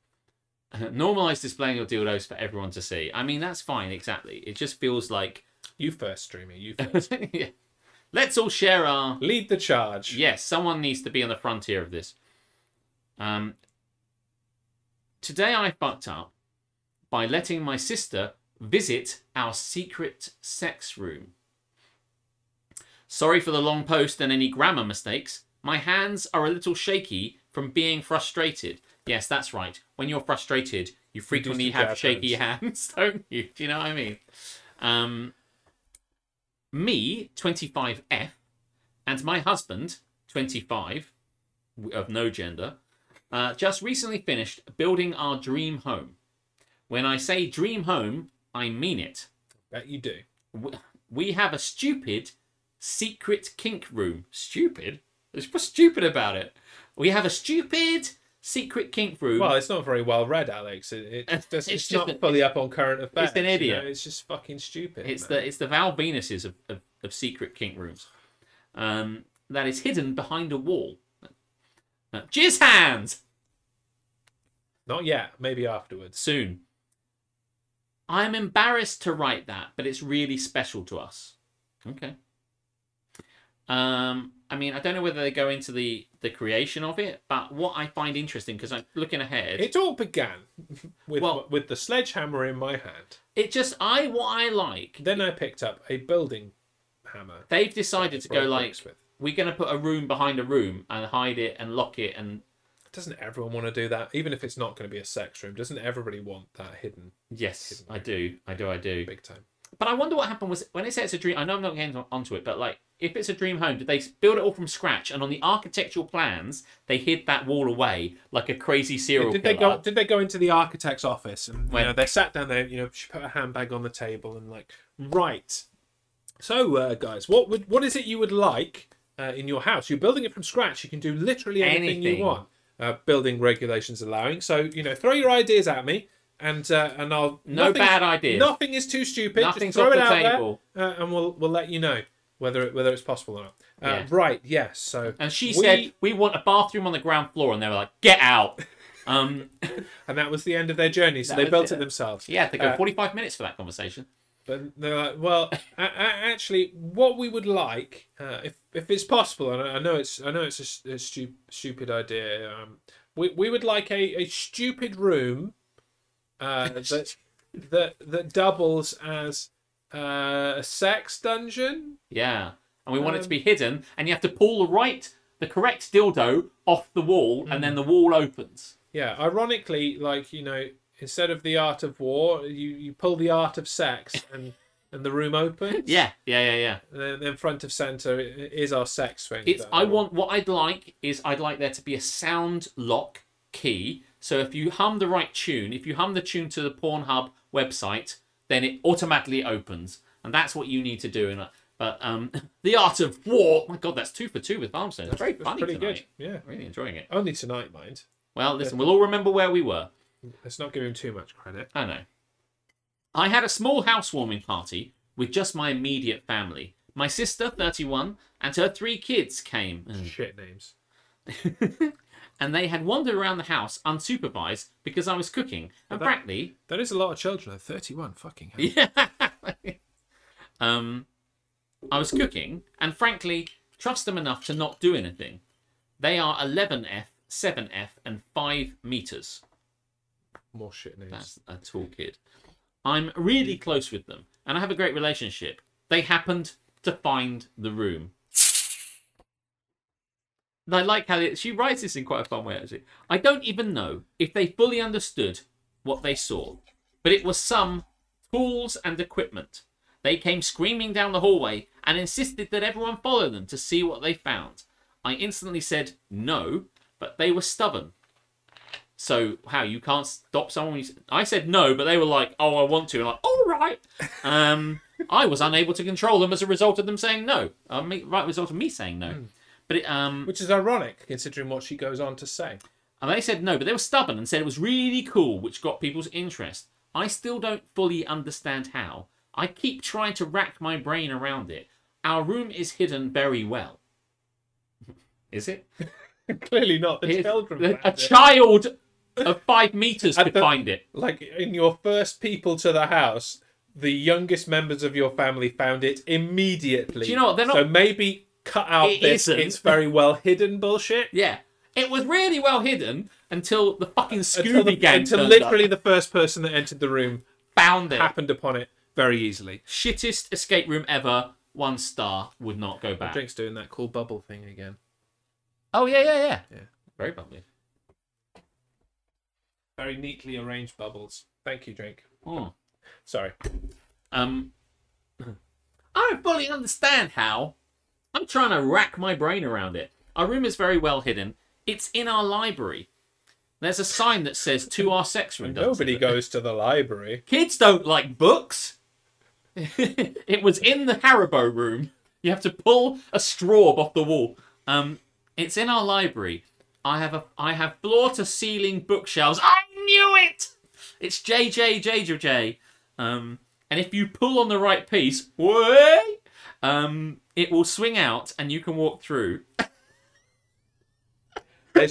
Speaker 1: Normalize displaying your dildos for everyone to see. I mean, that's fine. Exactly. It just feels like.
Speaker 2: You first, streamer. You first.
Speaker 1: Yeah. Let's all share our
Speaker 2: Lead the charge.
Speaker 1: Yes, someone needs to be on the frontier of this. Um, today I fucked up by letting my sister visit our secret sex room. Sorry for the long post and any grammar mistakes. My hands are a little shaky from being frustrated. Yes, that's right. When you're frustrated, you frequently
Speaker 2: your
Speaker 1: have
Speaker 2: jab
Speaker 1: shaky hands, don't you? Do you know what I mean? Um, me, 25F, and my husband, 25, w- of no gender, uh, just recently finished building our dream home. When I say dream home, I mean it.
Speaker 2: Bet you do.
Speaker 1: W- We have a stupid secret kink room. Stupid? There's what's stupid about it? We have a stupid secret kink room.
Speaker 2: Well, it's not very well read, Alex. It, it just, it's,
Speaker 1: It's
Speaker 2: not
Speaker 1: just a-
Speaker 2: fully up on current affairs.
Speaker 1: an
Speaker 2: you know?
Speaker 1: idiot.
Speaker 2: It's just fucking stupid.
Speaker 1: It's
Speaker 2: man.
Speaker 1: the it's the Val Venuses of, of, of secret kink rooms, um, that is hidden behind a wall. Uh, jizz hands
Speaker 2: not yet. Maybe afterwards.
Speaker 1: soon. I am embarrassed to write that, but it's really special to us. Okay. Um, I mean, I don't know whether they go into the the creation of it, but what I find interesting because I'm looking ahead.
Speaker 2: It all began with
Speaker 1: Well-
Speaker 2: with the sledgehammer in my hand.
Speaker 1: it just I what I like
Speaker 2: Then I picked up a building hammer.
Speaker 1: they've decided to go
Speaker 2: Broke
Speaker 1: like
Speaker 2: bricks with.
Speaker 1: we're going to put a room behind a room and hide it and lock it and
Speaker 2: Doesn't everyone want to do that? Even if it's not going to be a sex room, doesn't everybody want that hidden
Speaker 1: yes i do i do i do
Speaker 2: big time?
Speaker 1: but i wonder what happened was when it said it's a dream i know i'm not getting on- onto it but like if it's a dream home did they build it all from scratch and on the architectural plans they hid that wall away like a crazy serial
Speaker 2: Did
Speaker 1: killer
Speaker 2: they go? Did they go into the architect's office and you
Speaker 1: When-
Speaker 2: know they sat down there? You know, she put a handbag on the table and like, right. So, uh, guys, what would what is it you would like uh, in your house? You're building it from scratch. You can do literally anything,
Speaker 1: Anything.
Speaker 2: you want. Uh, building regulations allowing. So you know, throw your ideas at me, and uh, and I'll
Speaker 1: No
Speaker 2: nothing's-
Speaker 1: bad ideas.
Speaker 2: Nothing is too stupid.
Speaker 1: Nothing's
Speaker 2: Just throw
Speaker 1: off
Speaker 2: it
Speaker 1: the
Speaker 2: out
Speaker 1: table.
Speaker 2: there, uh, and we'll we'll let you know whether it, whether it's possible or not. Uh,
Speaker 1: Yeah.
Speaker 2: Right? Yes. So
Speaker 1: and she
Speaker 2: we-
Speaker 1: said we want a bathroom on the ground floor and they were like get out um
Speaker 2: and that was the end of their journey. So
Speaker 1: That
Speaker 2: they
Speaker 1: was
Speaker 2: built
Speaker 1: it.
Speaker 2: it themselves.
Speaker 1: yeah they go
Speaker 2: Uh,
Speaker 1: 45 minutes for that conversation
Speaker 2: But they're like, well, a- a- actually, what we would like, uh, if if it's possible, and I I know it's I know it's a, s- a stu- stupid idea, um, we we would like a, a stupid room, uh, that that that doubles as uh, a sex dungeon.
Speaker 1: Yeah, and we want it to
Speaker 2: Um,
Speaker 1: be hidden, and you have to pull the right, the correct dildo off the wall,
Speaker 2: Mm.
Speaker 1: and then the wall opens.
Speaker 2: Yeah, ironically, like you know, instead of the art of war, you you pull the art of sex and. And the room opens.
Speaker 1: Yeah, yeah, yeah, yeah.
Speaker 2: And then- then front of center i- is our sex swing.
Speaker 1: It's.
Speaker 2: that
Speaker 1: I want what I'd like is I'd like there to be a sound lock key. So if you hum the right tune, if you hum the tune to the Pornhub website, then it automatically opens, and that's what you need to do. And uh, But um, the art of war. My God, that's two for two with Barmstone. It's very
Speaker 2: It was
Speaker 1: funny
Speaker 2: pretty
Speaker 1: tonight.
Speaker 2: good. Yeah.
Speaker 1: Really enjoying it.
Speaker 2: Only tonight, mind.
Speaker 1: Well, listen, we'll all remember where we were.
Speaker 2: Let's not give him too much credit.
Speaker 1: I know. I had a small housewarming party with just my immediate family. My sister, 31, and her three kids came. Ugh.
Speaker 2: Shit names.
Speaker 1: and they had wandered around the house unsupervised because I was cooking. And
Speaker 2: that-
Speaker 1: frankly,
Speaker 2: That is a lot of children. at Thirty-one. Fucking hell.
Speaker 1: um, I was cooking, and frankly, trust them enough to not do anything. They are 11F, 7F, and 5 meters.
Speaker 2: More shit names.
Speaker 1: That's a tall kid. I'm really close with them, and I have a great relationship. They happened to find the room. And I like how it, she writes this in quite a fun way, actually. I don't even know if they fully understood what they saw, but it was some tools and equipment. They came screaming down the hallway and insisted that everyone follow them to see what they found. I instantly said no, but they were stubborn so how you can't stop someone? who's- I said no, but they were like, "Oh, I want to." And I'm like, all right. Um, I was unable to control them as a result of them saying no. Uh, me, right result of me saying
Speaker 2: Hmm.
Speaker 1: no. But it, um,
Speaker 2: Which is ironic considering what she goes on to say.
Speaker 1: and they said no, but they were stubborn and said it was really cool, which got people's interest. I still don't fully understand how. I keep trying to rack my brain around it. Our room is hidden very well. Is it?
Speaker 2: Clearly not the
Speaker 1: Here's-
Speaker 2: children.
Speaker 1: a- a
Speaker 2: found it.
Speaker 1: child of five meters
Speaker 2: At
Speaker 1: could
Speaker 2: the-
Speaker 1: find it.
Speaker 2: like in your first people to the house, the youngest members of your family found it immediately.
Speaker 1: Do you know what? They're not-
Speaker 2: So maybe cut out
Speaker 1: It
Speaker 2: this.
Speaker 1: isn't.
Speaker 2: It's very well hidden bullshit.
Speaker 1: Yeah. It was really well hidden until the fucking Scooby
Speaker 2: Until, the,
Speaker 1: Gang
Speaker 2: until
Speaker 1: turned
Speaker 2: literally
Speaker 1: up,
Speaker 2: the first person that entered the room
Speaker 1: found it.
Speaker 2: happened upon it very easily.
Speaker 1: Shittest escape room ever. One star would not go back.
Speaker 2: Drink's doing that cool bubble thing again.
Speaker 1: Oh yeah, yeah, yeah.
Speaker 2: Yeah.
Speaker 1: Very bubbly.
Speaker 2: Very neatly arranged bubbles. Thank you, Drink.
Speaker 1: Oh.
Speaker 2: Sorry.
Speaker 1: Um. I don't fully understand how. I'm trying to rack my brain around it. Our room is very well hidden. It's in our library. There's a sign that says to our sex room. doesn't
Speaker 2: Nobody
Speaker 1: it?
Speaker 2: goes to the library.
Speaker 1: Kids don't like books. it was in the Haribo room. You have to pull a straw off the wall. Um, it's in our library. I have a I have floor to ceiling bookshelves. I knew it. It's JJ JJ. Um, and if you pull on the right piece, way, um, it will swing out and you can walk through.
Speaker 2: There's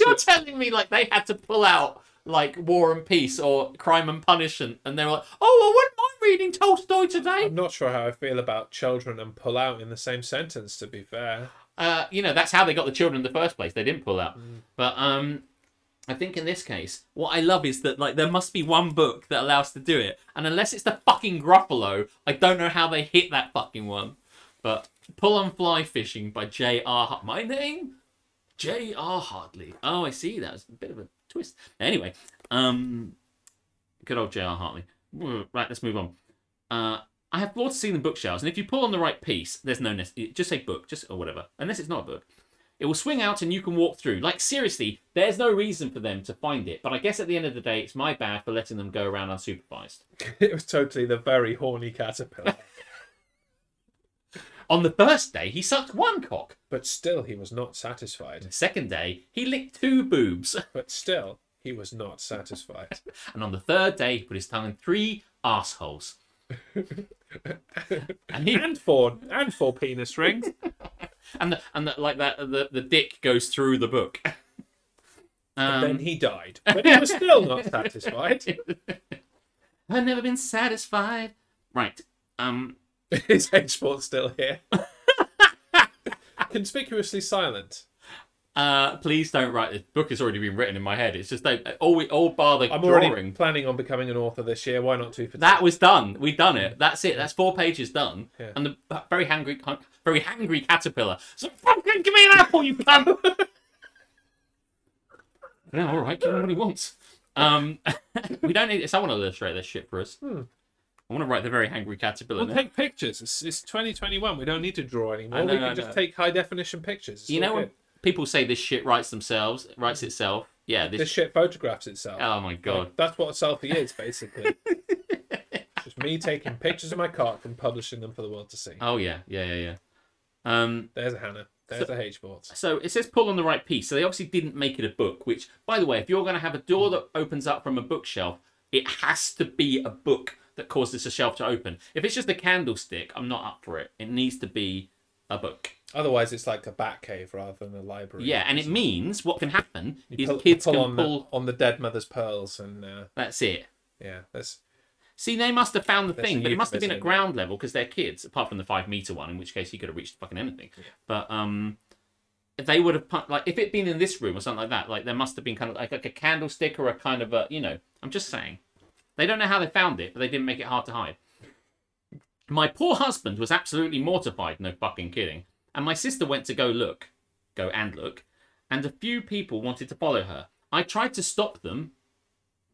Speaker 1: You're
Speaker 2: your-
Speaker 1: telling me like they had to pull out like War and Peace or Crime and Punishment, and they were like, "Oh, I wouldn't mind reading Tolstoy today."
Speaker 2: I'm not sure how I feel about children and pull out in the same sentence, to be fair.
Speaker 1: Uh, you know, that's how they got the children in the first place. They didn't pull out, but um, I think in this case, what I love is that like there must be one book that allows to do it, and unless it's the fucking Gruffalo, I don't know how they hit that fucking one. But Pull on Fly Fishing by J.R. Hart. My name? J.R. Hartley. Oh, I see. That was a bit of a twist. Anyway, um, good old J.R. Hartley. Right, let's move on. Uh, I have floor to ceiling bookshelves, and if you pull on the right piece, there's no necessary. Just say book, just or whatever. Unless it's not a book, it will swing out and you can walk through. Like seriously, there's no reason for them to find it. But I guess at the end of the day, it's my bad for letting them go around unsupervised.
Speaker 2: It was totally the very horny caterpillar.
Speaker 1: On the first day, he sucked one cock.
Speaker 2: but still, he was not satisfied.
Speaker 1: The second day, he licked two boobs.
Speaker 2: But still, he was not satisfied.
Speaker 1: And on the third day, he put his tongue in three assholes. and he
Speaker 2: and four and four penis rings.
Speaker 1: and the, and the, like that the, the dick goes through the book. Um,
Speaker 2: then he died. But he was still not satisfied.
Speaker 1: I've never been satisfied. Right. Um.
Speaker 2: His export's still here. Conspicuously silent.
Speaker 1: Uh. Please don't write this book. has already been written in my head. It's just don't. All we all bar the
Speaker 2: I'm
Speaker 1: drawing.
Speaker 2: already planning on becoming an author this year. Why not two for two?
Speaker 1: That was done. We've done it. That's it. That's four pages done.
Speaker 2: Yeah.
Speaker 1: And the uh, very hungry, hun- very hungry caterpillar. So fucking give me an apple, you cunt. no, all right. Give him what he wants. Um, we don't need. Someone will illustrate this shit for us. I want to write the very hungry caterpillar.
Speaker 2: Hmm. We'll
Speaker 1: now.
Speaker 2: take pictures. It's, it's 2021. We don't need to draw anymore.
Speaker 1: I know,
Speaker 2: we can
Speaker 1: I
Speaker 2: just
Speaker 1: know.
Speaker 2: take high definition pictures. It's
Speaker 1: you
Speaker 2: all
Speaker 1: know when
Speaker 2: good.
Speaker 1: people say this shit writes themselves, writes itself. Yeah. This.
Speaker 2: this shit photographs itself.
Speaker 1: oh my god.
Speaker 2: That's what a selfie is, basically. It's just me taking pictures of my cock and publishing them for the world to see.
Speaker 1: Oh yeah, yeah, yeah, yeah. Um,
Speaker 2: There's a Hannah. There's a H board.
Speaker 1: so it says pull on the right piece. So they obviously didn't make it a book, which, by the way, if you're going to have a door that opens up from a bookshelf, it has to be a book that causes the shelf to open. If it's just a candlestick, I'm not up for it. It needs to be a book.
Speaker 2: Otherwise, it's like a bat cave rather than a library.
Speaker 1: Yeah, and it means what can happen
Speaker 2: You
Speaker 1: is
Speaker 2: pull,
Speaker 1: kids
Speaker 2: pull
Speaker 1: can
Speaker 2: on
Speaker 1: pull.
Speaker 2: The, on the dead mother's pearls, and uh,
Speaker 1: That's it.
Speaker 2: yeah, that's
Speaker 1: See, they must have found the
Speaker 2: There's
Speaker 1: thing,
Speaker 2: a
Speaker 1: but it must have been at
Speaker 2: euphemism in
Speaker 1: ground level because they're kids, apart from the five meter one, in which case you could have reached fucking anything. But um, they would have put, like if it'd been in this room or something like that. Like there must have been kind of like, like a candlestick or a kind of a you know. I'm just saying, they don't know how they found it, but they didn't make it hard to hide. My poor husband was absolutely mortified. No fucking kidding. And my sister went to go look, go and look, and a few people wanted to follow her. I tried to stop them.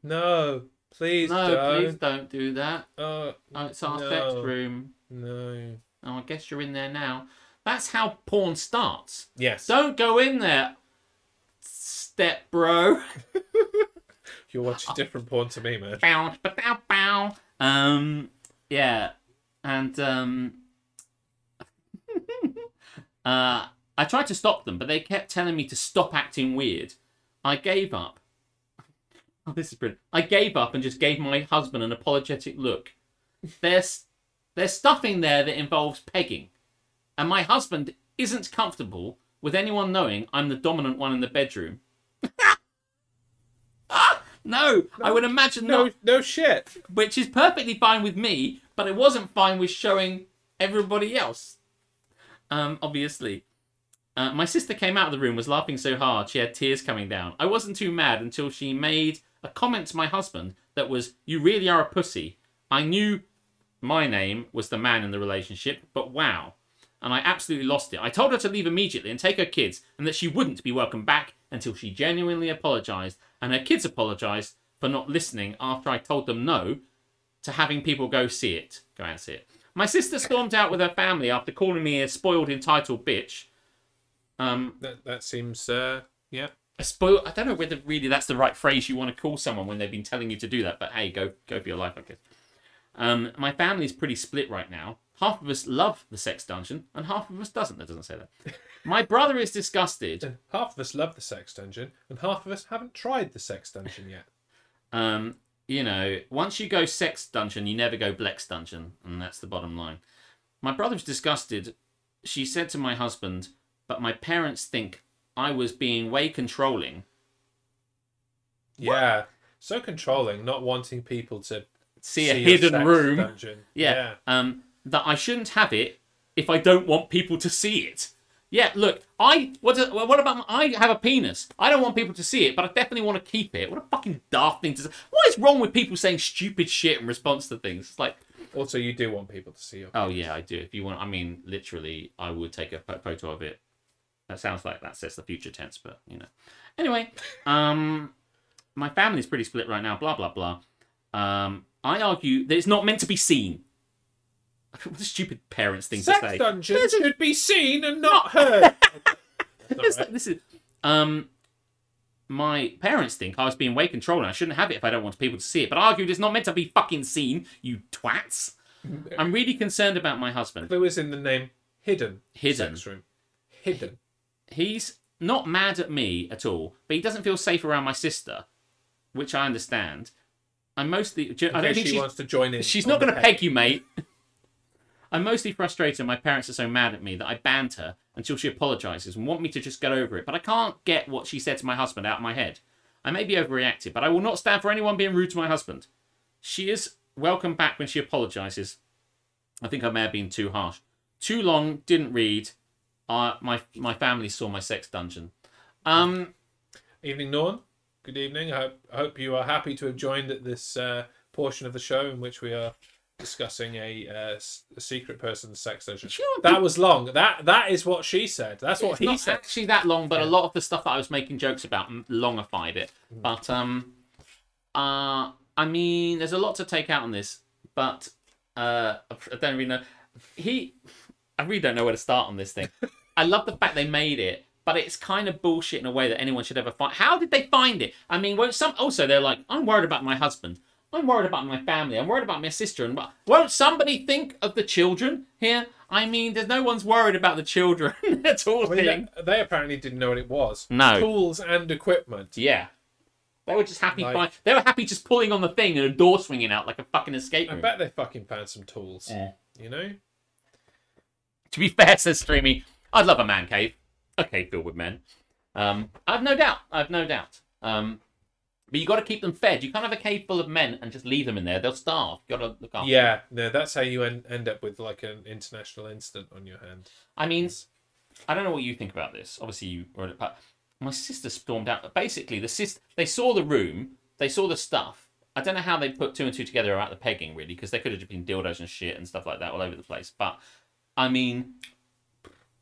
Speaker 2: no. Please
Speaker 1: no,
Speaker 2: don't.
Speaker 1: please don't do that.
Speaker 2: Oh
Speaker 1: Oh, it's our
Speaker 2: No.
Speaker 1: sex room.
Speaker 2: no.
Speaker 1: Oh, I guess you're in there now. That's how porn starts.
Speaker 2: Yes.
Speaker 1: Don't go in there, step bro.
Speaker 2: You're
Speaker 1: Oh.
Speaker 2: watching different porn to me, man.
Speaker 1: bow, ba- bow, bow. Um, yeah, and um, uh, I tried to stop them, but they kept telling me to stop acting weird. I gave up. Oh, this is brilliant. I gave up and just gave my husband an apologetic look. There's there's stuff in there that involves pegging, and my husband isn't comfortable with anyone knowing I'm the dominant one in the bedroom. Ah, no, I would imagine not
Speaker 2: No, no shit.
Speaker 1: which is perfectly fine with me, but it wasn't fine with showing everybody else. Um, obviously. Uh, my sister came out of the room, was laughing so hard she had tears coming down. I wasn't too mad until she made a comment to my husband that was, You really are a pussy. I knew my name was the man in the relationship, but wow. And I absolutely lost it. I told her to leave immediately and take her kids, and that she wouldn't be welcome back until she genuinely apologised. And her kids apologised for not listening after I told them no, to having people go see it. Go out and see it. My sister stormed out with her family after calling me a spoiled, entitled bitch. Um,
Speaker 2: That that seems uh yeah.
Speaker 1: a spoil. I don't know whether really that's the right phrase you want to call someone when they've been telling you to do that. But hey, go go for your life, I guess. Um, my family's pretty split right now. Half of us love the sex dungeon, and half of us doesn't. That doesn't say that. My brother is disgusted.
Speaker 2: Half of us love the sex dungeon, and half of us haven't tried the sex dungeon yet.
Speaker 1: Um, you know, once you go sex dungeon, you never go blex dungeon, and that's the bottom line. My brother's disgusted. She said to my husband, "But my parents think I was being way controlling."
Speaker 2: Yeah. So controlling, not wanting people to
Speaker 1: See a
Speaker 2: your
Speaker 1: hidden
Speaker 2: sex
Speaker 1: room.
Speaker 2: Dungeon.
Speaker 1: Yeah. Um, that I shouldn't have it if I don't want people to see it. Yeah, look, I what do- well, what about my- I have a penis. I don't want people to see it, but I definitely want to keep it. What a fucking daft thing to say. What is wrong with people saying stupid shit in response to things? It's like,
Speaker 2: Also, you do want people to see your.
Speaker 1: oh yeah, I do. If you want, I mean, literally, I would take a pho- photo of it. That sounds like that says the future tense, but you know. Anyway, um, my family's pretty split right now. Blah blah blah. Um, I argue that it's not meant to be seen. what a stupid parents thing
Speaker 2: sex
Speaker 1: to say.
Speaker 2: dungeon should be seen and not heard.
Speaker 1: It's like, this is um my parents think I was being way controlling. I shouldn't have it if I don't want people to see it. But I argued it's not meant to be fucking seen, you twats. I'm really concerned about my husband.
Speaker 2: Clue is in the name hidden.
Speaker 1: Hidden.
Speaker 2: Sex room. Hidden.
Speaker 1: He's not mad at me at all, but he doesn't feel safe around my sister, which I understand. I mostly I
Speaker 2: In
Speaker 1: don't
Speaker 2: case
Speaker 1: think
Speaker 2: she
Speaker 1: she's,
Speaker 2: wants to join in.
Speaker 1: She's
Speaker 2: on
Speaker 1: not
Speaker 2: the
Speaker 1: going to peg you, mate. I'm mostly frustrated. My parents are so mad at me that I banned her until she apologizes and want me to just get over it. But I can't get what she said to my husband out of my head. I may be overreactive, but I will not stand for anyone being rude to my husband. She is welcome back when she apologizes. I think I may have been too harsh. Too long, didn't read. Uh, my my family saw my sex dungeon. Um,
Speaker 2: Evening, Norn. Good evening. I hope, I hope you are happy to have joined at this uh, portion of the show in which we are discussing a, uh, s- a secret person's sex dungeon.
Speaker 1: you know what-
Speaker 2: That was long. That that is what she said. That's what
Speaker 1: it's
Speaker 2: he
Speaker 1: not
Speaker 2: said.
Speaker 1: actually that long, but a lot of the stuff that I was making jokes about m- longified it.
Speaker 2: Mm.
Speaker 1: But um, uh, I mean, there's a lot to take out on this, but uh, I don't really know. He, I really don't know where to start on this thing. I love the fact they made it, but it's kind of bullshit in a way that anyone should ever find. How did they find it? I mean, won't some also they're like, I'm worried about my husband. I'm worried about my family. I'm worried about my sister. And wha- won't somebody think of the children here? I mean, there's no one's worried about the children at all.
Speaker 2: I mean,
Speaker 1: thing.
Speaker 2: they- they apparently didn't know what it was.
Speaker 1: No.
Speaker 2: Tools and equipment.
Speaker 1: Yeah. They were just happy.
Speaker 2: Like-
Speaker 1: by, they were happy just pulling on the thing and a door swinging out like a fucking escape
Speaker 2: I
Speaker 1: room.
Speaker 2: bet they fucking found some tools.
Speaker 1: Yeah.
Speaker 2: You know?
Speaker 1: To be fair, says Streamy, I'd love a man cave. A cave filled with men. Um, I've no doubt. I've no doubt. Um, but you got to keep them fed. You can't have a cave full of men and just leave them in there. They'll starve. You got to look after. them.
Speaker 2: Yeah, no, that's how you en- end up with like an international incident on your hand.
Speaker 1: I mean, I don't know what you think about this. Obviously, you were at but my sister stormed out. But basically, the sis they saw the room, they saw the stuff. I don't know how they put two and two together about the pegging, really, because they could have just been dildos and shit and stuff like that all over the place. But I mean,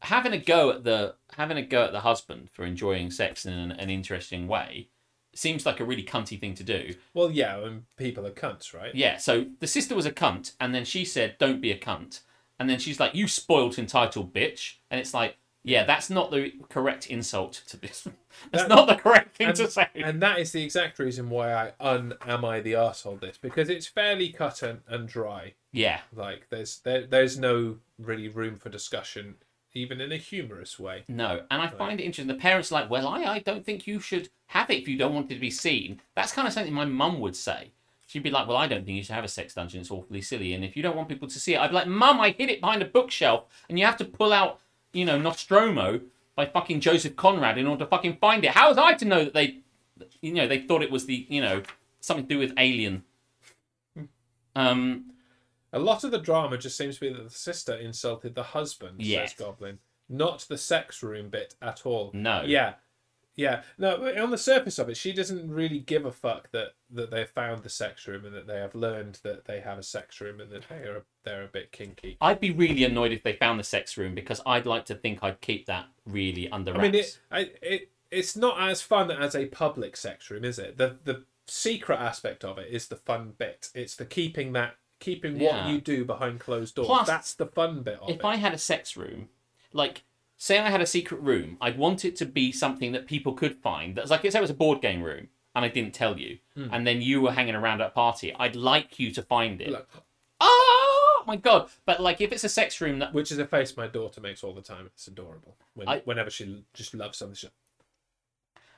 Speaker 1: having a go at the having a go at the husband for enjoying sex in an, an interesting way seems like a really cunty thing to do.
Speaker 2: Well, yeah, and people are cunts, right?
Speaker 1: Yeah, so the sister was a cunt, and then she said, "Don't be a cunt," and then she's like, "You spoilt, entitled bitch," and it's like, yeah, that's not the correct insult to this. That's
Speaker 2: That-
Speaker 1: not the correct thing
Speaker 2: And,
Speaker 1: to say.
Speaker 2: and that is the exact reason why I un am I the arsehole this because it's fairly cut and, and dry.
Speaker 1: yeah,
Speaker 2: Like there's there, there's no really room for discussion, even in a humorous way.
Speaker 1: no, and I find it interesting. The parents are like, "Well, I, I don't think you should have it if you don't want it to be seen." That's kind of something my mum would say. She'd be like, "Well, I don't think you should have a sex dungeon. It's awfully silly, and if you don't want people to see it, I'd be like, Mum, I hid it behind a bookshelf, and you have to pull out, you know, Nostromo by fucking Joseph Conrad in order to fucking find it. How was I to know that they, you know, they thought it was the, you know, something to do with Alien?" Um,
Speaker 2: A lot of the drama just seems to be that the sister insulted the husband,
Speaker 1: Yes.
Speaker 2: says Goblin. Not the sex room bit at all.
Speaker 1: No.
Speaker 2: Yeah. Yeah. No, but on the surface of it, she doesn't really give a fuck that, that they found the sex room and that they have learned that they have a sex room and that they are they're a bit kinky.
Speaker 1: I'd be really annoyed if they found the sex room because I'd like to think I'd keep that really under wraps.
Speaker 2: I mean it I, it it's not as fun as a public sex room, is it? The the secret aspect of it is the fun bit. It's the keeping that keeping
Speaker 1: Yeah.
Speaker 2: what you do behind closed doors.
Speaker 1: Plus,
Speaker 2: That's the fun bit of
Speaker 1: if
Speaker 2: it.
Speaker 1: I had a sex room, like say I had a secret room, I'd want it to be something that people could find. That's like say it was a board game room and I didn't tell you, and then you were hanging around at a party. I'd like you to find it.
Speaker 2: Look,
Speaker 1: Oh my god! But like if it's a sex room that
Speaker 2: which is a face my daughter makes all the time. It's adorable. When,
Speaker 1: I-
Speaker 2: whenever she l- just loves something, she,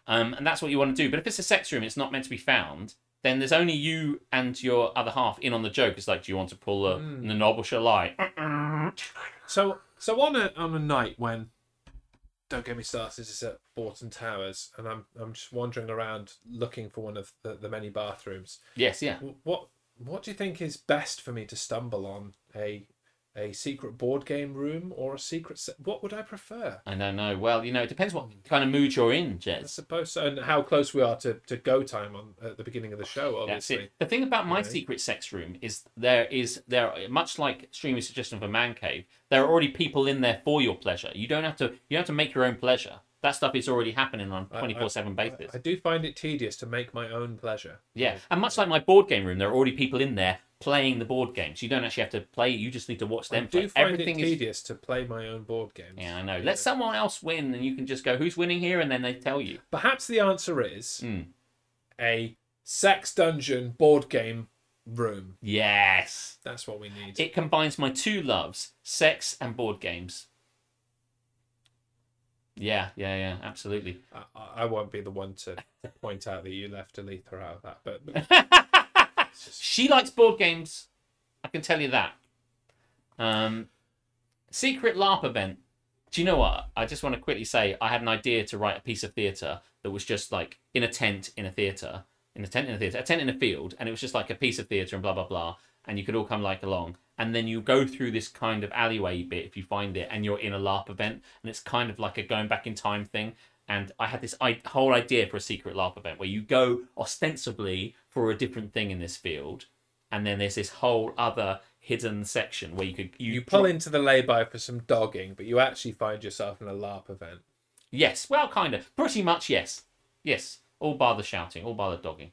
Speaker 1: um, and that's what you want to do. But if it's a sex room, it's not meant to be found. Then there's only you and your other half in on the joke. It's like, do you want to pull the, the knob or shall I?
Speaker 2: so so on a on a night when don't get me started, it's at Borton Towers, and I'm I'm just wandering around looking for one of the, the many bathrooms.
Speaker 1: yes, yeah.
Speaker 2: W- What what do you think is best for me to stumble on a a secret board game room or a secret? Se- what would I prefer?
Speaker 1: I don't know. Well, you know, it depends what kind of mood you're in,
Speaker 2: I
Speaker 1: Jez.
Speaker 2: suppose, so, and how close we are to, to go time on at the beginning of the show.
Speaker 1: That's
Speaker 2: Obviously,
Speaker 1: it. The thing about my
Speaker 2: Right.
Speaker 1: secret sex room is there is there much like streaming suggestion for man cave. There are already people in there for your pleasure. You don't have to. You have to make your own pleasure. That stuff is already happening on
Speaker 2: I- I-
Speaker 1: twenty four seven basis.
Speaker 2: I do find it tedious to make my own pleasure.
Speaker 1: yeah, and much like my board game room, there are already people in there playing the board games. You don't actually have to play. You just need to watch them.
Speaker 2: I do
Speaker 1: play.
Speaker 2: find
Speaker 1: Everything
Speaker 2: it
Speaker 1: is.
Speaker 2: tedious to play my own board games.
Speaker 1: Yeah, I know. Let someone else win, and you can just go, "Who's winning here?" And then they tell you.
Speaker 2: Perhaps the answer is
Speaker 1: Mm.
Speaker 2: a sex dungeon board game room.
Speaker 1: Yes.
Speaker 2: That's what we need.
Speaker 1: It combines my two loves, sex and board games. Yeah, yeah, yeah, absolutely.
Speaker 2: I, I- I won't be the one to to point out that you left Aletha out of that, but but
Speaker 1: She likes board games. I can tell you that. Um, secret LARP event. Do you know what? I just want to quickly say I had an idea to write a piece of theatre that was just like in a tent in a theatre, in a tent in a theatre, a tent in a field, and it was just like a piece of theatre and blah blah blah, and you could all come like along, and then you go through this kind of alleyway bit if you find it, and you're in a LARP event, and it's kind of like a going back in time thing. And I had this I- whole idea for a secret LARP event where you go ostensibly for a different thing in this field, and then there's this whole other hidden section where you could
Speaker 2: you pull into the lay-by for some dogging, but you actually find yourself in a LARP event.
Speaker 1: Yes, well, kind of. Pretty much, yes. Yes. All bar the shouting, all bar the dogging.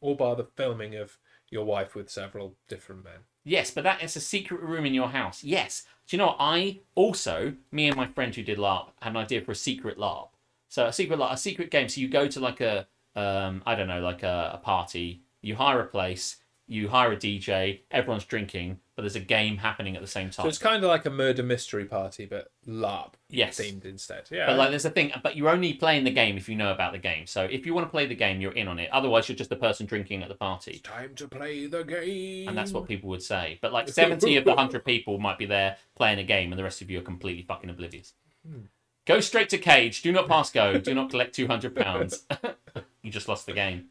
Speaker 2: All bar the filming of your wife with several different men.
Speaker 1: Yes, but that is a secret room in your house. Yes. Do you know what? I also, me and my friend who did LARP, had an idea for a secret LARP. So a secret LARP, a secret game. So you go to like a, um, I don't know, like a, a party. You hire a place. you hire a DJ, everyone's drinking, but there's a game happening at the same time.
Speaker 2: So it's kind of like a murder mystery party, but LARP
Speaker 1: Yes.
Speaker 2: themed instead. Yeah.
Speaker 1: But like, there's a thing. But you're only playing the game if you know about the game. So if you want to play the game, you're in on it. Otherwise, you're just the person drinking at the party,
Speaker 2: Time to play the game.
Speaker 1: and that's what people would say. But like, seventy of the hundred people might be there playing a game, and the rest of you are completely fucking oblivious.
Speaker 2: Hmm.
Speaker 1: Go straight to cage. Do not pass go. Do not collect two hundred pounds. you just lost the game.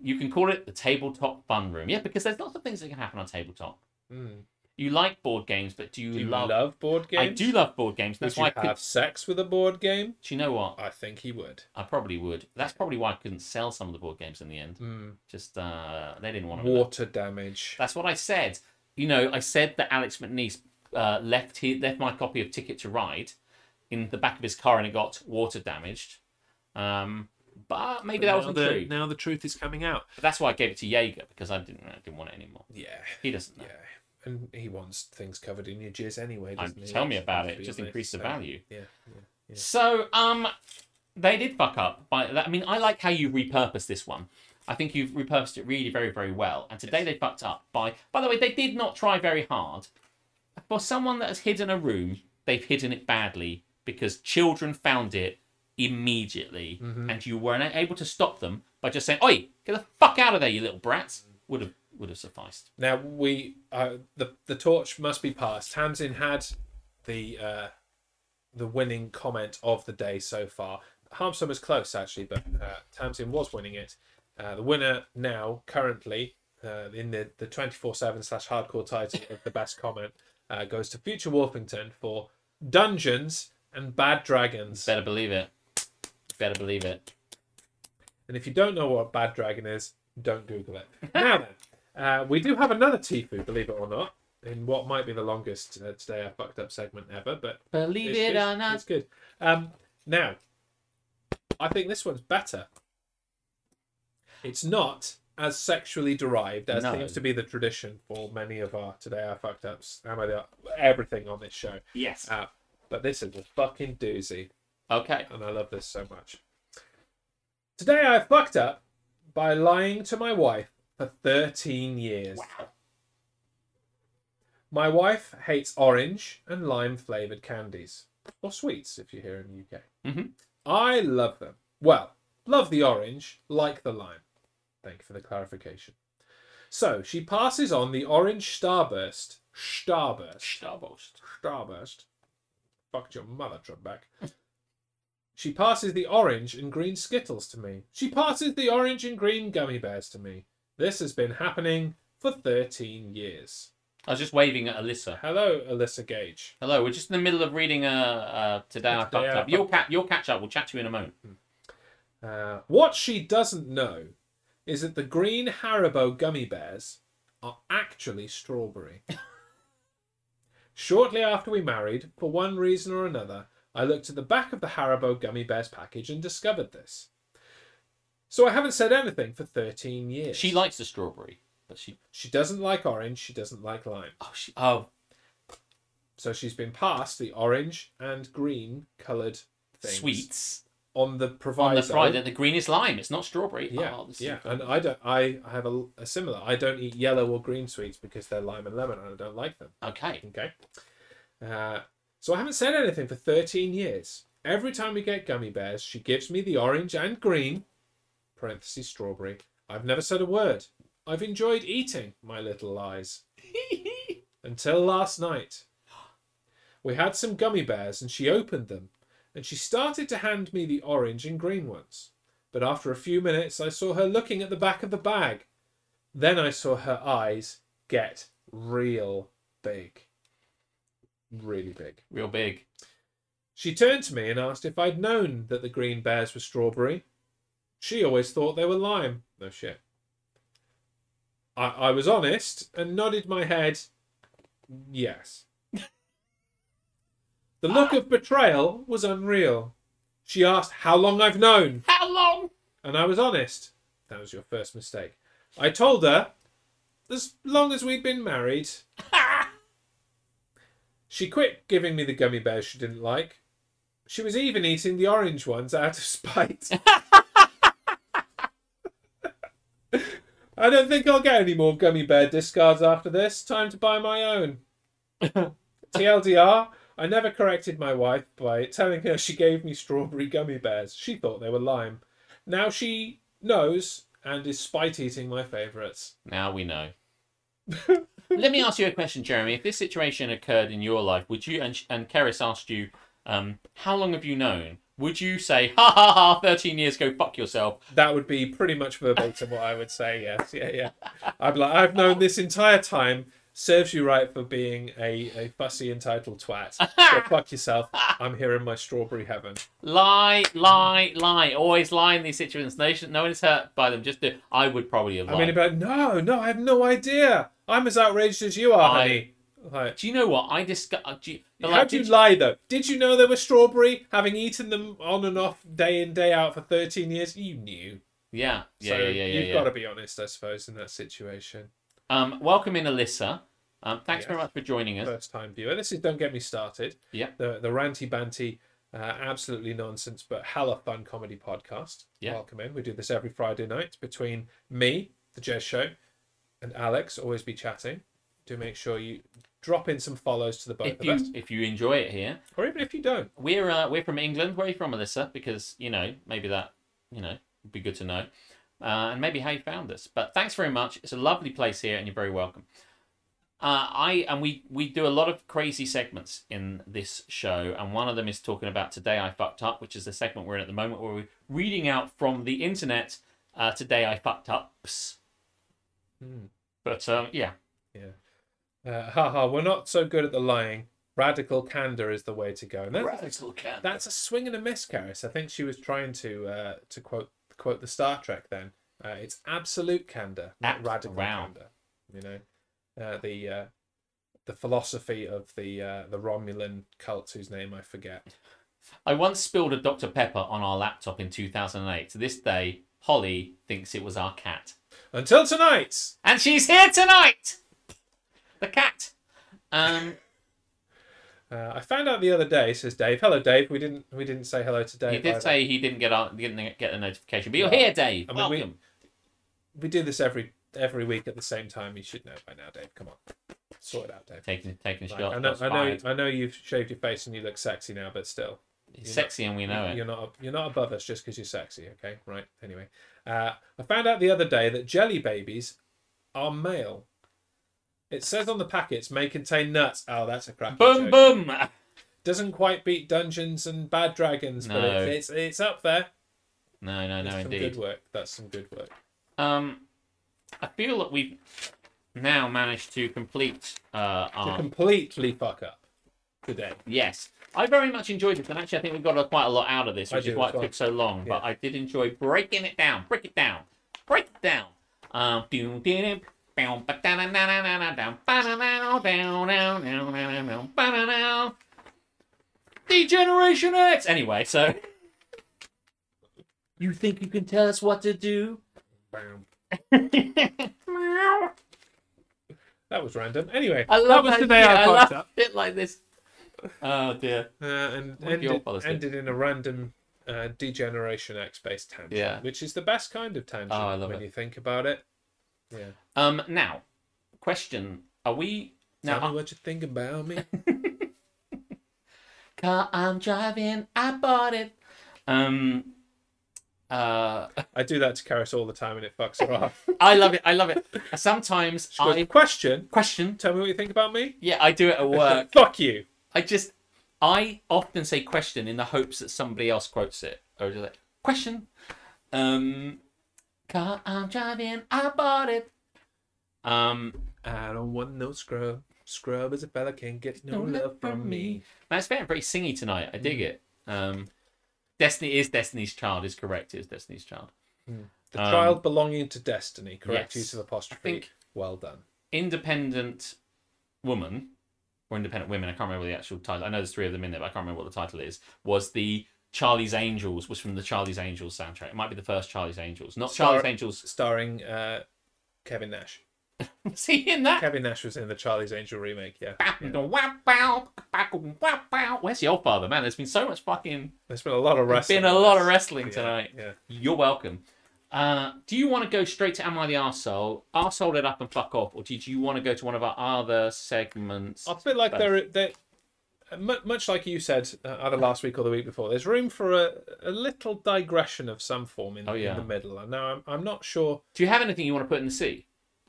Speaker 1: You can call it the tabletop fun room. Yeah, because there's lots of things that can happen on tabletop.
Speaker 2: Mm.
Speaker 1: You like board games, but do you,
Speaker 2: Do you love,
Speaker 1: love?
Speaker 2: board
Speaker 1: I
Speaker 2: games?
Speaker 1: do love board games. That's
Speaker 2: Would you
Speaker 1: why I
Speaker 2: have
Speaker 1: could.
Speaker 2: sex with a board game?
Speaker 1: Do you know what?
Speaker 2: I think he would.
Speaker 1: I probably would. That's probably why I couldn't sell some of the board games in the end.
Speaker 2: Mm.
Speaker 1: Just uh, they didn't want to.
Speaker 2: Water damage.
Speaker 1: That's what I said. You know, I said that Alex McNeese uh, left he left my copy of Ticket to Ride in the back of his car, and it got water damaged. Um, but maybe that wasn't
Speaker 2: now the,
Speaker 1: true.
Speaker 2: Now the truth is coming out.
Speaker 1: But that's why I gave it to Jaeger because I didn't I didn't want it anymore.
Speaker 2: Yeah.
Speaker 1: He doesn't know.
Speaker 2: Yeah. And he wants things covered in your jizz anyway,
Speaker 1: Um,
Speaker 2: doesn't he?
Speaker 1: tell me
Speaker 2: Let's-
Speaker 1: about
Speaker 2: let's
Speaker 1: it.
Speaker 2: be
Speaker 1: Just
Speaker 2: honest.
Speaker 1: increase the
Speaker 2: So,
Speaker 1: value.
Speaker 2: Yeah. yeah.
Speaker 1: So, um, they did fuck up. By that, I mean, I like how you repurposed this one. I think you've repurposed it really very, very well. And today they fucked up by. By the way, they did not try very hard. For someone that has hidden a room, they've hidden it badly because children found it immediately, and you weren't able to stop them by just saying, "Oi, get the fuck out of there, you little brats!" Would have would have sufficed.
Speaker 2: Now we uh, the the torch must be passed. Tamsin had the uh, the winning comment of the day so far. Harmsome was close actually, but uh, Tamsin was winning it. Uh, the winner now currently uh, in the the twenty four seven slash hardcore title of the best comment uh, goes to Future Warpington for Dungeons and Bad Dragons.
Speaker 1: Better believe it. Better believe it.
Speaker 2: And if you don't know what Bad Dragon is, don't Google it. Now then, uh, we do have another Tifu, believe it or not, in what might be the longest uh, today I fucked up segment ever, but
Speaker 1: Believe
Speaker 2: it's,
Speaker 1: it
Speaker 2: it's-
Speaker 1: or not.
Speaker 2: it's good. Um, now, I think this one's better. It's not as sexually derived as
Speaker 1: No.
Speaker 2: seems to be the tradition for many of our today I fucked ups. Am I the, everything on this show?
Speaker 1: Yes.
Speaker 2: Uh, but this is a fucking doozy
Speaker 1: Okay.
Speaker 2: and I love this so much. Today I fucked up by lying to my wife for 13 years.
Speaker 1: Wow.
Speaker 2: My wife hates orange and lime flavored candies, or sweets if you're here in the UK.
Speaker 1: Mhm.
Speaker 2: I love them. Well, love the orange, like the lime. Thank you for the clarification. So she passes on the orange starburst, starburst,
Speaker 1: Starburst.
Speaker 2: Starburst. Fucked your mother, Trebek. she passes the orange and green Skittles to me. She passes the orange and green gummy bears to me. This has been happening for 13 years.
Speaker 1: I was just waving at Alyssa.
Speaker 2: Hello, Alyssa Gage.
Speaker 1: Hello, we're just in the middle of reading uh, uh today I
Speaker 2: Today
Speaker 1: fucked
Speaker 2: I
Speaker 1: up.
Speaker 2: Fucked
Speaker 1: You'll catch you'll catch up. We'll chat to you in a moment.
Speaker 2: Uh, what she doesn't know is that the green Haribo gummy bears are actually strawberry. Shortly after we married, for one reason or another, I looked at the back of the Haribo gummy bears package and discovered this. So I haven't said anything for 13 years.
Speaker 1: She likes the strawberry, but she
Speaker 2: she doesn't like orange, she doesn't like lime.
Speaker 1: oh she oh
Speaker 2: So she's been passed the orange and green coloured things
Speaker 1: sweets
Speaker 2: on the
Speaker 1: on
Speaker 2: proviso
Speaker 1: the Friday. The green is lime. It's not strawberry.
Speaker 2: Yeah,
Speaker 1: Oh, this is-
Speaker 2: yeah, and I don't. I I have a, a similar. I don't eat yellow or green sweets because they're lime and lemon, and I don't like them.
Speaker 1: Okay.
Speaker 2: Okay. Uh, so I haven't said anything for thirteen years. Every time we get gummy bears, she gives me the orange and green (parentheses strawberry). I've never said a word. I've enjoyed eating my little lies until last night. We had some gummy bears, and she opened them, and she started to hand me the orange and green ones but after a few minutes I saw her looking at the back of the bag. Then I saw her eyes get real big. Really big.
Speaker 1: Real big.
Speaker 2: She turned to me and asked if I'd known that the green bears were strawberry. She always thought they were lime. No shit. I, I was honest and nodded my head yes. the look of betrayal was unreal. She asked how long I've known
Speaker 1: How long?
Speaker 2: and I was honest. That was your first mistake. I told her, as long as we'd been married. she quit giving me the gummy bears she didn't like. She was even eating the orange ones out of spite. I don't think I'll get any more gummy bear discards after this. Time to buy my own. TLDR, I never corrected my wife by telling her she gave me strawberry gummy bears. She thought they were lime. Now she knows and is spite eating my favourites.
Speaker 1: Now we know. Let me ask you a question, Jeremy. If this situation occurred in your life, would you and and Keris asked you, um, how long have you known? Would you say, ha ha ha, thirteen years, go fuck yourself?
Speaker 2: That would be pretty much verbatim what I would say, yes. Yeah, yeah. I'd be like, I've known this entire time. Serves you right for being a, a fussy entitled twat. So fuck yourself. I'm here in my strawberry heaven.
Speaker 1: Lie, lie, lie. Always lie in these situations. No, no one is hurt by them. Just do. I would probably have lied.
Speaker 2: I mean, about no, no, I have no idea. I'm as outraged as you are,
Speaker 1: I-
Speaker 2: honey. Like,
Speaker 1: do you know what I discuss? Do you, but
Speaker 2: How
Speaker 1: like,
Speaker 2: do you
Speaker 1: did
Speaker 2: lie though? Did you know they were strawberry, having eaten them on and off day in day out for thirteen years? You knew.
Speaker 1: you- Yeah, yeah,
Speaker 2: so
Speaker 1: yeah, yeah, yeah.
Speaker 2: You've
Speaker 1: yeah.
Speaker 2: got to be honest, I suppose, in that situation.
Speaker 1: Um, welcome in, Alyssa. Um, thanks very
Speaker 2: Yes.
Speaker 1: much for joining us.
Speaker 2: First time viewer. This is don't get me started.
Speaker 1: Yeah.
Speaker 2: The the ranty banty, uh, absolutely nonsense, but hella fun comedy podcast.
Speaker 1: Yeah.
Speaker 2: Welcome in. We do this every Friday night between me, the Jez Show, and Alex. Always be chatting. Do make sure you drop in some follows to the both
Speaker 1: If
Speaker 2: of
Speaker 1: you
Speaker 2: us,
Speaker 1: if you enjoy it here,
Speaker 2: or even if you don't.
Speaker 1: we're uh, we're from England. Where are you from, Alyssa? Because you know maybe that you know would be good to know, uh, and maybe how you found us. But thanks very much. It's a lovely place here, and you're very welcome. Uh, I and we we do a lot of crazy segments in this show, and one of them is talking about today I fucked up, which is the segment we're in at the moment, where we're reading out from the internet uh, today I fucked ups.
Speaker 2: Hmm.
Speaker 1: But um, yeah,
Speaker 2: Yeah. Uh, haha, we're not so good at the lying. Radical candor is the way to go. And that's, that's a swing and a miss, Karis. I think she was trying to uh, to quote quote the Star Trek then. Uh, it's absolute candor, not
Speaker 1: Ab-
Speaker 2: radical
Speaker 1: wow.
Speaker 2: candor. You know, uh, the uh, the philosophy of the uh, the Romulan cult whose name I forget.
Speaker 1: I once spilled a Dr. Pepper on our laptop in 2008. To this day, Holly thinks it was our cat.
Speaker 2: Until tonight.
Speaker 1: And she's here tonight! The cat! Um,
Speaker 2: Uh, I found out the other day, says Dave. Hello, Dave. We didn't we didn't say hello to Dave.
Speaker 1: he did
Speaker 2: either.
Speaker 1: say he didn't get our, didn't get the notification, but you're
Speaker 2: Yeah.
Speaker 1: here, Dave.
Speaker 2: I mean, we-
Speaker 1: Welcome.
Speaker 2: we do this every every week at the same time. You should know by now, Dave. Come on, sort it out, Dave.
Speaker 1: Taking taking
Speaker 2: Like,
Speaker 1: shots.
Speaker 2: I know,
Speaker 1: shots
Speaker 2: I know,
Speaker 1: fired.
Speaker 2: I know. You've shaved your face and you look sexy now, but still,
Speaker 1: He's sexy, and we know it.
Speaker 2: you're not you're not above us just because you're sexy. Okay, right. Anyway, uh, I found out the other day that jelly babies are male. It says on the packets may contain nuts. Oh, that's a crap.
Speaker 1: Boom, boom!
Speaker 2: Doesn't quite beat Dungeons and Bad Dragons, but
Speaker 1: No.
Speaker 2: it's, it's it's up there.
Speaker 1: No, no,
Speaker 2: That's
Speaker 1: no,
Speaker 2: some
Speaker 1: indeed.
Speaker 2: good work. That's some good work.
Speaker 1: Um, I feel that we've now managed to complete uh,
Speaker 2: To
Speaker 1: our
Speaker 2: completely fuck up today.
Speaker 1: Yes. I very much enjoyed this, and actually, I think we got quite a lot out of this,
Speaker 2: I
Speaker 1: which
Speaker 2: do
Speaker 1: is why
Speaker 2: as
Speaker 1: it
Speaker 2: well.
Speaker 1: took so long. But I did enjoy breaking it down. Break it down. Break it down. Um, doom, doom, down, ba, da, na, na, na, na, na, down, ba, na, na, na, down, down, down, down, down, down, ba, na, na. Degeneration X. Anyway, so you think you can tell us what to do?
Speaker 2: Bam.
Speaker 1: I
Speaker 2: That was random. Anyway,
Speaker 1: love
Speaker 2: that was
Speaker 1: how-
Speaker 2: today
Speaker 1: yeah,
Speaker 2: I
Speaker 1: love
Speaker 2: fucked up.
Speaker 1: it like this. Oh dear.
Speaker 2: Uh, and
Speaker 1: Would be your
Speaker 2: ended,
Speaker 1: policy.
Speaker 2: ended in a random uh, degeneration X based tangent,
Speaker 1: Yeah.
Speaker 2: which is the best kind of tangent
Speaker 1: Oh, I love
Speaker 2: when
Speaker 1: it.
Speaker 2: you think about it. Yeah.
Speaker 1: Um, now, question: Are we
Speaker 2: Tell
Speaker 1: now?
Speaker 2: me what you think about me.
Speaker 1: car I'm driving. I bought it. Um, uh,
Speaker 2: I do that to Karis all the time and it fucks her off. She
Speaker 1: I love it. I love it. Sometimes
Speaker 2: goes,
Speaker 1: I
Speaker 2: Question
Speaker 1: question.
Speaker 2: Tell me what you think about me.
Speaker 1: Yeah, I do it at work.
Speaker 2: Fuck you.
Speaker 1: I just, I often say question in the hopes that somebody else quotes it or just like question. Um, car I'm driving. I bought it. Um,
Speaker 2: I don't want no scrub. Scrub is a fella can't get no,
Speaker 1: No
Speaker 2: love from me. Mm.
Speaker 1: That's very, very singy tonight. I dig it. Um, Destiny is Destiny's Child is correct. It is Destiny's Child.
Speaker 2: The
Speaker 1: Um,
Speaker 2: child belonging to destiny. Correct
Speaker 1: yes.
Speaker 2: use of apostrophe.
Speaker 1: think-
Speaker 2: Well done.
Speaker 1: Independent woman or independent women. I can't remember the actual title. I know there's three of them in there, but I can't remember what the title is. Was the Charlie's Angels was from the Charlie's Angels soundtrack. It might be the first Charlie's Angels, not
Speaker 2: Star-
Speaker 1: Charlie's Angels.
Speaker 2: Starring uh, Kevin Nash.
Speaker 1: Was he in that?
Speaker 2: Kevin Nash was in the Charlie's Angel remake. Yeah.
Speaker 1: Where's the old father, man? There's been so much fucking.
Speaker 2: There's been a lot of wrestling.
Speaker 1: Been a lot of
Speaker 2: Yes.
Speaker 1: wrestling
Speaker 2: Yeah,
Speaker 1: tonight.
Speaker 2: Yeah.
Speaker 1: You're welcome. Uh, do you want to go straight to Am I the Arsehole, Arsehole it up and fuck off, or did you want to go to one of our other segments?
Speaker 2: I feel like there, there, uh, mu- much like you said uh, either last week or the week before, there's room for a, a little digression of some form in,
Speaker 1: Oh, yeah.
Speaker 2: in the middle. And now I'm, I'm not sure.
Speaker 1: Do you have anything you want to put in the sea?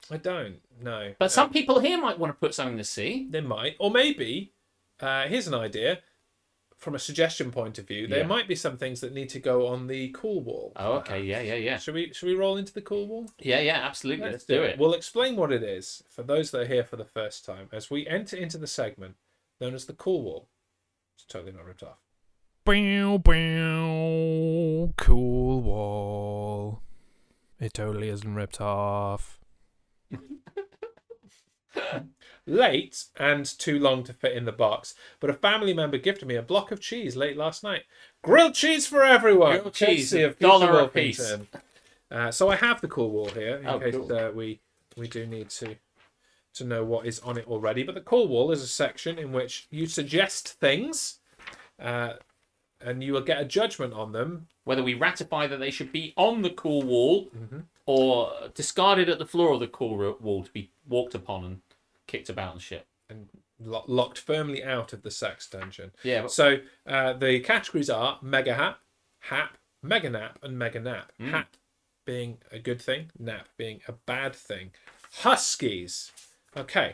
Speaker 2: I don't know.
Speaker 1: But some people here might want to put something in the sea.
Speaker 2: They might, or maybe uh, here's an idea. From a suggestion point of view, there
Speaker 1: Yeah.
Speaker 2: might be some things that need to go on the cool wall.
Speaker 1: Oh, okay, yeah, yeah, yeah,
Speaker 2: Should we should we roll into the cool wall?
Speaker 1: yeah, yeah, absolutely. Let's, do it.
Speaker 2: We'll explain what it is for those that are here for the first time as we enter into the segment known as the cool wall. It's totally not ripped off.
Speaker 5: Bow, bow. Cool wall. It totally isn't ripped off.
Speaker 2: late and too long to fit in the box, but a family member gifted me a block of cheese late last night. Grilled cheese for everyone!
Speaker 1: Grilled cheese,
Speaker 2: Courtesy
Speaker 1: a
Speaker 2: Peter
Speaker 1: dollar a
Speaker 2: Wilkington. Uh, so I have the cool wall here in
Speaker 1: Oh,
Speaker 2: case
Speaker 1: cool.
Speaker 2: uh, we we do need to to know what is on it already. But the cool wall is a section in which you suggest things, uh, and you will get a judgment on them.
Speaker 1: Whether we ratify that they should be on the cool wall or discarded at the floor of the cool ro- wall to be walked upon and kicked about and shit.
Speaker 2: lo- Locked firmly out of the sex dungeon.
Speaker 1: Yeah, but-
Speaker 2: So uh, the categories are mega hap, hap, mega nap, and mega nap.
Speaker 1: Hmm.
Speaker 2: Hap being a good thing, nap being a bad thing. Huskies. Okay.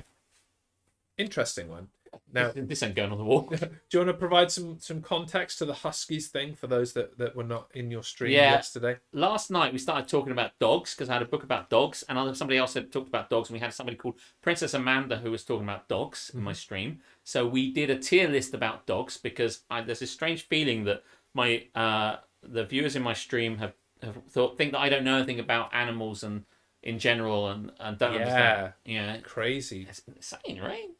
Speaker 2: Interesting one. Now, do
Speaker 1: This ain't going on the wall.
Speaker 2: you want to provide some some context to the Huskies thing for those that, that were not in your stream
Speaker 1: Yeah.
Speaker 2: yesterday?
Speaker 1: last night we started talking about dogs because I had a book about dogs, and other somebody else had talked about dogs, and we had somebody called Princess Amanda who was talking about dogs in my stream. So we did a tier list about dogs because I, there's this strange feeling that my uh, the viewers in my stream have, have thought think that I don't know anything about animals and in general and, and don't understand. Yeah,
Speaker 2: Crazy.
Speaker 1: it's insane, right?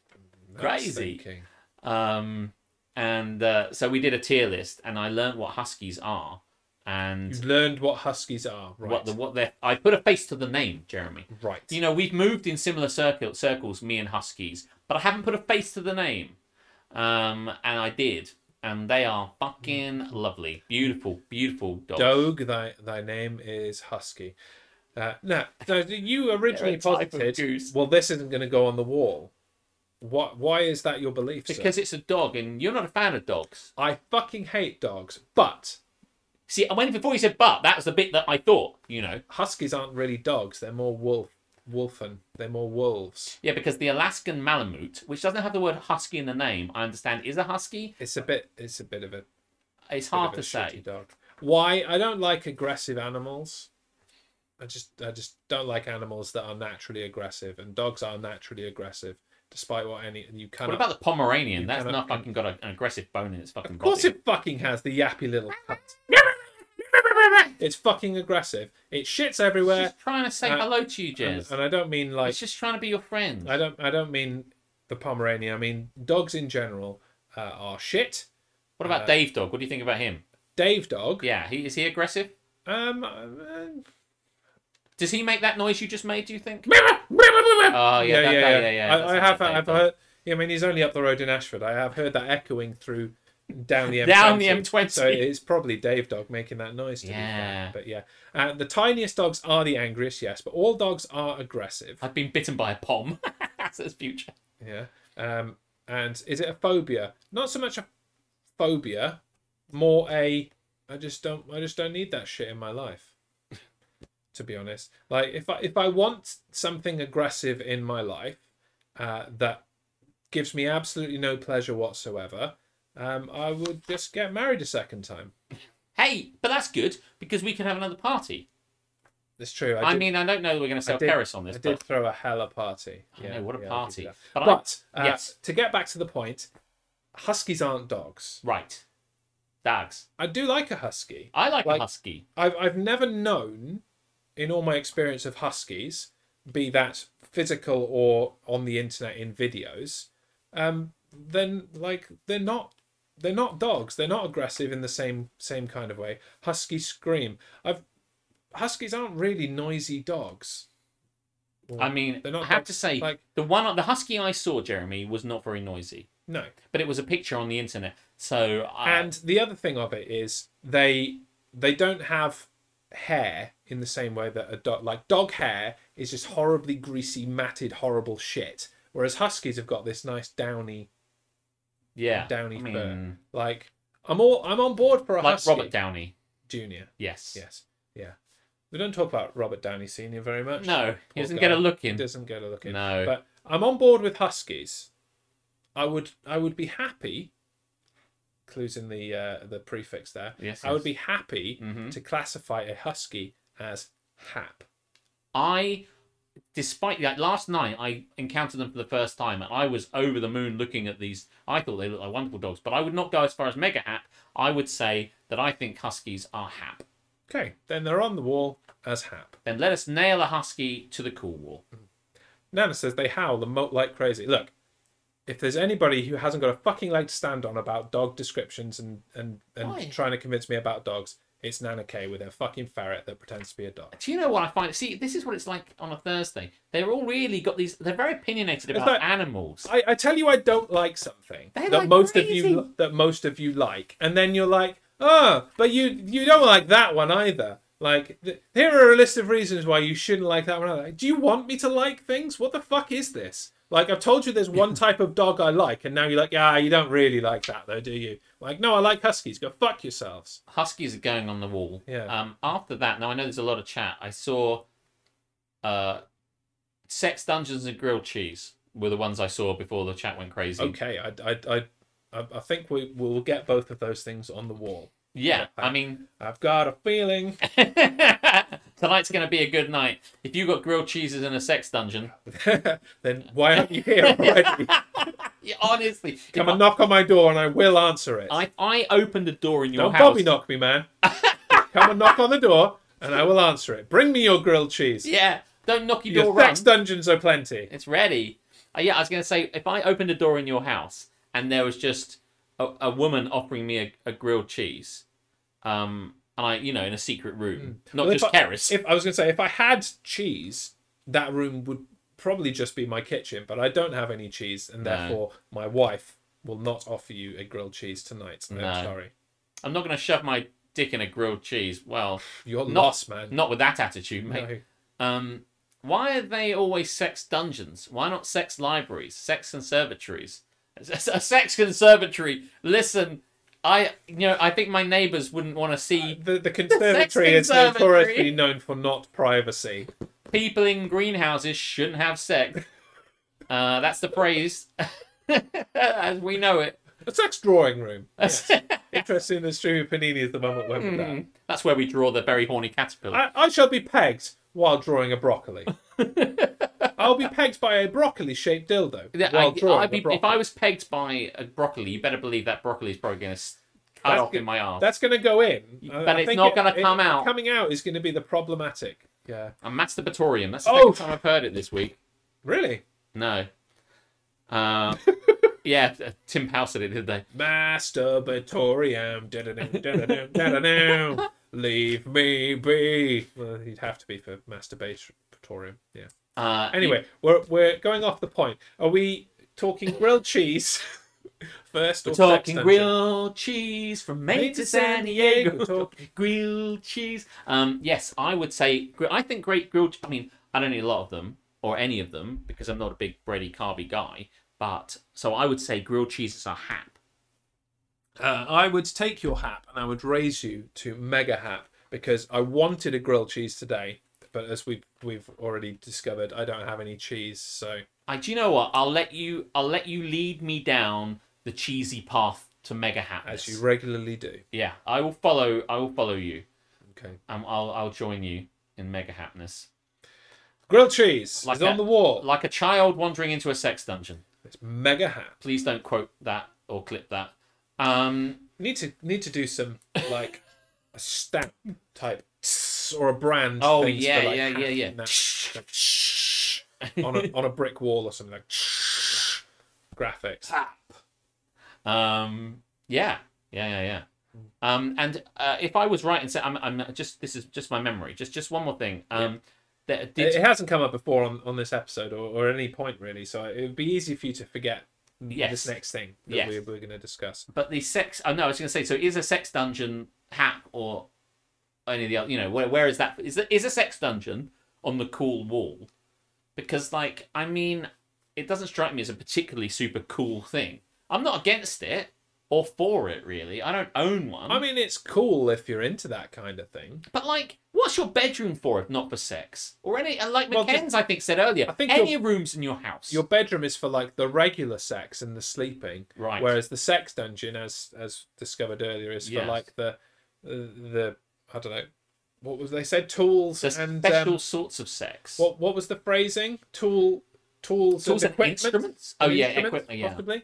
Speaker 2: that's
Speaker 1: Crazy.
Speaker 2: thinking.
Speaker 1: Um, and uh, so we did a tier list, and I learned what huskies are, and
Speaker 2: You've learned what Huskies are, right? Mm-hmm.
Speaker 1: what the what they I put a face to the name, Jeremy.
Speaker 2: right.
Speaker 1: You know, we've moved in similar circle, circles, me and Huskies, but I haven't put a face to the name. Um, and I did, and they are
Speaker 2: Mm.
Speaker 1: fucking lovely, beautiful, beautiful dogs.
Speaker 2: Dog, thy thy name is Husky. Uh, no, no, you originally
Speaker 1: They're a type of
Speaker 2: posited.
Speaker 1: goose.
Speaker 2: Well, this isn't going to go on the wall. What? Why is that your belief? sir?
Speaker 1: because it's a dog, and you're not a fan of dogs.
Speaker 2: I fucking hate dogs, but
Speaker 1: See, I went before you said "but." That was the bit that I thought. You know,
Speaker 2: Huskies aren't really dogs. They're more wolf, wolfen. They're more wolves.
Speaker 1: yeah, because the Alaskan Malamute, which doesn't have the word husky in the name, I understand is a husky.
Speaker 2: It's a bit. It's a bit of a, bit
Speaker 1: It's
Speaker 2: of
Speaker 1: hard
Speaker 2: a
Speaker 1: to say.
Speaker 2: shitty dog. Why? I don't like aggressive animals. I just, I just don't like animals that are naturally aggressive, and dogs are naturally aggressive, despite what any you cannot.
Speaker 1: What about the Pomeranian? That's
Speaker 2: cannot-
Speaker 1: not fucking got a- an aggressive bone in its fucking
Speaker 2: Of course
Speaker 1: body.
Speaker 2: it fucking has the yappy little cunt. It's fucking aggressive. It shits everywhere.
Speaker 1: She's trying to say
Speaker 2: Uh,
Speaker 1: hello to you,
Speaker 2: And,
Speaker 1: Jez.
Speaker 2: and I don't mean like
Speaker 1: It's just trying to be your friend.
Speaker 2: I don't I don't mean the Pomeranian. I mean dogs in general uh, are shit.
Speaker 1: What about Dave Dog? What do you think about him?
Speaker 2: Dave dog.
Speaker 1: Yeah, he is he aggressive?
Speaker 2: Um uh,
Speaker 1: Does he make that noise you just made? Do you think? Oh
Speaker 2: uh,
Speaker 1: yeah,
Speaker 2: yeah,
Speaker 1: that,
Speaker 2: yeah,
Speaker 1: guy,
Speaker 2: yeah,
Speaker 1: yeah, yeah. that's
Speaker 2: I, I
Speaker 1: actually
Speaker 2: have
Speaker 1: Dave
Speaker 2: I've
Speaker 1: Dog.
Speaker 2: heard yeah, I mean he's only up the road in Ashford. I have heard that echoing through down the M20.
Speaker 1: Down the M20.
Speaker 2: So it's probably Dave dog making that noise to
Speaker 1: Yeah.
Speaker 2: be fair. But yeah. Uh, the tiniest dogs are the angriest, yes, but all dogs are aggressive.
Speaker 1: I've been bitten by a pom. That's his future.
Speaker 2: Yeah. Um, and is it a phobia? Not so much a phobia, more a I just don't I just don't need that shit in my life. To be honest, like if I if I want something aggressive in my life uh, that gives me absolutely no pleasure whatsoever, um, I would just get married a second time.
Speaker 1: Hey, but that's good because we could have another party.
Speaker 2: It's true.
Speaker 1: I,
Speaker 2: did-
Speaker 1: mean, I don't know that we're going to sell
Speaker 2: did-
Speaker 1: Keris on this,
Speaker 2: I did
Speaker 1: but
Speaker 2: throw a hella party.
Speaker 1: I know, what a
Speaker 2: I'll
Speaker 1: party.
Speaker 2: give you that.
Speaker 1: But I-
Speaker 2: But, uh,
Speaker 1: yes.
Speaker 2: to get back to the point, huskies aren't dogs.
Speaker 1: right, dogs.
Speaker 2: I do like a husky.
Speaker 1: I like,
Speaker 2: Like-
Speaker 1: a husky.
Speaker 2: I've I've never known, in all my experience of huskies, be that physical or on the internet in videos, um, then like they're not they're not dogs. They're not aggressive in the same same kind of way. Huskies scream. I've huskies aren't really noisy dogs. Or-
Speaker 1: I mean,
Speaker 2: they're not
Speaker 1: I have
Speaker 2: dogs.
Speaker 1: to say,
Speaker 2: like
Speaker 1: the one, the husky I saw, Jeremy, was not very noisy,
Speaker 2: no.
Speaker 1: but it was a picture on the internet. So I,
Speaker 2: and the other thing of it is they they don't have hair in the same way that a dog, like dog hair, is just horribly greasy, matted, horrible shit. Whereas huskies have got this nice downy,
Speaker 1: Yeah.
Speaker 2: downy
Speaker 1: I mean,
Speaker 2: fur. Like I'm all, I'm on board for a
Speaker 1: like
Speaker 2: husky.
Speaker 1: Robert Downey.
Speaker 2: Junior.
Speaker 1: Yes.
Speaker 2: Yes. Yeah. We don't talk about Robert Downey Senior very much.
Speaker 1: No, he
Speaker 2: Poor
Speaker 1: doesn't
Speaker 2: guy.
Speaker 1: get a look in.
Speaker 2: Doesn't get a look in.
Speaker 1: No.
Speaker 2: But I'm on board with huskies. I would I would be happy. Clues in the uh, the prefix there.
Speaker 1: Yes,
Speaker 2: I would
Speaker 1: yes.
Speaker 2: be happy
Speaker 1: Mhm.
Speaker 2: to classify a husky as hap.
Speaker 1: I, despite that, last night I encountered them for the first time, and I was over the moon looking at these. I thought they looked like wonderful dogs, but I would not go as far as mega hap. I would say that I think huskies are hap.
Speaker 2: Okay, then they're on the wall as hap.
Speaker 1: Then let us nail a husky to the cool wall.
Speaker 2: Nana says they howl and moat like crazy. Look, if there's anybody who hasn't got a fucking leg to stand on about dog descriptions and and, and
Speaker 1: Why?
Speaker 2: trying to convince me about dogs, it's Nana K with her fucking ferret that pretends to be a dog.
Speaker 1: Do you know what I find? See, this is what it's like on a Thursday. They're all really got these. They're very opinionated about
Speaker 2: that-
Speaker 1: animals.
Speaker 2: I, I tell you I don't like something
Speaker 1: They
Speaker 2: that
Speaker 1: like
Speaker 2: most of
Speaker 1: crazy.
Speaker 2: you that most of you like, and then you're like, oh, but you you don't like that one either. Like th- here are a list of reasons why you shouldn't like that one either. Do you want me to like things? What the fuck is this? Like I've told you there's one type of dog I like, and now you're like, yeah, you don't really like that though, do you? Like, no, I like huskies. Go fuck yourselves.
Speaker 1: Huskies are going on the wall.
Speaker 2: Yeah.
Speaker 1: Um. After that, now I know there's a lot of chat. I saw, uh, sex dungeons and grilled cheese were the ones I saw before the chat went crazy.
Speaker 2: Okay, I I I, I, I think we will get both of those things on the wall.
Speaker 1: Yeah. I mean,
Speaker 2: I've got a feeling
Speaker 1: Tonight's going to be a good night. If you got grilled cheeses in a sex dungeon,
Speaker 2: then why aren't you here already?
Speaker 1: yeah, honestly,
Speaker 2: Come
Speaker 1: if
Speaker 2: and knock on my door and I will answer it.
Speaker 1: I, I opened a door in your
Speaker 2: Don't
Speaker 1: house.
Speaker 2: Bobby knock me, man. Come and knock on the door and I will answer it. Bring me your grilled cheese.
Speaker 1: Yeah, don't knock your,
Speaker 2: your
Speaker 1: door round.
Speaker 2: sex dungeons are plenty.
Speaker 1: It's ready. Uh, yeah, I was going to say if I opened a door in your house and there was just a, a woman offering me a, a grilled cheese, um, and I, you know, in a secret room, not
Speaker 2: Hmm. Well, if
Speaker 1: just
Speaker 2: I-
Speaker 1: terrace.
Speaker 2: If I was going to say, if I had cheese, that room would probably just be my kitchen, but I don't have any cheese and
Speaker 1: No.
Speaker 2: therefore my wife will not offer you a grilled cheese tonight. No,
Speaker 1: No.
Speaker 2: sorry.
Speaker 1: I'm not going to shove my dick in a grilled cheese. Well,
Speaker 2: You're
Speaker 1: Not-
Speaker 2: lost, man.
Speaker 1: not with that attitude, mate.
Speaker 2: No.
Speaker 1: Um, why are they always sex dungeons? Why not sex libraries, sex conservatories? A sex conservatory. Listen, I you know I think my neighbours wouldn't want to see
Speaker 2: The, the conservatory is
Speaker 1: conservatory.
Speaker 2: notoriously known for not privacy.
Speaker 1: people in greenhouses shouldn't have sex. Uh, that's the phrase as we know it.
Speaker 2: A sex drawing room. Yes. Interesting that Streamy Panini is the one that went with that.
Speaker 1: That's where we draw the very horny caterpillar.
Speaker 2: I, I shall be pegged while drawing a broccoli. I'll be pegged by a broccoli shaped dildo
Speaker 1: Yeah,
Speaker 2: while
Speaker 1: I-
Speaker 2: drawing
Speaker 1: I'd be-
Speaker 2: a broccoli.
Speaker 1: if I was pegged by a broccoli, you better believe that broccoli is probably going to cut
Speaker 2: That's
Speaker 1: off
Speaker 2: good.
Speaker 1: in my arse.
Speaker 2: That's going to go in. I-
Speaker 1: But
Speaker 2: I
Speaker 1: it's
Speaker 2: think
Speaker 1: not
Speaker 2: it-
Speaker 1: gonna
Speaker 2: it-
Speaker 1: come out.
Speaker 2: Coming out is going to be the problematic. Yeah.
Speaker 1: A masturbatorium. That's the
Speaker 2: Oh.
Speaker 1: second time I've heard it this week.
Speaker 2: Really?
Speaker 1: No. Uh, yeah, uh, Tim Powell said it, did they?
Speaker 2: Masturbatorium. da-da-dum, da-da-dum, da-da-dum, Leave me be. Well, he'd have to be for masturbatorium. Yeah.
Speaker 1: Uh,
Speaker 2: Anyway, we're, we're going off the point. Are we talking grilled cheese first or
Speaker 1: we're
Speaker 2: sex
Speaker 1: talking
Speaker 2: dungeon?
Speaker 1: grilled cheese from Maine to San Diego.
Speaker 2: We're talking-
Speaker 1: grilled cheese. Um, yes, I would say gr- I think great grilled. ch- I mean, I don't eat a lot of them or any of them because I'm not a big bready carby guy. But so I would say grilled cheeses are hap.
Speaker 2: Uh, I would take your hap and I would raise you to mega hap because I wanted a grilled cheese today, but as we've we've already discovered, I don't have any cheese. So
Speaker 1: I do you know what? I'll let you. I'll let you lead me down the cheesy path to mega hap.
Speaker 2: as you regularly do,
Speaker 1: yeah, I will follow. I will follow you.
Speaker 2: okay.
Speaker 1: Um, I'll I'll join you in mega happiness.
Speaker 2: Grilled cheese
Speaker 1: Like
Speaker 2: is
Speaker 1: a-
Speaker 2: on the wall.
Speaker 1: Like a child wandering into a sex dungeon.
Speaker 2: It's mega hap.
Speaker 1: Please don't quote that or clip that. Um,
Speaker 2: Need to need to do some like a stamp type tss or a brand.
Speaker 1: Oh,
Speaker 2: things
Speaker 1: yeah,
Speaker 2: for, like,
Speaker 1: yeah,
Speaker 2: hap
Speaker 1: yeah, yeah.
Speaker 2: and that. Like, on a on a brick wall or something like graphics.
Speaker 1: um, yeah, yeah, yeah, yeah. Um, and uh, if I was right in saying, I'm, I'm just this is just my memory. Just just one more thing. Um, that
Speaker 2: It,
Speaker 1: did
Speaker 2: it hasn't come up before on, on this episode or, or any point really, so it would be easy for you to forget
Speaker 1: Yes.
Speaker 2: this next thing that
Speaker 1: Yes.
Speaker 2: we're, we're going to discuss.
Speaker 1: but the sex. Oh no, I was going to say. So is a sex dungeon hap or any of the other, you know, where, where is that? Is, there, is a sex dungeon on the cool wall? Because, like, I mean, it doesn't strike me as a particularly super cool thing. I'm not against it or for it, really. I don't own one.
Speaker 2: I mean, it's cool if you're into that kind of thing.
Speaker 1: But like, what's your bedroom for if not for sex? Or any and like
Speaker 2: Well,
Speaker 1: McKen's, I think said earlier.
Speaker 2: I think
Speaker 1: any
Speaker 2: your-
Speaker 1: rooms in your house.
Speaker 2: Your bedroom is for like the regular sex and the sleeping,
Speaker 1: Right.
Speaker 2: Whereas the sex dungeon, as as discovered earlier, is for
Speaker 1: Yes.
Speaker 2: like the uh, the I don't know what was they said tools
Speaker 1: There's
Speaker 2: and
Speaker 1: special
Speaker 2: um,
Speaker 1: sorts of sex.
Speaker 2: what what was the phrasing tool tools,
Speaker 1: Tools and
Speaker 2: equipment?
Speaker 1: instruments? Oh, yeah, equipment, yeah.
Speaker 2: possibly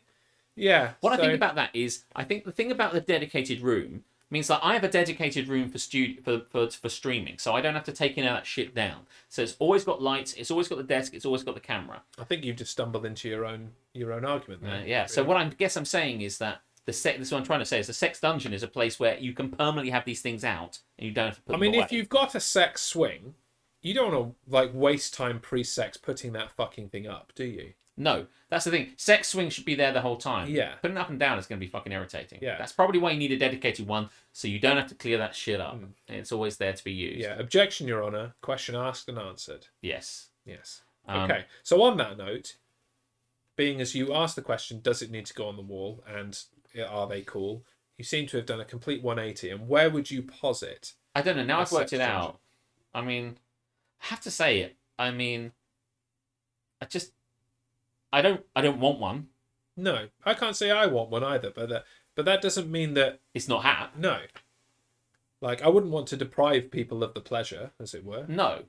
Speaker 2: yeah.
Speaker 1: What I
Speaker 2: so-
Speaker 1: think about that is, I think the thing about the dedicated room means that I have a dedicated room for studio for, for for streaming, so I don't have to take any of that shit down. So it's always got lights, it's always got the desk, it's always got the camera.
Speaker 2: I think you just stumbled into your own your own argument there.
Speaker 1: Uh, yeah. So what I guess I'm saying is that the sex. This is what I'm trying to say is the sex dungeon is a place where you can permanently have these things out and you don't have to put.
Speaker 2: I mean,
Speaker 1: them
Speaker 2: if
Speaker 1: away.
Speaker 2: you've got a sex swing, you don't want to like waste time pre-sex putting that fucking thing up, do you?
Speaker 1: No, that's the thing. Sex swing should be there the whole time.
Speaker 2: Yeah.
Speaker 1: Putting it up and down is going to be fucking irritating.
Speaker 2: Yeah.
Speaker 1: That's probably why you need a dedicated one, so you don't have to clear that shit up. It's always there to be used.
Speaker 2: Mm. Yeah. Objection, Your Honour. Question asked and answered.
Speaker 1: Yes.
Speaker 2: Yes.
Speaker 1: Um,
Speaker 2: okay. So on that note, being as you asked the question, does it need to go on the wall, and are they cool? You seem to have done a complete 180. And where would you posit?
Speaker 1: I don't know. Now
Speaker 2: That's
Speaker 1: I've worked
Speaker 2: sex
Speaker 1: it out.
Speaker 2: dungeon.
Speaker 1: I mean, I have to say it. I mean, I just, I don't, I don't want one.
Speaker 2: No, I can't say I want one either. But that, but that doesn't mean that
Speaker 1: It's not hap.
Speaker 2: no. Like I wouldn't want to deprive people of the pleasure, as it were.
Speaker 1: No.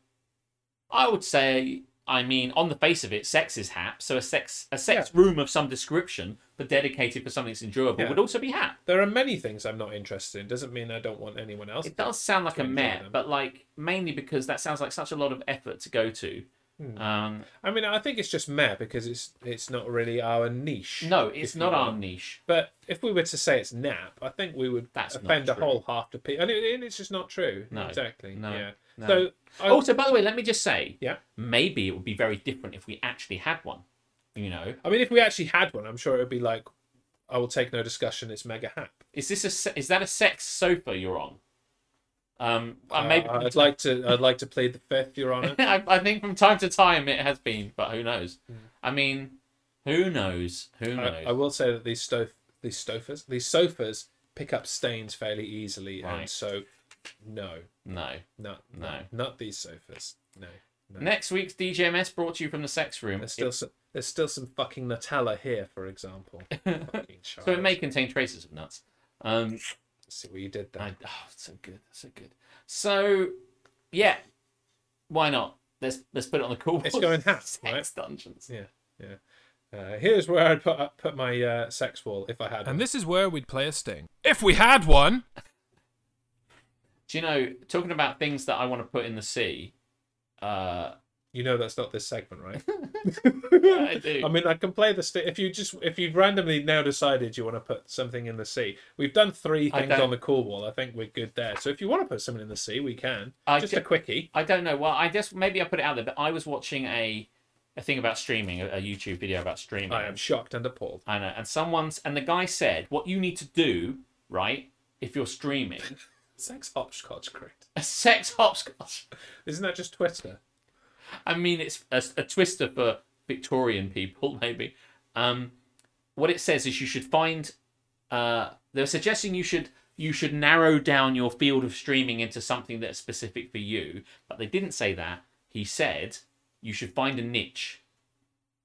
Speaker 1: I would say, I mean, on the face of it, sex is hap. So a sex, a sex room of some description, but dedicated for something that's enjoyable,
Speaker 2: Yeah.
Speaker 1: would also be hap.
Speaker 2: There are many things I'm not interested in. Doesn't mean I don't want anyone else.
Speaker 1: It does sound like
Speaker 2: to
Speaker 1: a
Speaker 2: enjoy
Speaker 1: meh,
Speaker 2: them.
Speaker 1: but like mainly because that sounds like such a lot of effort to go to.
Speaker 2: Hmm.
Speaker 1: Um,
Speaker 2: I mean, I think it's just meh because it's it's not really our niche.
Speaker 1: no, it's
Speaker 2: if you
Speaker 1: not our
Speaker 2: will.
Speaker 1: niche.
Speaker 2: But if we were to say it's nap, I think we would
Speaker 1: That's not
Speaker 2: offend a
Speaker 1: true.
Speaker 2: whole half the people, and, it, and it's just not true.
Speaker 1: No.
Speaker 2: exactly.
Speaker 1: No.
Speaker 2: Yeah.
Speaker 1: No.
Speaker 2: So I,
Speaker 1: also, by the way, let me just say,
Speaker 2: yeah.
Speaker 1: maybe it would be very different if we actually had one. You know,
Speaker 2: I mean, if we actually had one, I'm sure it would be like, I will take no discussion. It's mega hap.
Speaker 1: is this a se- is that a sex sofa you're on? Um, uh, maybe
Speaker 2: Uh, I'd like to. I'd like to plead the fifth, Your Honour.
Speaker 1: I, I think from time to time it has been, but who knows? I mean, who knows? Who knows?
Speaker 2: Hmm. I, I will say that these stof these sofas, these sofas pick up stains fairly easily,
Speaker 1: Right.
Speaker 2: and so no,
Speaker 1: no.
Speaker 2: not
Speaker 1: No.
Speaker 2: not these sofas. No, no.
Speaker 1: Next week's DJMS brought to you from the sex room.
Speaker 2: There's still some. There's still some fucking Nutella here, for example. fucking
Speaker 1: So it
Speaker 2: child.
Speaker 1: may contain traces of nuts. Um,
Speaker 2: See what you did there.
Speaker 1: I, oh, so good, so good. So, yeah, why not? Let's let's put it on the cool.
Speaker 2: It's
Speaker 1: board.
Speaker 2: going half,
Speaker 1: Sex
Speaker 2: right?
Speaker 1: dungeons.
Speaker 2: Yeah, yeah. Uh, here's where I'd put up, put my uh, sex wall if I had. one.
Speaker 5: And this is where we'd play a sting. If we had one!
Speaker 1: Do you know? Talking about things that I want to put in the sea. Uh,
Speaker 2: you know that's not this segment, right?
Speaker 1: I do.
Speaker 2: I mean, I can play the st- if you just if you've randomly now decided you want to put something in the sea. We've done three
Speaker 1: I
Speaker 2: things
Speaker 1: don't-
Speaker 2: on the cool wall. I think we're good there. So if you want to put something in the sea, we can.
Speaker 1: I
Speaker 2: just
Speaker 1: ju-
Speaker 2: a quickie.
Speaker 1: I don't know. Well, I guess maybe I put it out there, but I was watching a a thing about streaming, a, a YouTube video about streaming.
Speaker 2: I am shocked and appalled.
Speaker 1: I know. And someone's and the guy said, "What you need to do, right, if you're streaming,
Speaker 2: Sex hopscotch crit.
Speaker 1: a sex hopscotch."
Speaker 2: Isn't that just Twitter?
Speaker 1: I mean, it's a, a twister for Victorian people, maybe. Um, what it says is you should find. Uh, they're suggesting you should you should narrow down your field of streaming into something that's specific for you, but they didn't say that. He said you should find a niche.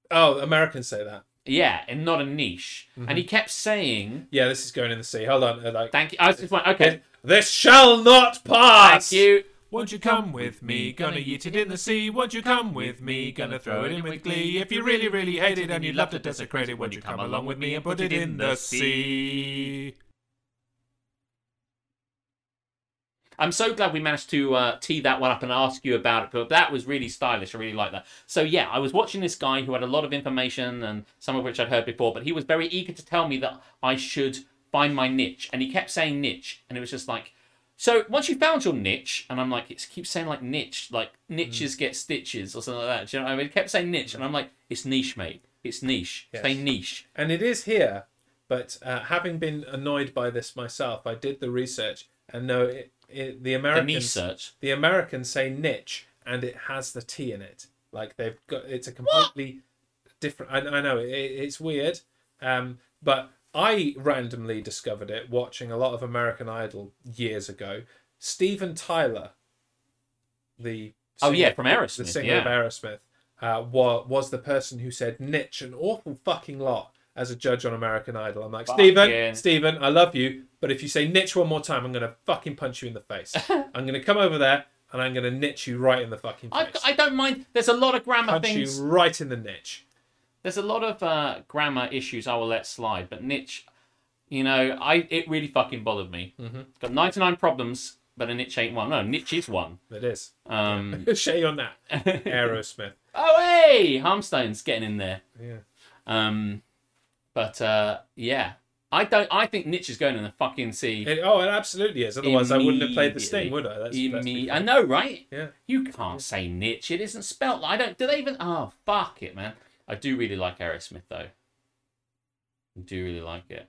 Speaker 2: Oh, Americans say that.
Speaker 1: Yeah, and not a niche. And he kept saying,
Speaker 2: Yeah, this is going in the sea. Hold on, uh, like
Speaker 1: "Thank you." I was just like, "Okay,
Speaker 2: this shall not pass.
Speaker 1: thank you."
Speaker 5: Won't you come with me? Gonna eat it in the sea. Won't you come with me? Gonna throw it in with glee. If you really, really hate it and you'd love to desecrate it, won't you come along with me and put it in the sea?
Speaker 1: I'm so glad we managed to uh, tee that one up and ask you about it, but that was really stylish. I really like that. So, yeah, I was watching this guy who had a lot of information and some of which I'd heard before, but he was very eager to tell me that I should find my niche. And he kept saying niche. And it was just like, so once you found your niche, and I'm like, it keeps saying like niche, like
Speaker 2: Mm.
Speaker 1: niches get stitches or something like that. Do you know what I mean? It kept saying niche. And I'm like, it's niche, mate. It's niche.
Speaker 2: Yes.
Speaker 1: Say niche.
Speaker 2: and it is here. But uh, having been annoyed by this myself, I did the research and no, it, i- the
Speaker 1: The
Speaker 2: Americans
Speaker 1: knee search.
Speaker 2: the Americans say niche, and it has the T in it. Like they've got, it's a completely different. I, I know it, it's weird, um, but I randomly discovered it watching a lot of American Idol years ago. Steven Tyler, the
Speaker 1: Oh,
Speaker 2: singer-
Speaker 1: yeah, from Aerosmith,
Speaker 2: the singer
Speaker 1: yeah.
Speaker 2: of Aerosmith, uh, was was the person who said niche an awful fucking lot as a judge on American Idol. I'm like Steven,
Speaker 1: Fucking-
Speaker 2: Steven, I love you, but if you say niche one more time, I'm gonna fucking punch you in the face. I'm gonna come over there and I'm gonna niche you right in the fucking
Speaker 1: I've,
Speaker 2: face.
Speaker 1: got- I don't mind. There's a lot of grammar
Speaker 2: punch
Speaker 1: things.
Speaker 2: you right in the niche.
Speaker 1: There's a lot of uh, grammar issues I will let slide, but niche, you know, I it really fucking bothered me. Mm-hmm. Got 99 problems, but a niche ain't one. No, niche is one.
Speaker 2: It is.
Speaker 1: Um,
Speaker 2: Shay on that. Aerosmith.
Speaker 1: oh hey, Harmstone's getting in there.
Speaker 2: Yeah.
Speaker 1: Um, but uh, yeah, I don't. I think niche is going in the fucking sea.
Speaker 2: It- oh, it absolutely is. Otherwise, I wouldn't have played the
Speaker 1: Immediately.
Speaker 2: sting, would I? That's, that's
Speaker 1: Imme- I know, right?
Speaker 2: Yeah.
Speaker 1: You can't say niche. It isn't spelt. I don't. Do they even? Oh, fuck it, man. I do really like Aerosmith though. I do really like it.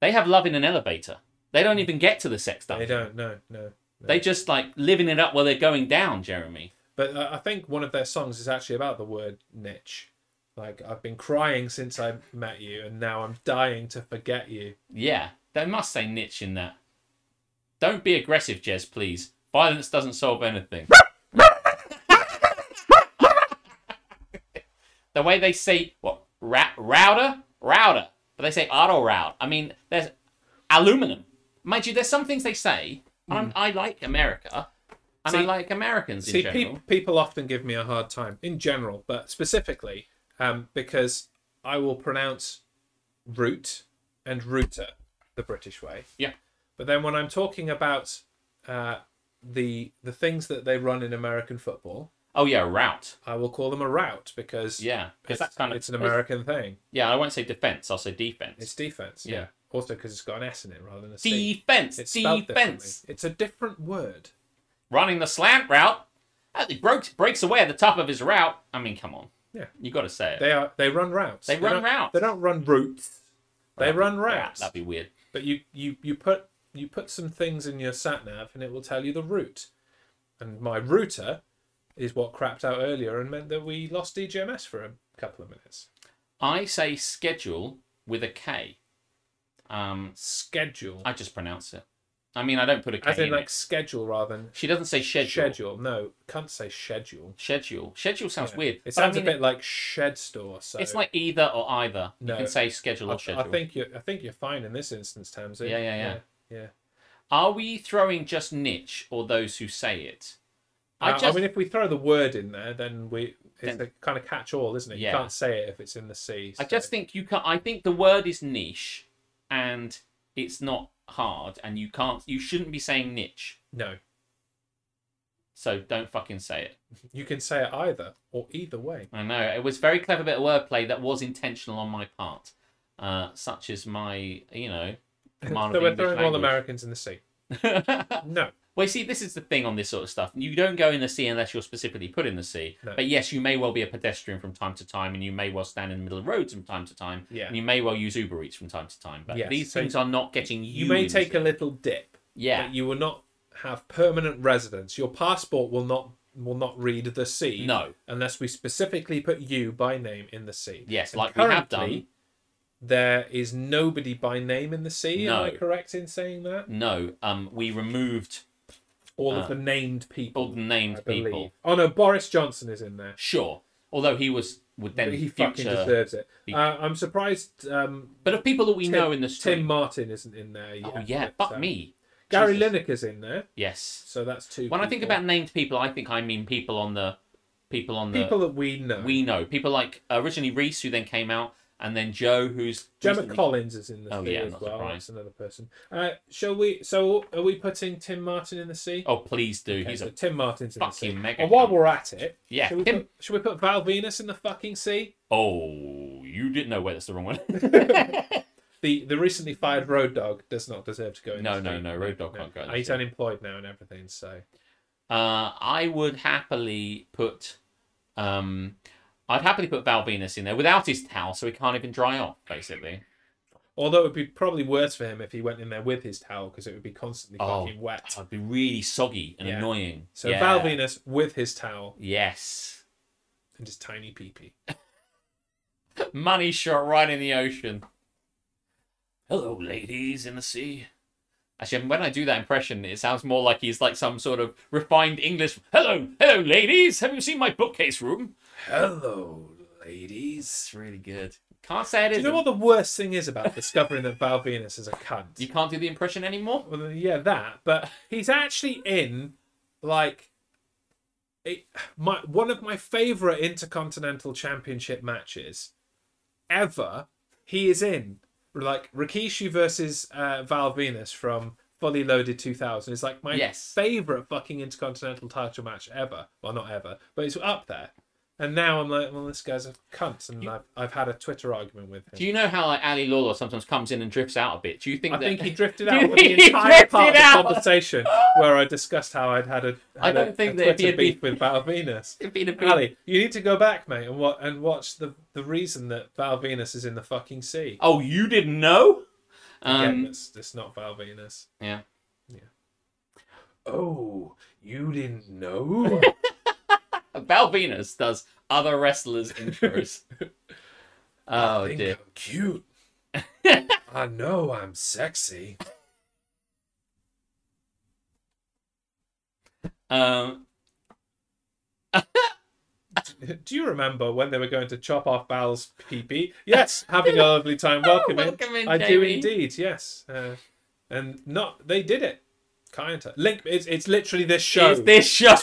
Speaker 1: They have love in an elevator. They don't even get to the sex stuff.
Speaker 2: They don't. No, no.
Speaker 1: They just like living it up while they're going down, Jeremy.
Speaker 2: But I I think one of their songs is actually about the word niche. Like I've been crying since I met you, and now I'm dying to forget you.
Speaker 1: Yeah, they must say niche in that. Don't be aggressive, Jez, please. Violence doesn't solve anything. the way they say what ra- router, router, but they say auto route. I mean, there's aluminum. Mind you, there's some things they say. And I'm, I like America, and I
Speaker 2: Hmm. See-
Speaker 1: like Americans in
Speaker 2: See,
Speaker 1: general.
Speaker 2: peop people often give me a hard time in general, but specifically um, because I will pronounce root and router the British way.
Speaker 1: Yeah.
Speaker 2: But then when I'm talking about uh, the the things that they run in American football,
Speaker 1: Oh yeah, route.
Speaker 2: I will call them a route because
Speaker 1: Yeah, because
Speaker 2: it's,
Speaker 1: that's kind of
Speaker 2: it's an American thing.
Speaker 1: Yeah, I won't say defense. I'll say defense.
Speaker 2: It's defense.
Speaker 1: Yeah.
Speaker 2: Also because it's got an S in it rather than a C.
Speaker 1: defense.
Speaker 2: It's spelled differently.
Speaker 1: defense.
Speaker 2: It's a different word.
Speaker 1: running the slant route. uh, He breaks breaks away at the top of his route. I mean, come on.
Speaker 2: Yeah.
Speaker 1: You got to say it.
Speaker 2: They are they run routes.
Speaker 1: They run
Speaker 2: don't-
Speaker 1: routes.
Speaker 2: They don't run routes. They
Speaker 1: That'd be-
Speaker 2: run
Speaker 1: yeah,
Speaker 2: routes.
Speaker 1: That'd be weird.
Speaker 2: But you you you put you put some things in your sat nav and it will tell you the route. And my router is what crapped out earlier and meant that we lost DGMS for a couple of minutes.
Speaker 1: I say schedule with a K. Um,
Speaker 2: Schedule.
Speaker 1: I just pronounce it. I mean, I don't put a K
Speaker 2: As in
Speaker 1: in
Speaker 2: like
Speaker 1: it.
Speaker 2: schedule rather than
Speaker 1: She doesn't say schedule. Schedule.
Speaker 2: schedule. No, can't say schedule.
Speaker 1: Schedule, sounds
Speaker 2: Yeah.
Speaker 1: weird.
Speaker 2: It
Speaker 1: but I
Speaker 2: sounds
Speaker 1: mean,
Speaker 2: a bit like shed store. So
Speaker 1: It's like either or either.
Speaker 2: No.
Speaker 1: You can say schedule
Speaker 2: I,
Speaker 1: or schedule.
Speaker 2: I think you I think you're fine in this instance, Tamsin.
Speaker 1: Yeah, yeah, yeah.
Speaker 2: yeah. yeah.
Speaker 1: Are we throwing just niche or those who say it?
Speaker 2: Uh, I mean, if we throw the word in there, then we it's
Speaker 1: Then-
Speaker 2: a kind of catch all, isn't it?
Speaker 1: Yeah.
Speaker 2: You can't say it if it's in the sea.
Speaker 1: I just think you can not I think the word is niche, and it's not hard, and you can't. You shouldn't be saying niche.
Speaker 2: no.
Speaker 1: So don't fucking say it.
Speaker 2: You can say it either or either way.
Speaker 1: I know it was very clever bit of wordplay that was intentional on my part, uh, such as my you know command
Speaker 2: so
Speaker 1: of
Speaker 2: we're
Speaker 1: English
Speaker 2: throwing all
Speaker 1: language.
Speaker 2: Americans in the sea.
Speaker 1: well,
Speaker 2: No,
Speaker 1: you see, this is the thing on this sort of stuff. You don't go in the sea unless you're specifically put in the sea.
Speaker 2: No.
Speaker 1: But yes, you may well be a pedestrian from time to time, and you may well stand in the middle of the roads from time to time,
Speaker 2: Yeah.
Speaker 1: and you may well use Uber Eats from time to time. But
Speaker 2: Yes,
Speaker 1: these
Speaker 2: so
Speaker 1: things are not getting you.
Speaker 2: you, may
Speaker 1: in the
Speaker 2: take
Speaker 1: sea.
Speaker 2: a little dip,
Speaker 1: yeah.
Speaker 2: but you will not have permanent residence. Your passport will not will not read the sea.
Speaker 1: No.
Speaker 2: unless we specifically put you by name in the sea.
Speaker 1: Yes,
Speaker 2: And
Speaker 1: like we have
Speaker 2: currently,
Speaker 1: done.
Speaker 2: There is nobody by name in the sea.
Speaker 1: No.
Speaker 2: Am I correct in saying that?
Speaker 1: No, um, we removed
Speaker 2: All of the named people.
Speaker 1: Ah. all the named
Speaker 2: Mm, I believe.
Speaker 1: people.
Speaker 2: Oh no, Boris Johnson is in there.
Speaker 1: Sure, although he was would then
Speaker 2: he
Speaker 1: future.
Speaker 2: fucking deserves it.
Speaker 1: the-
Speaker 2: Uh, I'm surprised. Um,
Speaker 1: But of people that we
Speaker 2: Tim,
Speaker 1: know in the street.
Speaker 2: Tim Martin isn't in there. Yet,
Speaker 1: oh yeah,
Speaker 2: but,
Speaker 1: fuck
Speaker 2: um,
Speaker 1: me.
Speaker 2: Gary
Speaker 1: Jesus.
Speaker 2: Lineker's in there,
Speaker 1: Yes.
Speaker 2: so that's two.
Speaker 1: When I think
Speaker 2: people.
Speaker 1: about named people, I think I mean people on the people on the
Speaker 2: people that we know,
Speaker 1: we know. People like originally Reese, who then came out, and then Joe, who's
Speaker 2: Gemma
Speaker 1: recently-
Speaker 2: Collins is in the
Speaker 1: Oh,
Speaker 2: sea
Speaker 1: yeah,
Speaker 2: as
Speaker 1: not
Speaker 2: well.
Speaker 1: surprised.
Speaker 2: That's another person. Uh, shall we? So are we putting Tim Martin in the sea?
Speaker 1: Oh please do.
Speaker 2: Okay,
Speaker 1: He's
Speaker 2: so
Speaker 1: a
Speaker 2: Tim Martin's in the sea.
Speaker 1: fucking mega
Speaker 2: And while
Speaker 1: cunt.
Speaker 2: we're at it,
Speaker 1: Yeah,
Speaker 2: should we,
Speaker 1: Tim-
Speaker 2: put, should we put Val Venus in the fucking sea?
Speaker 1: oh you didn't know where that's the wrong one.
Speaker 2: The the recently fired Road Dog does not deserve to go in.
Speaker 1: No,
Speaker 2: the
Speaker 1: no,
Speaker 2: sea.
Speaker 1: no, Road Dog can't go in the
Speaker 2: He's
Speaker 1: sea.
Speaker 2: unemployed now and everything, so
Speaker 1: Uh, I would happily put, um, I'd happily put Val Venus in there without his towel, so he can't even dry off. Basically,
Speaker 2: Although it would be probably worse for him if he went in there with his towel because it would be constantly
Speaker 1: Oh,
Speaker 2: fucking wet.
Speaker 1: I'd be really soggy and
Speaker 2: Yeah.
Speaker 1: annoying.
Speaker 2: So
Speaker 1: yeah.
Speaker 2: Val Venus with his towel
Speaker 1: Yes.
Speaker 2: and his tiny peepee.
Speaker 1: Money shot right in the ocean. Hello, ladies in the sea. Actually, when I do that impression, it sounds more like he's like some sort of refined English. Hello, hello, ladies. Have you seen my bookcase room?
Speaker 2: Hello, ladies.
Speaker 1: It's really good. Can't say it
Speaker 2: Do you know
Speaker 1: isn't.
Speaker 2: what the worst thing is about discovering that Val Venus is a cunt?
Speaker 1: You can't do the impression anymore.
Speaker 2: Well, yeah, that. But he's actually in like it, my one of my favorite intercontinental championship matches ever. He is in like Rikishi versus uh, Val Venus from Fully Loaded 2000. It's like my
Speaker 1: Yes.
Speaker 2: favorite fucking intercontinental title match ever. Well, not ever, but it's up there. And now I'm like, well, this guy's a cunt, and I've, I've had a Twitter argument with him.
Speaker 1: Do you know how like Ali Lawlor sometimes comes in and drifts out a bit? Do you think
Speaker 2: I
Speaker 1: that
Speaker 2: think he drifted
Speaker 1: Do you
Speaker 2: out with the
Speaker 1: think he
Speaker 2: entire part of
Speaker 1: drifted
Speaker 2: the
Speaker 1: out?
Speaker 2: conversation where I discussed how I'd had a
Speaker 1: I
Speaker 2: had a-
Speaker 1: don't think
Speaker 2: a
Speaker 1: that if
Speaker 2: Twitter
Speaker 1: he had
Speaker 2: beef
Speaker 1: been-
Speaker 2: with Val Venus.
Speaker 1: It'd be the big-
Speaker 2: Ali, you need to go back, mate, and what and watch the the reason that Val Venus is in the fucking sea.
Speaker 1: Oh, you didn't know?
Speaker 2: Again,
Speaker 1: Um,
Speaker 2: it's, it's not Val Venus.
Speaker 1: yeah.
Speaker 2: Oh, you didn't know?
Speaker 1: Val Venus does other wrestlers' intros. oh dear.
Speaker 2: cute. I know I'm sexy.
Speaker 1: Um,
Speaker 2: Do you remember when they were going to chop off Val's pee Yes, having a lovely time. Welcome in.
Speaker 1: Oh, Welcome in,
Speaker 2: I do
Speaker 1: Jamie.
Speaker 2: indeed. Yes, uh, and not they did it. Kind of link. It's it's literally this show.
Speaker 1: it's this show.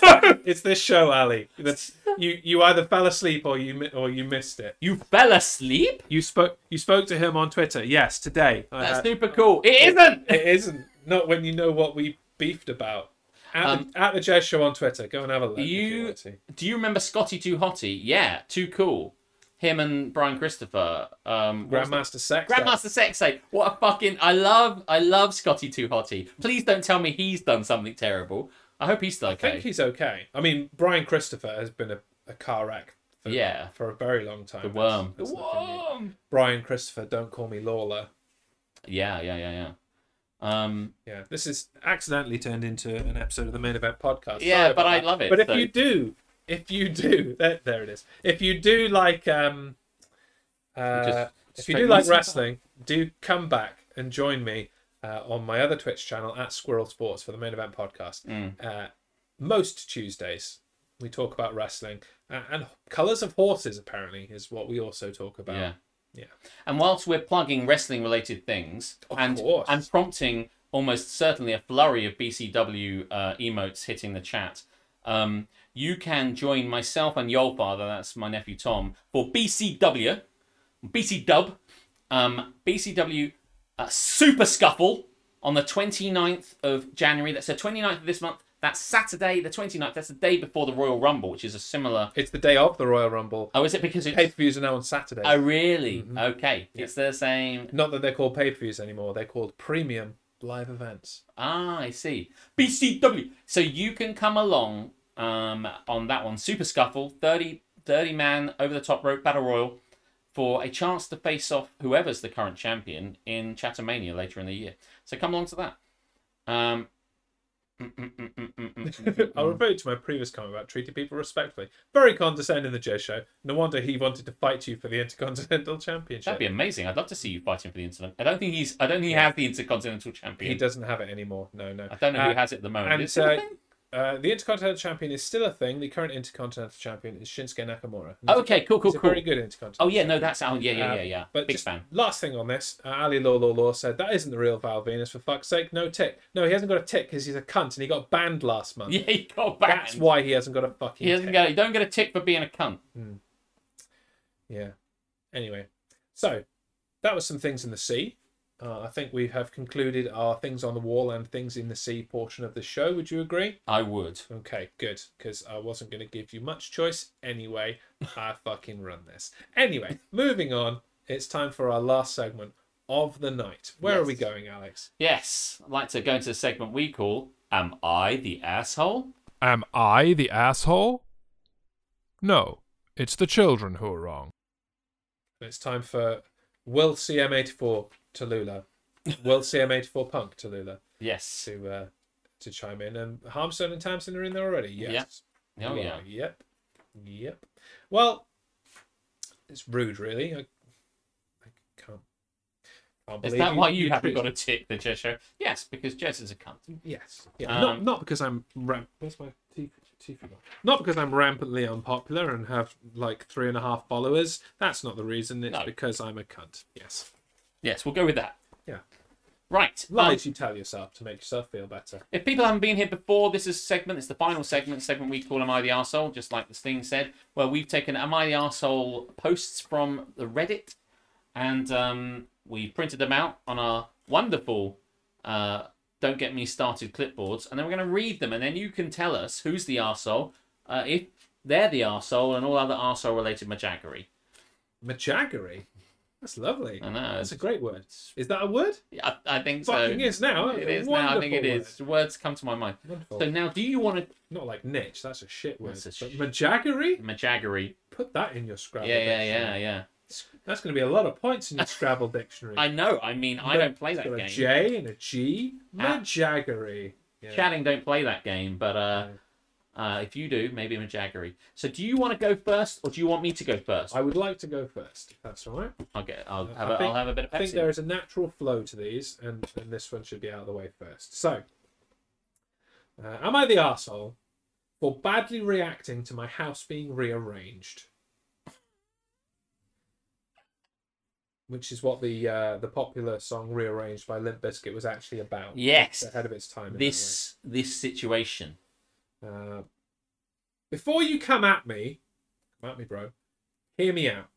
Speaker 2: It's this show, Ali. That's, you you either fell asleep or you mi- or you missed it.
Speaker 1: you fell asleep?
Speaker 2: You spoke you spoke to him on Twitter. Yes, today. I
Speaker 1: That's
Speaker 2: had-
Speaker 1: super cool. It isn't.
Speaker 2: Uh, It isn't not when you know what we beefed about. At,
Speaker 1: Um,
Speaker 2: the, at the jazz show on Twitter, go and have a look. if
Speaker 1: You-
Speaker 2: you want to.
Speaker 1: Do you remember Scotty Too Hottie? Yeah, too cool. Him and Brian Christopher. Um, what was the-
Speaker 2: Grandmaster Sex.
Speaker 1: Grandmaster Sexay. What a fucking! I love, I love Scotty Too Hottie. Please don't tell me he's done something terrible. I hope he's still
Speaker 2: I
Speaker 1: okay.
Speaker 2: think he's okay. I mean, Brian Christopher has been a, a car wreck. For,
Speaker 1: Yeah.
Speaker 2: For a very long time.
Speaker 1: the worm.
Speaker 2: That's-
Speaker 1: The
Speaker 2: that's nothing new.
Speaker 1: worm.
Speaker 2: Brian Christopher, don't call me Lawler.
Speaker 1: Yeah, yeah, yeah, yeah. Um,
Speaker 2: Yeah, this is accidentally turned into an episode of the main event podcast.
Speaker 1: Yeah,
Speaker 2: Sorry
Speaker 1: but
Speaker 2: about
Speaker 1: I
Speaker 2: that.
Speaker 1: love it,
Speaker 2: But if
Speaker 1: so-
Speaker 2: you do, if you do, there, there it is. If you do like, um, uh,
Speaker 1: Just
Speaker 2: if you
Speaker 1: straight
Speaker 2: do like
Speaker 1: music.
Speaker 2: wrestling, do come back and join me uh, on my other Twitch channel at Squirrel Sports for the main event podcast.
Speaker 1: Mm.
Speaker 2: Uh, most Tuesdays we talk about wrestling uh, and colors of horses. Apparently, is what we also talk about.
Speaker 1: yeah.
Speaker 2: Yeah.
Speaker 1: And whilst we're plugging wrestling related things
Speaker 2: Of
Speaker 1: and
Speaker 2: course.
Speaker 1: and prompting almost certainly a flurry of BCW uh, emotes hitting the chat, um, you can join myself and Yolfather, that's my nephew Tom, for BCW, BC Dub, um, BCW uh, Super Scuffle on the 29th of January. That's the 29th of this month. That's Saturday, the 29th. That's the day before the Royal Rumble, which is a similar.
Speaker 2: It's the day of the Royal Rumble.
Speaker 1: Oh, is it because it's.
Speaker 2: Pay per views are now on Saturday.
Speaker 1: Oh, really?
Speaker 2: mm-hmm.
Speaker 1: Okay. It's the same.
Speaker 2: Not that they're called pay per views anymore, they're called premium live events.
Speaker 1: Ah, I see. BCW. So you can come along um, on that one. Super Scuffle, 30, 30 man over the top rope battle royal for a chance to face off whoever's the current champion in Chattermania later in the year. So come along to that. Um, mm, mm, mm, mm, mm, mm, mm, mm.
Speaker 2: I'll revert to my previous comment about treating people respectfully. Very condescending, the Joe Show. No wonder he wanted to fight you for the Intercontinental Championship.
Speaker 1: That'd be amazing. I'd love to see you fighting for the internet. I don't think he's. I don't think he has the Intercontinental Champion.
Speaker 2: He doesn't have it anymore. No, no.
Speaker 1: I don't know who
Speaker 2: Uh,
Speaker 1: has it at the moment.
Speaker 2: and
Speaker 1: Is it a
Speaker 2: uh,
Speaker 1: thing?
Speaker 2: uh, the Intercontinental Champion is still a thing. The current Intercontinental Champion is Shinsuke Nakamura.
Speaker 1: Okay, Oh, cool, cool,
Speaker 2: He's a
Speaker 1: cool.
Speaker 2: very good Intercontinental.
Speaker 1: Oh yeah, no, that's oh yeah, yeah, yeah, yeah.
Speaker 2: Uh, But
Speaker 1: Big
Speaker 2: just
Speaker 1: fan.
Speaker 2: Last thing on this, uh, Ali Law Law Law said that isn't the real Val Venus for fuck's sake. No tick. No, he hasn't got a tick because he's a cunt and he got banned last month.
Speaker 1: Yeah, he got back.
Speaker 2: That's why he hasn't got a fucking.
Speaker 1: He doesn't
Speaker 2: tick.
Speaker 1: get. You don't get a tick for being a cunt.
Speaker 2: Yeah. Anyway, so that was some things in the sea. Uh, I think we have concluded our things on the wall and things in the sea portion of the show. Would you agree?
Speaker 1: I would.
Speaker 2: Okay, good, because I wasn't going to give you much choice anyway. I fucking run this. Anyway, moving on. It's time for our last segment of the night. Where are we
Speaker 1: Yes.
Speaker 2: going, Alex?
Speaker 1: Yes, I'd like to go into the segment we call "Am I the asshole?"
Speaker 5: Am I the asshole? No, it's the children who are wrong.
Speaker 2: It's time for Will CM84 Tallulah, World CM84 Punk Tallulah,
Speaker 1: Yes. Oh,
Speaker 2: to uh, to chime in. And Harmstone and Tamsin are in there already. Yes.
Speaker 1: Oh
Speaker 2: You
Speaker 1: yeah.
Speaker 2: are. Yep. Yep. Well, it's rude, really. I, I can't. can't
Speaker 1: Is
Speaker 2: believe
Speaker 1: that why you, haven't
Speaker 2: treat-
Speaker 1: got a tick, the Jess Show? Yes, because Jess is a cunt.
Speaker 2: Yes. Yeah. not
Speaker 1: Um,
Speaker 2: not because I'm ramp. Where's my tea, tea for that? Not because I'm rampantly unpopular and have like three and a half followers. That's not the reason. It's
Speaker 1: No.
Speaker 2: because I'm a cunt. Yes.
Speaker 1: Yes, we'll go with that.
Speaker 2: Yeah.
Speaker 1: Oh. Right. um,
Speaker 2: Lies you tell yourself to make yourself feel better.
Speaker 1: If people haven't been here before, this is a segment. It's the final segment. Segment we call "Am I the Arsehole?" Just like the Sting said, where we've taken "Am I the Arsehole?" posts from the Reddit, and um, we printed them out on our wonderful uh, "Don't Get Me Started" clipboards, and then we're going to read them, and then you can tell us who's the arsehole, uh, if they're the arsehole, and all other arsehole-related majaggery.
Speaker 2: Majaggery. That's lovely.
Speaker 1: I know.
Speaker 2: That's a great word. Is that a word?
Speaker 1: I, I think so.
Speaker 2: Fucking is now.
Speaker 1: It is now. I think it
Speaker 2: Wonderful
Speaker 1: is. Words come to my mind.
Speaker 2: Wonderful.
Speaker 1: So now, do you want to
Speaker 2: Not like niche. That's a shit word.
Speaker 1: That's a
Speaker 2: but
Speaker 1: sh-
Speaker 2: majaggery.
Speaker 1: majaggery?
Speaker 2: Put that in your Scrabble.
Speaker 1: Yeah, yeah,
Speaker 2: dictionary.
Speaker 1: yeah, yeah.
Speaker 2: That's going to be a lot of points in your Scrabble dictionary.
Speaker 1: I know. I mean, I don't play that
Speaker 2: Got a
Speaker 1: game.
Speaker 2: J and a G.
Speaker 1: Ah.
Speaker 2: Majaggery. Yeah.
Speaker 1: Chatting don't play that game, but uh, uh, if you do, maybe I'm a jaggery. So, do you want to go first, or do you want me to go first?
Speaker 2: I would like to go first, if that's all right.
Speaker 1: I'll get. I'll
Speaker 2: I
Speaker 1: have. a
Speaker 2: think-
Speaker 1: will have a bit of
Speaker 2: I think
Speaker 1: Pepsi.
Speaker 2: there is a natural flow to these, and, and this one should be out of the way first. So, uh, am I the arsehole for badly reacting to my house being rearranged? Which is what the uh, the popular song "Rearranged" by Limp Bizkit was actually about.
Speaker 1: Yes.
Speaker 2: It's ahead of its time. in that way.
Speaker 1: This this situation.
Speaker 2: Uh, before you come at me, come at me, bro. Hear me out.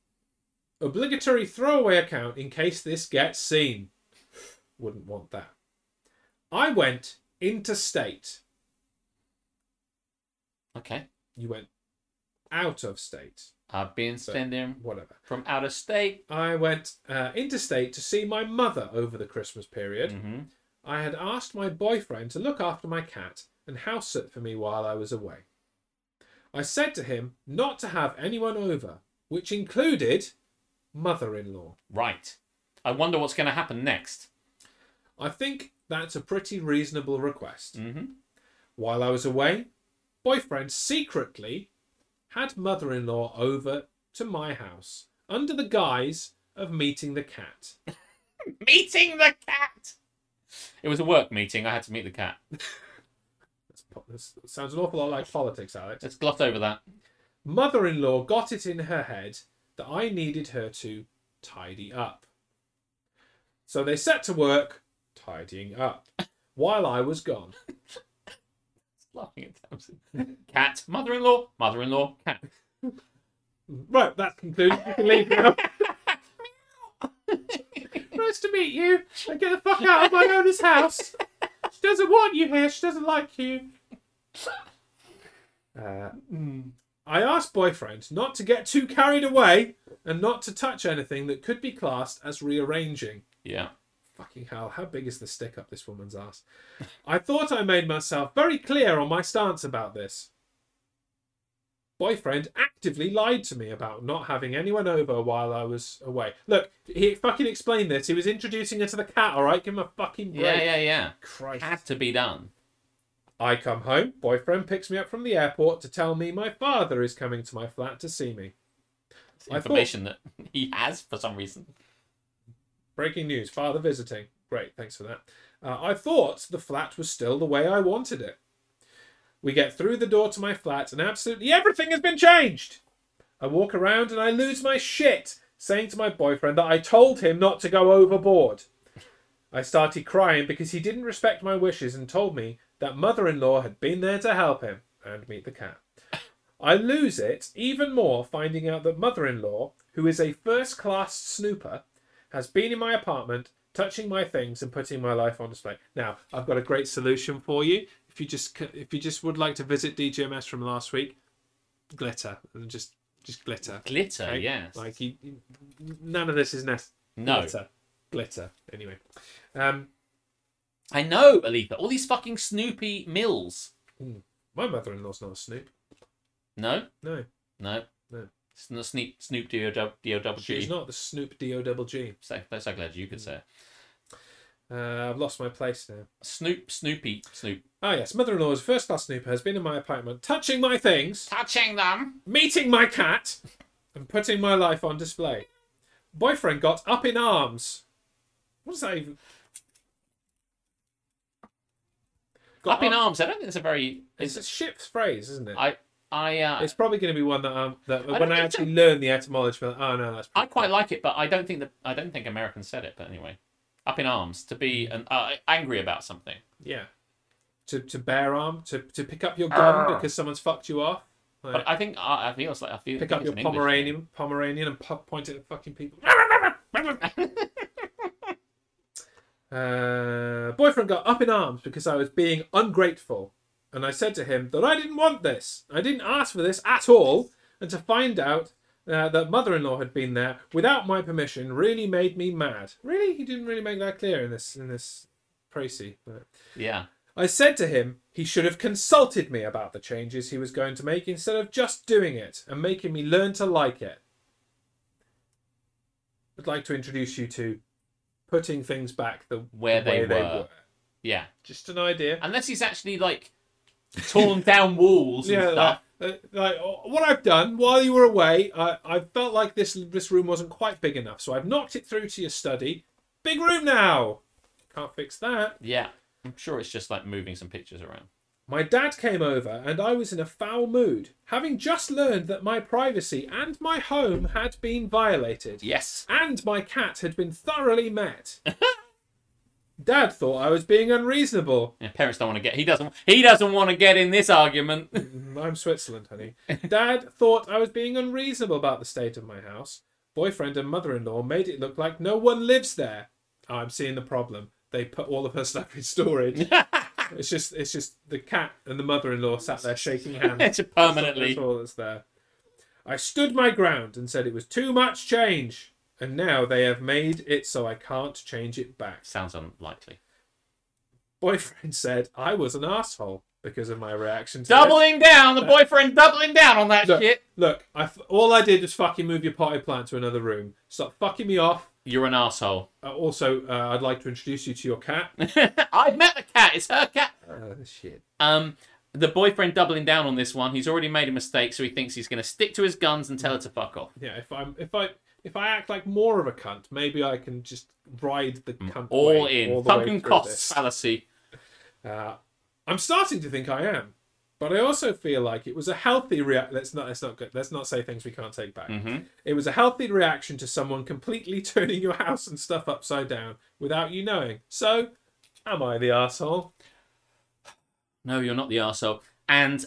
Speaker 2: Obligatory throwaway account in case this gets seen. Wouldn't want that. I went interstate.
Speaker 1: Okay.
Speaker 2: You went out of state.
Speaker 1: I've been standing
Speaker 2: Whatever.
Speaker 1: from out of state.
Speaker 2: I went uh, interstate to see my mother over the Christmas period.
Speaker 1: hmm
Speaker 2: I had asked my boyfriend to look after my cat and house sit for me while I was away. I said to him not to have anyone over, which included mother in law.
Speaker 1: Right. I wonder what's going to happen next.
Speaker 2: I think that's a pretty reasonable request.
Speaker 1: hmm
Speaker 2: While I was away, boyfriend secretly had mother in law over to my house under the guise of meeting the cat.
Speaker 1: Meeting the cat. It was a work meeting. I had to meet the cat.
Speaker 2: That's, po- that's- that sounds an awful lot like politics, Alex.
Speaker 1: Let's gloss over that.
Speaker 2: Mother in law got it in her head that I needed her to tidy up. So they set to work tidying up while I was gone.
Speaker 1: laughing at Tamsin. Cat, mother-in-law, mother-in-law, cat.
Speaker 2: Right, that's concluded. You can leave now. nice to meet you. I get the fuck out of my owner's house. She doesn't want you here. She doesn't like you. Uh, I asked boyfriend not to get too carried away and not to touch anything that could be classed as rearranging.
Speaker 1: Yeah.
Speaker 2: Fucking hell, how big is the stick up this woman's ass? I thought I made myself very clear on my stance about this. Boyfriend actively lied to me about not having anyone over while I was away. Look, he fucking explained this. He was introducing her to the cat, alright? Give him a fucking break.
Speaker 1: Yeah, yeah, yeah.
Speaker 2: Christ.
Speaker 1: Had to be done.
Speaker 2: I come home, boyfriend picks me up from the airport to tell me my father is coming to my flat to see me.
Speaker 1: It's
Speaker 2: I thought-
Speaker 1: information that he has for some reason.
Speaker 2: Breaking news father visiting. Great, thanks for that. Uh, I thought the flat was still the way I wanted it. We get through the door to my flat, and absolutely everything has been changed. I walk around and I lose my shit, saying to my boyfriend that I told him not to go overboard. I started crying because he didn't respect my wishes and told me that mother in law had been there to help him and meet the cat. I lose it even more finding out that mother in law, who is a first class snooper, has been in my apartment, touching my things and putting my life on display. Now, I've got a great solution for you. If you just c- if you just would like to visit DGMS from last week, glitter and just just glitter.
Speaker 1: Glitter,
Speaker 2: okay?
Speaker 1: yes.
Speaker 2: Like you, you, none of this is necessary.
Speaker 1: no.
Speaker 2: Glitter. Glitter. Anyway. Um,
Speaker 1: I know, Alifa. All these fucking Snoopy Mills.
Speaker 2: my mother-in-law's not a snoop.
Speaker 1: No?
Speaker 2: No.
Speaker 1: No.
Speaker 2: No.
Speaker 1: Sn- Snoop Snoop D-O-double-G.
Speaker 2: She's not the Snoop D O double G.
Speaker 1: So, that's so glad you could say it.
Speaker 2: Uh, I've lost my place now.
Speaker 1: Snoop, Snoopy, Snoop.
Speaker 2: Ah, yes. Mother in law's first class snooper has been in my apartment, touching my things,
Speaker 1: Touching them.
Speaker 2: meeting my cat, and putting my life on display. Boyfriend got up in arms. What is that even? Got
Speaker 1: Up in arms. I don't think it's a very.
Speaker 2: It's
Speaker 1: Is,
Speaker 2: a ship's phrase, isn't it?
Speaker 1: I, I, uh,
Speaker 2: It's probably going to be one that, um, that
Speaker 1: don't
Speaker 2: when I
Speaker 1: think
Speaker 2: actually learn the etymology, I'm like, oh no, that's.
Speaker 1: I quite like it, but I don't think that I don't think Americans said it. But anyway, up in arms to be an, uh, angry about something.
Speaker 2: Yeah. To, to bear arm, to, to pick up your gun
Speaker 1: Arr.
Speaker 2: because someone's fucked you off. Like,
Speaker 1: But I think I, I feel it's like I feel.
Speaker 2: pick
Speaker 1: I
Speaker 2: up
Speaker 1: think
Speaker 2: your
Speaker 1: it's an English thing.
Speaker 2: Pomeranian, Pomeranian and pu- point it at fucking people. uh, boyfriend got up in arms because I was being ungrateful, and I said to him that I didn't want this. I didn't ask for this at all, and to find out. Uh, that mother-in-law had been there without my permission really made me mad. Really, he didn't really make that clear in this in this précis. But...
Speaker 1: Yeah.
Speaker 2: I said to him he should have consulted me about the changes he was going to make instead of just doing it and making me learn to like it. I'd like to introduce you to putting things back the
Speaker 1: Where
Speaker 2: the
Speaker 1: they
Speaker 2: way
Speaker 1: were. Yeah.
Speaker 2: Just an idea.
Speaker 1: Unless he's actually like torn down walls and
Speaker 2: Yeah,
Speaker 1: stuff.
Speaker 2: like, uh, like uh, what I've done while you were away, I, I felt like this this room wasn't quite big enough, so I've knocked it through to your study. Big room now. Can't fix that.
Speaker 1: Yeah. I'm sure it's just like moving some pictures around.
Speaker 2: My dad came over and I was in a foul mood, having just learned that my privacy and my home had been violated,
Speaker 1: Yes.
Speaker 2: and my cat had been thoroughly met. dad thought I was being unreasonable.
Speaker 1: Yeah, parents don't want to get. He doesn't. He doesn't want to get in this argument.
Speaker 2: Mm-hmm. Mm, I'm Switzerland, honey. Dad thought I was being unreasonable about the state of my house. Boyfriend and mother in law made it look like no one lives there. Oh, I'm seeing the problem. They put all of her stuff in storage. it's just it's just the cat and the mother in law sat there shaking hands.
Speaker 1: it's permanently.
Speaker 2: That's all that's there. I stood my ground and said it was too much change, and now they have made it so I can't change it back.
Speaker 1: Sounds unlikely.
Speaker 2: Boyfriend said I was an asshole because of my reaction. To it.
Speaker 1: Doubling down. The boyfriend doubling down on that
Speaker 2: Look,
Speaker 1: shit.
Speaker 2: look I f- all I did was fucking move your potty plant to another room. Stop fucking me off.
Speaker 1: You're an asshole.
Speaker 2: Uh, also, uh, I'd like to introduce you to your cat.
Speaker 1: I've met the cat. It's her cat.
Speaker 2: Uh, shit.
Speaker 1: Um, the boyfriend doubling down on this one. He's already made a mistake, so he thinks he's going to stick to his guns and tell her to fuck off.
Speaker 2: Yeah, if I'm if I if I act like more of a cunt, maybe I can just ride the cunt
Speaker 1: Mm, All
Speaker 2: wave
Speaker 1: in.
Speaker 2: all the way
Speaker 1: Fucking
Speaker 2: through
Speaker 1: costs
Speaker 2: this.
Speaker 1: fallacy.
Speaker 2: Uh, I'm starting to think I am, but I also feel like it was a healthy react. Let's not. Let's not. go- Let's not say things we can't take back. It was a healthy reaction to someone completely turning your house and stuff upside down without you knowing. So, am I the asshole?
Speaker 1: No, you're not the arsehole. And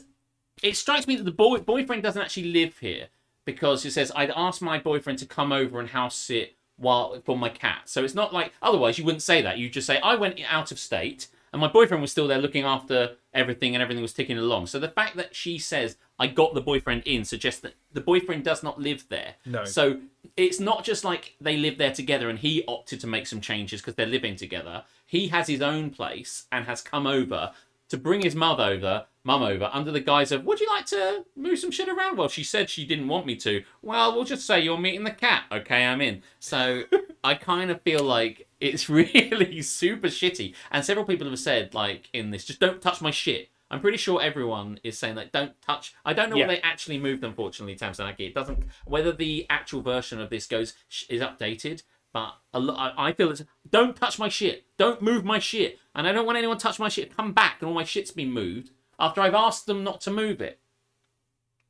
Speaker 1: it strikes me that the boy- boyfriend doesn't actually live here because he says, I'd asked my boyfriend to come over and house sit while for my cat. So it's not like, otherwise, you wouldn't say that. You'd just say, I went out of state and my boyfriend was still there looking after everything and everything was ticking along. So the fact that she says, I got the boyfriend in suggests that the boyfriend does not live there.
Speaker 2: No.
Speaker 1: So it's not just like they live there together and he opted to make some changes because they're living together. He has his own place and has come over to bring his mum over, mum over, under the guise of, would you like to move some shit around? Well, she said she didn't want me to. Well, we'll just say you're meeting the cat. Okay, I'm in. So I kind of feel like it's really super shitty. And several people have said, like, in this, just don't touch my shit. I'm pretty sure everyone is saying like, don't touch. I don't know
Speaker 2: Yeah.
Speaker 1: what they actually moved. Unfortunately, Tamsanaki, it doesn't. Whether the actual version of this goes is updated, but a lo- I I feel it's don't touch my shit. Don't move my shit. And I don't want anyone to touch my shit. Come back and all my shit's been moved after I've asked them not to move it.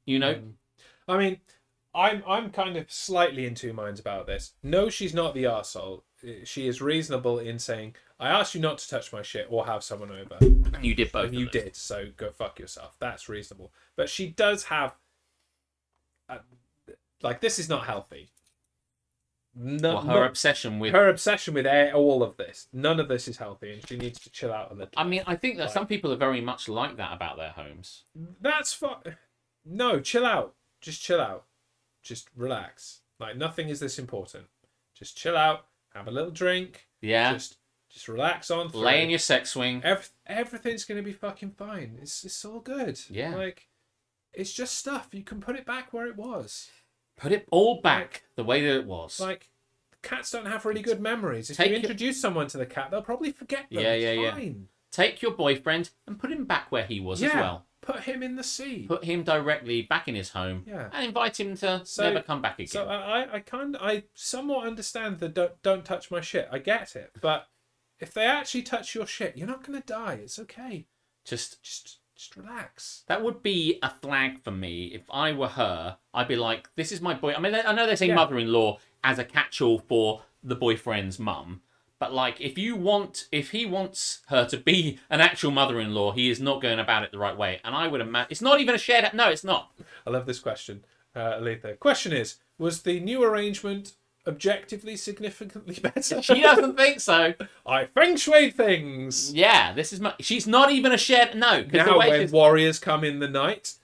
Speaker 1: You know,
Speaker 2: Mm. I mean, I'm I'm kind of slightly in two minds about this. No, she's not the asshole. She is reasonable in saying, "I asked you not to touch my shit or have someone over."
Speaker 1: you did both.
Speaker 2: and you
Speaker 1: of those.
Speaker 2: did so go fuck yourself that's reasonable but she does have uh, like this is not healthy no,
Speaker 1: Well, her
Speaker 2: no-
Speaker 1: obsession with.
Speaker 2: her obsession with air, all of this none of this is healthy and she needs to chill out a little
Speaker 1: I mean, I think that some people are very much like that about their homes.
Speaker 2: that's fine no chill out just chill out just relax like nothing is this important just chill out have a little drink
Speaker 1: Yeah,
Speaker 2: just just relax on through.
Speaker 1: lay in your sex swing.
Speaker 2: Every, everything's gonna be fucking fine. It's it's all good.
Speaker 1: Yeah.
Speaker 2: Like, it's just stuff. You can put it back where it was.
Speaker 1: Put it all back the way that it was.
Speaker 2: Like cats don't have really good memories. If
Speaker 1: Take
Speaker 2: you
Speaker 1: your-
Speaker 2: introduce someone to the cat, they'll probably forget them.
Speaker 1: Yeah,
Speaker 2: It's
Speaker 1: yeah, yeah.
Speaker 2: fine.
Speaker 1: Take your boyfriend and put him back where he was as
Speaker 2: Yeah,
Speaker 1: well.
Speaker 2: Put him in the sea.
Speaker 1: Put him directly back in his home
Speaker 2: Yeah.
Speaker 1: and invite him to
Speaker 2: So-
Speaker 1: never come back again.
Speaker 2: So uh, I, I- I kind, I somewhat understand the don't, don't touch my shit. I get it, but if they actually touch your shit, you're not gonna die. It's okay.
Speaker 1: Just
Speaker 2: Just, just relax.
Speaker 1: That would be a flag for me. If I were her, I'd be like, "This is my boy." I mean, I know they're saying
Speaker 2: Yeah.
Speaker 1: mother-in-law as a catch-all for the boyfriend's mum, but like, if you want, if he wants her to be an actual mother-in-law, he is not going about it the right way. And I would imagine it's not even a shared. No, it's not.
Speaker 2: I love this question, uh, Aletha. Question is: Was the new arrangement objectively significantly better?
Speaker 1: She doesn't think so.
Speaker 2: I feng shui things.
Speaker 1: Yeah, this is. My, she's not even a shared. No, because the
Speaker 2: Now,
Speaker 1: way
Speaker 2: when
Speaker 1: she's,
Speaker 2: warriors come in the night,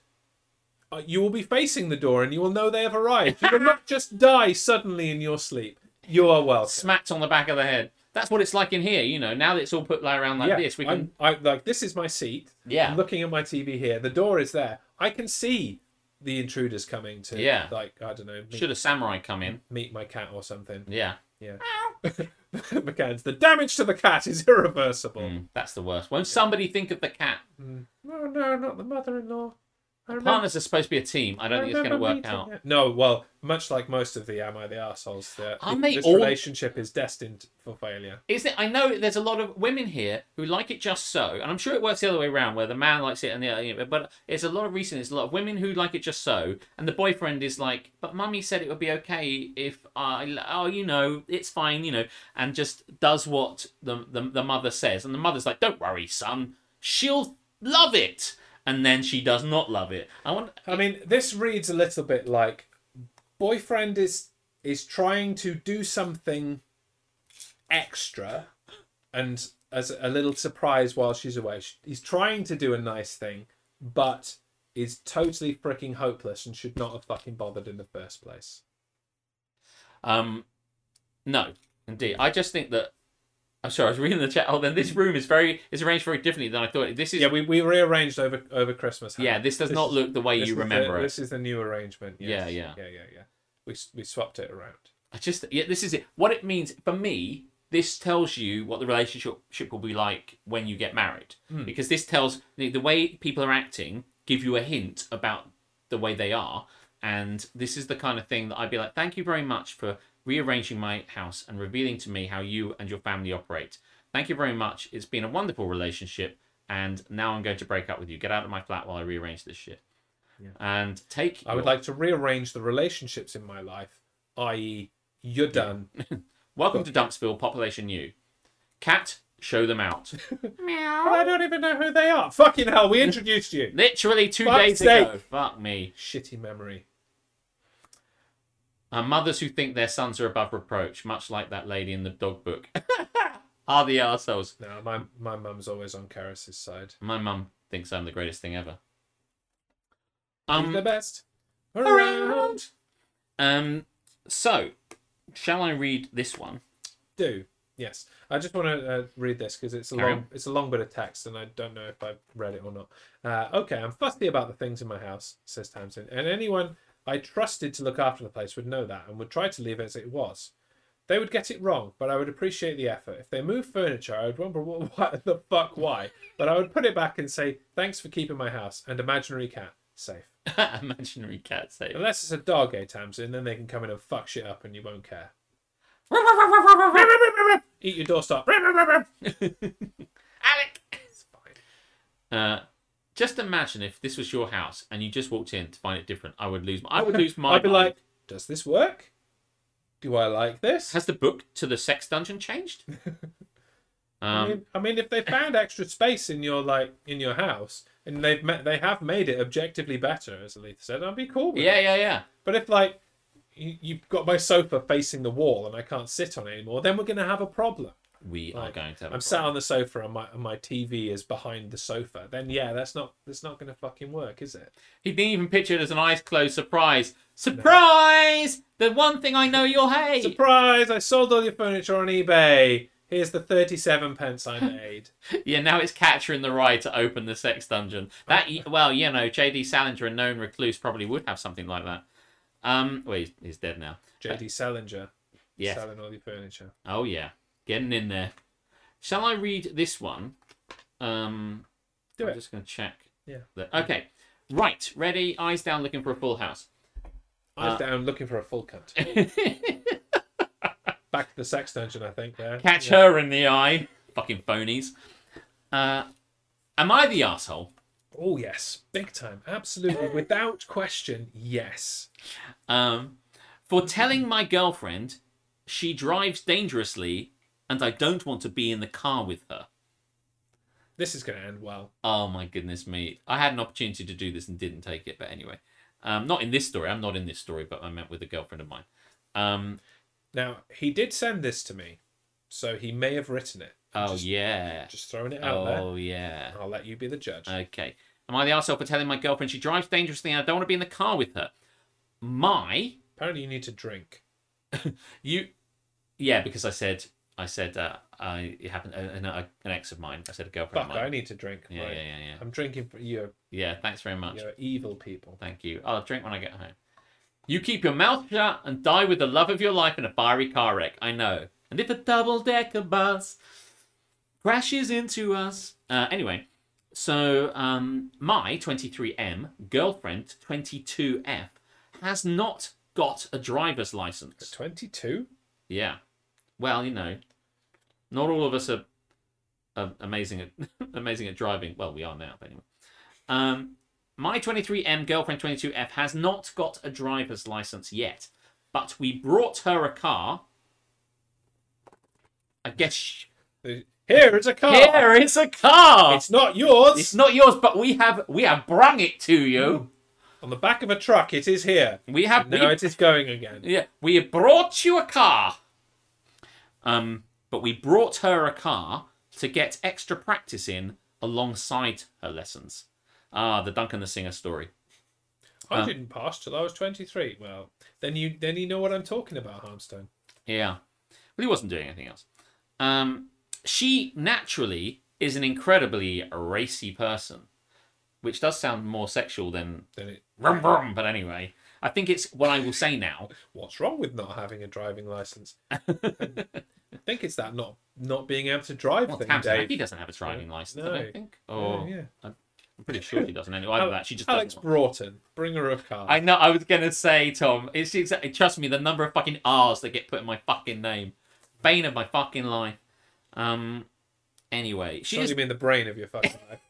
Speaker 2: uh, you will be facing the door and you will know they have arrived. You will not just die suddenly in your sleep. You are welcome.
Speaker 1: smacked on the back of the head. That's what it's like in here. You know, now that it's all put like, around like this, we can.
Speaker 2: I'm- I, like this is my seat.
Speaker 1: Yeah.
Speaker 2: I'm looking at my TV here. The door is there. I can see the intruders coming to.
Speaker 1: Yeah.
Speaker 2: Like I don't know. Meet,
Speaker 1: Should a samurai come in?
Speaker 2: meet my cat or something.
Speaker 1: Yeah.
Speaker 2: Yeah. McCann's. The damage to the cat is irreversible.
Speaker 1: Mm, that's the worst. Won't somebody think of the cat?
Speaker 2: No, no, not the mother-in-law. I remember-
Speaker 1: Partners are supposed to be a team. I don't think it's going to
Speaker 2: remember
Speaker 1: work
Speaker 2: meeting
Speaker 1: out.
Speaker 2: her. No, well, much like most of the Am I the Arseholes, the,
Speaker 1: Aren't
Speaker 2: th-
Speaker 1: they
Speaker 2: this
Speaker 1: all-
Speaker 2: relationship is destined for failure.
Speaker 1: Is it? I know there's a lot of women here who like it just so, and I'm sure it works the other way around, where the man likes it and the other. You know, but it's a lot of recent. It's a lot of women who like it just so, and the boyfriend is like, "But mummy said it would be okay if I, oh, you know, it's fine, you know," and just does what the the, the mother says, and the mother's like, "Don't worry, son, she'll love it," and then she does not love it. I want.
Speaker 2: I mean, this reads a little bit like boyfriend is is trying to do something extra, and as a little surprise while she's away, sh- he's trying to do a nice thing, but is totally freaking hopeless and should not have fucking bothered in the first place.
Speaker 1: Um, no, indeed. I just think that. I'm sorry, I was reading the chat. Oh, then this room is very is arranged very differently than I thought. This is
Speaker 2: Yeah,
Speaker 1: yeah.
Speaker 2: we, we rearranged over over Christmas. Hannah.
Speaker 1: this does not
Speaker 2: is-
Speaker 1: look the way
Speaker 2: This
Speaker 1: you
Speaker 2: is the-
Speaker 1: remember it.
Speaker 2: This is the new arrangement. yes.
Speaker 1: Yeah, yeah.
Speaker 2: yeah, yeah, yeah. We s- we swapped it around.
Speaker 1: I just yeah, this is it. What it means for me, this tells you what the relationship will be like when you get married,
Speaker 2: Hmm.
Speaker 1: because this tells the, the way people are acting give you a hint about the way they are, and this is the kind of thing that I'd be like, thank you very much for rearranging my house and revealing to me how you and your family operate. Thank you very much. It's been a wonderful relationship, and now I'm going to break up with you. Get out of my flat while I rearrange this shit. And take.
Speaker 2: I would
Speaker 1: your-
Speaker 2: like to rearrange the relationships in my life, i.e., you're done.
Speaker 1: Welcome to Dumpsville, population new. Cat, show them out.
Speaker 2: But I don't even know who they are. Fucking hell, we introduced you.
Speaker 1: Literally two
Speaker 2: Fuck's
Speaker 1: days
Speaker 2: sake.
Speaker 1: ago. Fuck me.
Speaker 2: Shitty memory.
Speaker 1: Uh, mothers who think their sons are above reproach, much like that lady in the dog book, are the arseholes.
Speaker 2: No, my my mum's always on Karis's side.
Speaker 1: My mum thinks I'm the greatest thing ever.
Speaker 2: He's the
Speaker 1: Um,
Speaker 2: best around.
Speaker 1: around. um, so, shall I read this one?
Speaker 2: Do yes. I just want to uh, read this because it's a
Speaker 1: Carry
Speaker 2: long
Speaker 1: on.
Speaker 2: it's a long bit of text, and I don't know if I've read it or not. Uh, okay, I'm fussy about the things in my house, says Tamsin, and anyone I trusted to look after the place would know that and would try to leave it as it was. They would get it wrong, but I would appreciate the effort. If they moved furniture, I would wonder what, what the fuck why, but I would put it back and say thanks for keeping my house and imaginary cat safe.
Speaker 1: Imaginary cat say.
Speaker 2: Unless it's a dog, eh, Tamsin? Then they can come in and fuck shit up, and you won't care. Eat your doorstop.
Speaker 1: Uh, just imagine if this was your house and you just walked in to find it different. I would lose. My, I would lose my.
Speaker 2: I'd be
Speaker 1: mind.
Speaker 2: like, does this work? Do I like this?
Speaker 1: Has the book to the sex dungeon changed?
Speaker 2: I,
Speaker 1: Um,
Speaker 2: mean, I mean, if they found extra space in your like in your house, and they've ma- they have made it objectively better, as Aletha said, I'd be cool. With
Speaker 1: yeah,
Speaker 2: It.
Speaker 1: yeah, yeah.
Speaker 2: But if like you, you've got my sofa facing the wall and I can't sit on it anymore, then we're gonna have a problem.
Speaker 1: We are
Speaker 2: Like,
Speaker 1: going to have. a
Speaker 2: I'm sat
Speaker 1: problem.
Speaker 2: on the sofa and my and my TV is behind the sofa. Then yeah, that's not that's not gonna fucking work, is it?
Speaker 1: He didn't even picture it as an eyes closed surprise. Surprise! The one thing I know you'll hate.
Speaker 2: Surprise! I sold all your furniture on eBay. Here's the 37 pence I made.
Speaker 1: yeah, now it's Catcher in the Rye to open the sex dungeon. That well, you know, J.D. Salinger, a known recluse, probably would have something like that. Um, well, he's, he's dead now.
Speaker 2: JD Salinger
Speaker 1: Yes.
Speaker 2: selling all your furniture.
Speaker 1: Oh yeah, getting in there. Shall I read this one? Um,
Speaker 2: Do
Speaker 1: I'm
Speaker 2: it.
Speaker 1: just going to check.
Speaker 2: Yeah.
Speaker 1: that- Okay. Right. Ready. Eyes down. Looking for a full house. Uh,
Speaker 2: I was down looking for a full cunt. Back to the sex dungeon, I think. There.
Speaker 1: Catch her in the eye. Fucking phonies. Uh, am I the asshole?
Speaker 2: Oh yes, big time. Absolutely, without question. Yes.
Speaker 1: Um, for telling my girlfriend she drives dangerously and I don't want to be in the car with her.
Speaker 2: This is going to end well.
Speaker 1: Oh my goodness me. I had an opportunity to do this and didn't take it, but anyway. Um, not in this story. I'm not in this story, but I met with a girlfriend of mine. Um,
Speaker 2: Now he did send this to me, so he may have written it.
Speaker 1: oh, yeah.
Speaker 2: Just throwing it out
Speaker 1: Oh, yeah. Uh,
Speaker 2: there. I'll let you be the judge.
Speaker 1: Okay. Am I the arsehole for telling my girlfriend she drives dangerously and I don't want to be in the car with her? My.
Speaker 2: Apparently, you need to drink.
Speaker 1: You. Yeah, because I said. I said uh, I it happened an, uh, an ex of mine. I said a girlfriend
Speaker 2: Fuck,
Speaker 1: of mine.
Speaker 2: I need to drink.
Speaker 1: Yeah,
Speaker 2: right?
Speaker 1: yeah, yeah, yeah.
Speaker 2: I'm drinking for you.
Speaker 1: Yeah, thanks very much.
Speaker 2: You're evil people.
Speaker 1: Thank you. I'll drink when I get home. You keep your mouth shut and die with the love of your life in a fiery car wreck. I know. And if a double decker bus crashes into us. Uh, anyway, so um, my 23M girlfriend, 22F, has not got a driver's license.
Speaker 2: 22?
Speaker 1: Yeah. Well, you know, not all of us are, are amazing at amazing at driving. Well, we are now, but anyway. Um, my 23M girlfriend 22F has not got a driver's license yet, but we brought her a car. I guess sh-
Speaker 2: The- Here is a car.
Speaker 1: here is a car. It's,
Speaker 2: Oh. It's not yours.
Speaker 1: not yours, but we have we have brung it to you.
Speaker 2: On the back of a truck, it is here.
Speaker 1: We have
Speaker 2: Now
Speaker 1: we-
Speaker 2: it is going again.
Speaker 1: Yeah, we brought you a car. Um, but we brought her a car to get extra practice in alongside her lessons. Ah, the Duncan the Singer story. Ah.
Speaker 2: I didn't pass till I was 23. Well, then you then you know what I'm talking about, Harmstone.
Speaker 1: Yeah. Well, he wasn't doing anything else. Um, she naturally is an incredibly racy person, which does sound more sexual than
Speaker 2: Then it,
Speaker 1: rum rum, but anyway. I think it's what I will say now.
Speaker 2: what's wrong with not having a driving license? I think it's that not not being able to drive
Speaker 1: Well,
Speaker 2: thing,
Speaker 1: Tamsin
Speaker 2: Dave.
Speaker 1: Hackey doesn't have a driving license, I
Speaker 2: No.
Speaker 1: don't think. Or
Speaker 2: yeah.
Speaker 1: I'm pretty sure she doesn't anyway. Either that, she just
Speaker 2: Alex
Speaker 1: doesn't.
Speaker 2: Broughton, bring her a car.
Speaker 1: I know. I was gonna say, Tom. It's exactly. Trust me, the number of fucking R's that get put in my fucking name, bane of my fucking life. Um. Anyway, she
Speaker 2: Not
Speaker 1: is.
Speaker 2: even in the brain of your fucking life.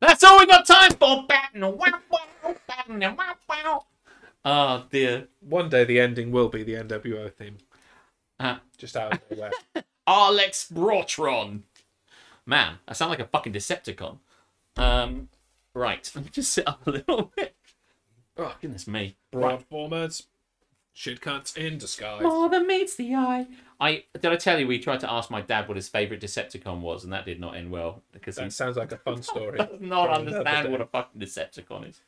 Speaker 1: That's all we got time for. Batten. Wow. Wow. Batten. Wow. Wow. Oh dear.
Speaker 2: One day the ending will be the NWO theme.
Speaker 1: Uh,
Speaker 2: Just out of nowhere.
Speaker 1: Alex Brotron. Man, I sound like a fucking Decepticon. Um. Right. Let me just sit up a little bit. Oh goodness me.
Speaker 2: Broad formats, shit cunts in disguise.
Speaker 1: More than meets the eye. I did I tell you we tried to ask my dad what his favourite Decepticon was, and that did not end well because he
Speaker 2: That sounds like a fun story.
Speaker 1: does not
Speaker 2: for another
Speaker 1: understand
Speaker 2: day.
Speaker 1: what a fucking Decepticon is.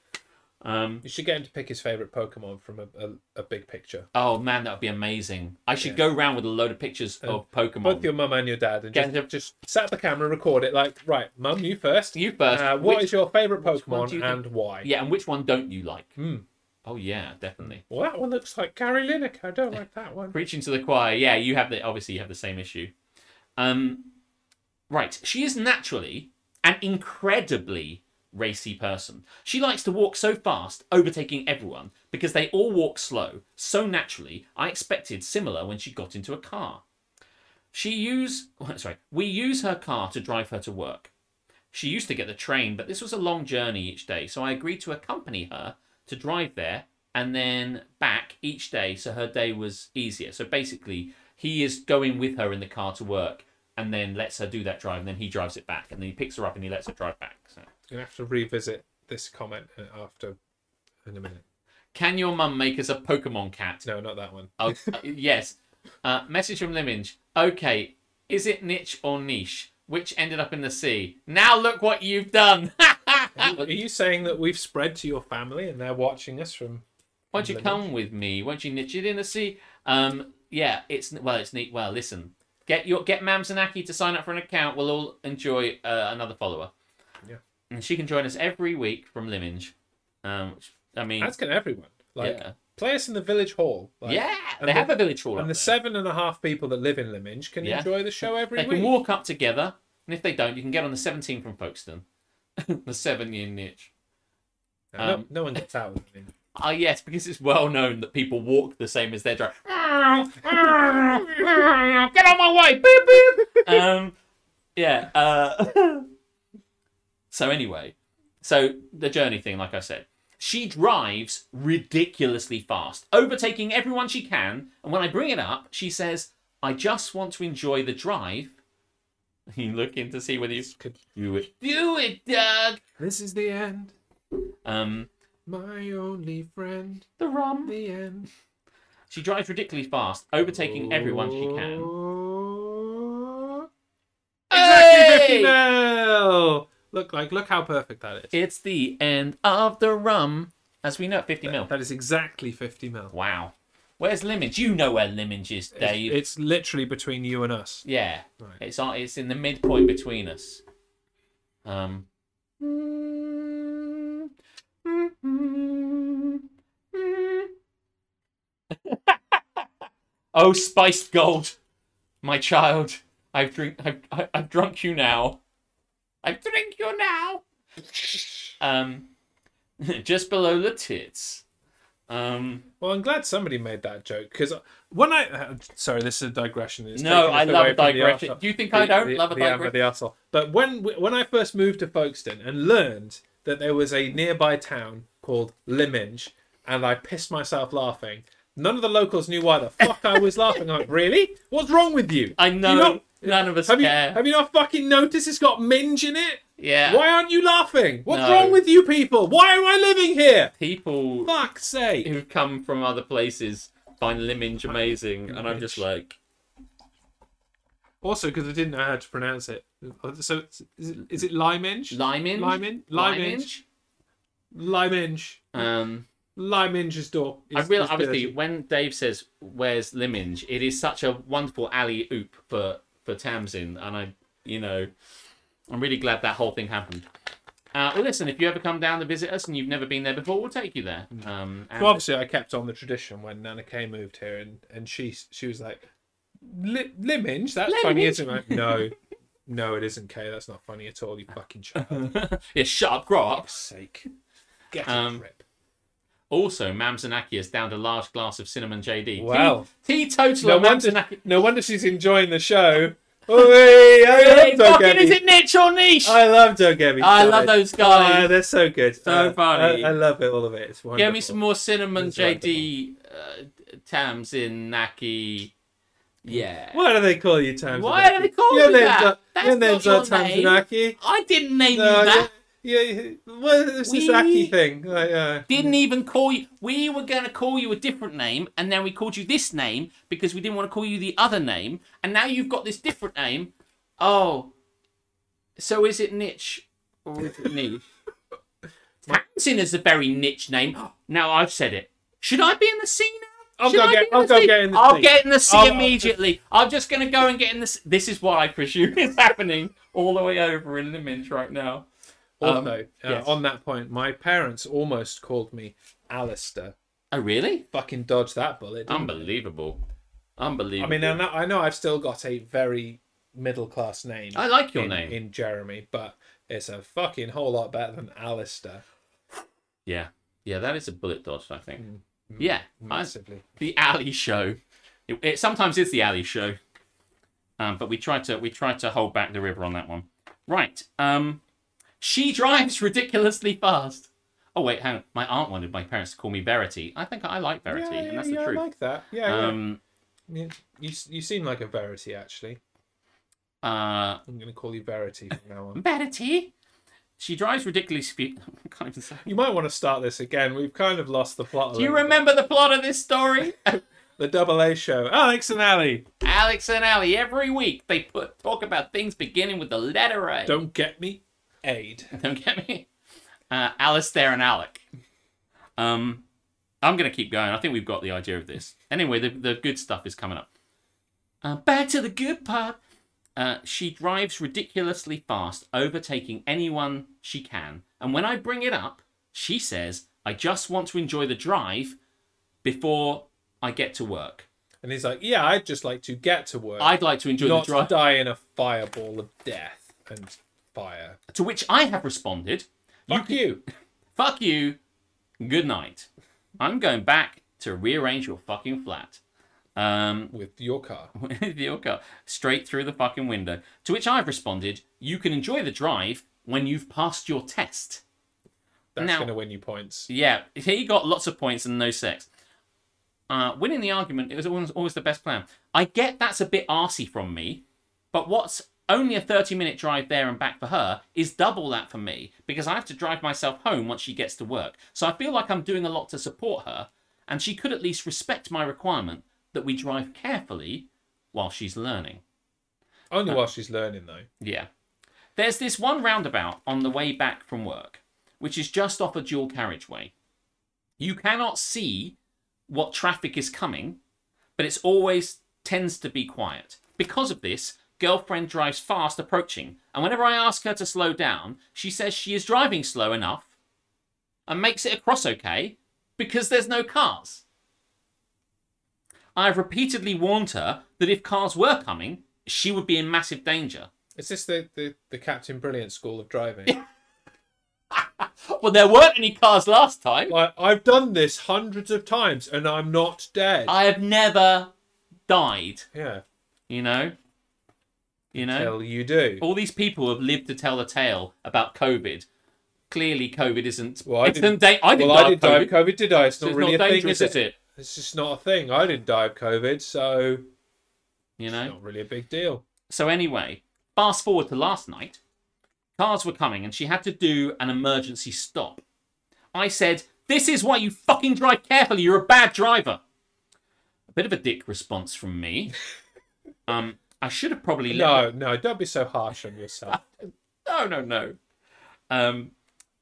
Speaker 1: Um.
Speaker 2: You should get him to pick his favorite Pokemon from a, a, a big picture.
Speaker 1: Oh man, that would be amazing. I should go round with a load of pictures of Pokemon.
Speaker 2: Uh, Both your mum and your dad, and
Speaker 1: Get
Speaker 2: just,
Speaker 1: him-
Speaker 2: just set up the camera, record it. Like, right, mum, you first.
Speaker 1: You first.
Speaker 2: Uh, what is
Speaker 1: Which-
Speaker 2: your favorite
Speaker 1: one do you think-
Speaker 2: Pokemon and why?
Speaker 1: Yeah, and which one don't you like?
Speaker 2: Hmm.
Speaker 1: Oh yeah, definitely.
Speaker 2: Well, that one looks like Gary Lineker. I don't like that one.
Speaker 1: Preaching to the choir. Yeah, you have the obviously you have the same issue. Um, right. She is naturally an incredibly racy person. She likes to walk so fast, overtaking everyone because they all walk slow so naturally. I expected similar when she got into a car. She use sorry, we use her car to drive her to work. She used to get the train, but this was a long journey each day, so I agreed to accompany her to drive there and then back each day so her day was easier. So basically, he is going with her in the car to work and then lets her do that drive and then he drives it back and then he picks her up and he lets her drive back. So.
Speaker 2: You're gonna have to revisit this comment uh, after in a minute.
Speaker 1: Can your mum make us a Pokemon cat?
Speaker 2: No, not that one.
Speaker 1: Oh, uh, yes. Uh, message from Liminge. Okay, is it niche or niche? Which ended up in the sea. Now look what you've done.
Speaker 2: Are you saying that we've spread to your family and they're watching us from?
Speaker 1: Won't you come with me? Won't you niche it in the sea? Um, yeah, it's well, it's neat. Well, listen, get your get Mamsanaki to sign up for an account. We'll all enjoy uh, another follower.
Speaker 2: Yeah.
Speaker 1: and she can join us every week from Liminge, um, which I mean,
Speaker 2: As can everyone. Like,
Speaker 1: Yeah.
Speaker 2: play us in the village hall. Like,
Speaker 1: yeah,
Speaker 2: and
Speaker 1: they have
Speaker 2: the-
Speaker 1: a village hall. up
Speaker 2: And the
Speaker 1: there.
Speaker 2: seven and a half people that live in Liminge can
Speaker 1: Yeah.
Speaker 2: enjoy the show every
Speaker 1: They
Speaker 2: week.
Speaker 1: can walk up together, and if they don't, you can get on the 17 from Folkestone, the seven year niche.
Speaker 2: No-
Speaker 1: um,
Speaker 2: no, one gets out with Liminge.
Speaker 1: Ah, yes, because it's well known that people walk the same as their driver. Get on my way! Beep, beep. Um, yeah. Uh, so anyway, so the journey thing, like I said, she drives ridiculously fast, overtaking everyone she can. And when I bring it up, she says, "I just want to enjoy the drive." You look in to see whether you could do it. Do it, Doug.
Speaker 2: This is the end,
Speaker 1: Um,
Speaker 2: my only friend.
Speaker 1: the rum.
Speaker 2: The end.
Speaker 1: She drives ridiculously fast, overtaking everyone she can.
Speaker 2: Exactly
Speaker 1: Hey!
Speaker 2: 50 mil. Look like look how perfect that is.
Speaker 1: It's the end of the rum. As we know, at 50 mil.
Speaker 2: That is exactly 50 mil.
Speaker 1: Wow. Where's Liminge? You know where Liminge is,
Speaker 2: It's,
Speaker 1: Dave.
Speaker 2: it's literally between you and us.
Speaker 1: yeah.
Speaker 2: Right.
Speaker 1: It's on- it's in the midpoint between us. Um. Mm. oh, spiced gold, my child. I've drink. I've, I- I've drunk you now. I've drink you now. Um, just below the tits. Um.
Speaker 2: Well, I'm glad somebody made that joke because when I uh, sorry, this is a digression. It's
Speaker 1: No,
Speaker 2: taking us
Speaker 1: I love
Speaker 2: away
Speaker 1: a
Speaker 2: from the
Speaker 1: digression.
Speaker 2: arsehole.
Speaker 1: Do you think I don't
Speaker 2: the,
Speaker 1: love a
Speaker 2: the amber,
Speaker 1: digression?
Speaker 2: The arsehole. But when we- when I first moved to Folkestone and learned that there was a nearby town called Liminge, and I pissed myself laughing. None of the locals knew why the fuck I was laughing. I'm like, really? What's wrong with you?
Speaker 1: I
Speaker 2: Do you
Speaker 1: know.
Speaker 2: not-
Speaker 1: none of us
Speaker 2: have you
Speaker 1: care.
Speaker 2: have you not fucking noticed it's got minge in it?
Speaker 1: yeah.
Speaker 2: Why aren't you laughing? What's
Speaker 1: No.
Speaker 2: wrong with you people? Why am I living here?
Speaker 1: People
Speaker 2: Fuck's sake!
Speaker 1: who come from other places find Liminge amazing, and I'm just like,
Speaker 2: Also, because I didn't know how to pronounce it. So, it's- is it, is it Liminge?
Speaker 1: Liminge?
Speaker 2: Liminge? Liminge? Liminge.
Speaker 1: Um,
Speaker 2: Liminge is door.
Speaker 1: I
Speaker 2: is-
Speaker 1: realize,
Speaker 2: is
Speaker 1: obviously,
Speaker 2: dirty.
Speaker 1: when Dave says, Where's Liminge? it is such a wonderful alley oop for, for Tamsin, and I, you know, I'm really glad that whole thing happened. Uh, listen, if you ever come down to visit us and you've never been there before, we'll take you there. Um, and
Speaker 2: Well, obviously, I kept on the tradition when Nana K moved here, and, and she she was like, "Li- Liminge? That's funny,
Speaker 1: Liminge."
Speaker 2: isn't it? I'm like, no, no, it isn't, Kay. That's not funny at all, you fucking
Speaker 1: Um,
Speaker 2: child.
Speaker 1: yeah, shut up, grow up.
Speaker 2: For sake. Get a
Speaker 1: Um,
Speaker 2: grip.
Speaker 1: Also, Mamzanaki has downed a large glass of cinnamon JD.
Speaker 2: Wow.
Speaker 1: Te- teetotal
Speaker 2: No
Speaker 1: of
Speaker 2: wonder,
Speaker 1: Mamzanaki.
Speaker 2: no wonder she's enjoying the show. Oh, hey, I
Speaker 1: Hey,
Speaker 2: love Doug
Speaker 1: fucking is
Speaker 2: Ebby.
Speaker 1: it niche or niche?
Speaker 2: I love Doug Ebby.
Speaker 1: I love
Speaker 2: guys.
Speaker 1: those
Speaker 2: Oh,
Speaker 1: guys.
Speaker 2: they're so good.
Speaker 1: So
Speaker 2: Uh,
Speaker 1: funny.
Speaker 2: I, I love it, all of it. It's wonderful.
Speaker 1: Give me some more cinnamon
Speaker 2: It's
Speaker 1: JD uh, Tamsin Naki. Yeah.
Speaker 2: Why do they call you Tamsinaki?
Speaker 1: Why do they call
Speaker 2: your
Speaker 1: you
Speaker 2: name's
Speaker 1: that?
Speaker 2: Not,
Speaker 1: That's
Speaker 2: your name's
Speaker 1: not your name.
Speaker 2: Tamsinaki.
Speaker 1: I didn't name
Speaker 2: No,
Speaker 1: you that.
Speaker 2: yeah, yeah, well, it's this
Speaker 1: We-
Speaker 2: Aki thing. Like, uh,
Speaker 1: Didn't even call you. We were going to call you a different name, and then we called you this name because we didn't want to call you the other name, and now you've got this different name. Oh. So is it niche or is it niche? Tamsin is a very niche name. Now I've said it. Should I be in the C now?
Speaker 2: I'll
Speaker 1: Should
Speaker 2: go
Speaker 1: I
Speaker 2: get-
Speaker 1: be in
Speaker 2: I'll
Speaker 1: the
Speaker 2: go
Speaker 1: sea?
Speaker 2: get in the
Speaker 1: I'll
Speaker 2: sea.
Speaker 1: get in the sea
Speaker 2: I'll- I'll-
Speaker 1: immediately. I'm just gonna go and get in the. Sea. This is what I presume is happening all the way over in the minch right now. Um,
Speaker 2: also, uh,
Speaker 1: yes.
Speaker 2: on that point, my parents almost called me Alistair.
Speaker 1: Oh really?
Speaker 2: Fucking dodge that bullet. didn't they?
Speaker 1: Unbelievable.
Speaker 2: I
Speaker 1: Unbelievable.
Speaker 2: mean, I know, I know I've still got a very middle class name.
Speaker 1: I like your
Speaker 2: in,
Speaker 1: name.
Speaker 2: in Jeremy, but it's a fucking whole lot better than Alistair.
Speaker 1: yeah, yeah, that is a bullet dodge. I think.
Speaker 2: Mm.
Speaker 1: yeah, I-
Speaker 2: Massively.
Speaker 1: the alley show. It, it sometimes is the alley show, um, but we try to we try to hold back the river on that one. Right. Um, she drives ridiculously fast. Oh wait, hang on. My aunt wanted my parents to call me Verity. I think I like Verity,
Speaker 2: yeah,
Speaker 1: and that's
Speaker 2: yeah,
Speaker 1: the truth.
Speaker 2: I like that. Yeah, yeah.
Speaker 1: um,
Speaker 2: Yeah, you you seem like a Verity actually.
Speaker 1: uh,
Speaker 2: I'm gonna call you Verity from now on.
Speaker 1: Verity. She drives ridiculously. Spe- I can't even say.
Speaker 2: You might want to start this again. We've kind of lost the plot. a
Speaker 1: Do you
Speaker 2: little bit.
Speaker 1: remember the plot of this story?
Speaker 2: the Double A Show? Alex and Ali.
Speaker 1: Alex and Ali. Every week they put talk about things beginning with the letter A.
Speaker 2: Don't get me. Aid.
Speaker 1: Don't get me. Uh, Alistair and Alec. Um, I'm going to keep going. I think we've got the idea of this. Anyway, the, the good stuff is coming up. Uh, back to the good part. Uh, she drives ridiculously fast, overtaking anyone she can. And when I bring it up, she says, I just want to enjoy the drive before I get to work.
Speaker 2: And he's like, "Yeah, I'd just like to get to work,
Speaker 1: I'd like to enjoy
Speaker 2: not
Speaker 1: the drive.
Speaker 2: die in a fireball of death and fire."
Speaker 1: To which I have responded,
Speaker 2: Fuck you.
Speaker 1: fuck you, good night. I'm going back to rearrange your fucking flat. Um,
Speaker 2: with your car.
Speaker 1: with your car straight through the fucking window. To which I've responded, you can enjoy the drive when you've passed your test.
Speaker 2: That's
Speaker 1: Now-
Speaker 2: going to win you points.
Speaker 1: Yeah, he got lots of points and no sex. Uh, winning the argument it was always, always the best plan. I get that's a bit arsy from me, but what's only a 30 minute drive there and back for her is double that for me because I have to drive myself home once she gets to work. So I feel like I'm doing a lot to support her, and she could at least respect my requirement that we drive carefully while she's learning.
Speaker 2: Only while she's learning, though.
Speaker 1: Yeah. There's this one roundabout on the way back from work, which is just off a dual carriageway. You cannot see what traffic is coming, but it's always tends to be quiet. Because of this, girlfriend drives fast approaching, and whenever I ask her to slow down, she says she is driving slow enough and makes it across okay because there's no cars. I have repeatedly warned her that if cars were coming, she would be in massive danger.
Speaker 2: Is this the, the, the Captain Brilliant school of driving?
Speaker 1: Well, there weren't any cars last time.
Speaker 2: like, I've done this hundreds of times and I'm not dead.
Speaker 1: I have never died,
Speaker 2: yeah.
Speaker 1: you know? You know?
Speaker 2: Hell, you do.
Speaker 1: All these people have lived to tell the tale about COVID. Clearly, COVID isn't.
Speaker 2: Well, I
Speaker 1: it's
Speaker 2: didn't-
Speaker 1: an da- I didn't
Speaker 2: well,
Speaker 1: die
Speaker 2: I
Speaker 1: of
Speaker 2: didn't die
Speaker 1: COVID,
Speaker 2: of COVID, did I? It's
Speaker 1: so
Speaker 2: not
Speaker 1: it's
Speaker 2: really
Speaker 1: not
Speaker 2: a thing,
Speaker 1: dangerous,
Speaker 2: is it? It's just not a thing. I didn't die of COVID, so
Speaker 1: You know?
Speaker 2: not really a big deal.
Speaker 1: So anyway, fast forward to last night. Cars were coming and she had to do an emergency stop. I said, This is why you fucking drive carefully, you're a bad driver. A bit of a dick response from me. um, I should have probably let
Speaker 2: No, no, don't be so harsh on yourself.
Speaker 1: No, no, no. Um,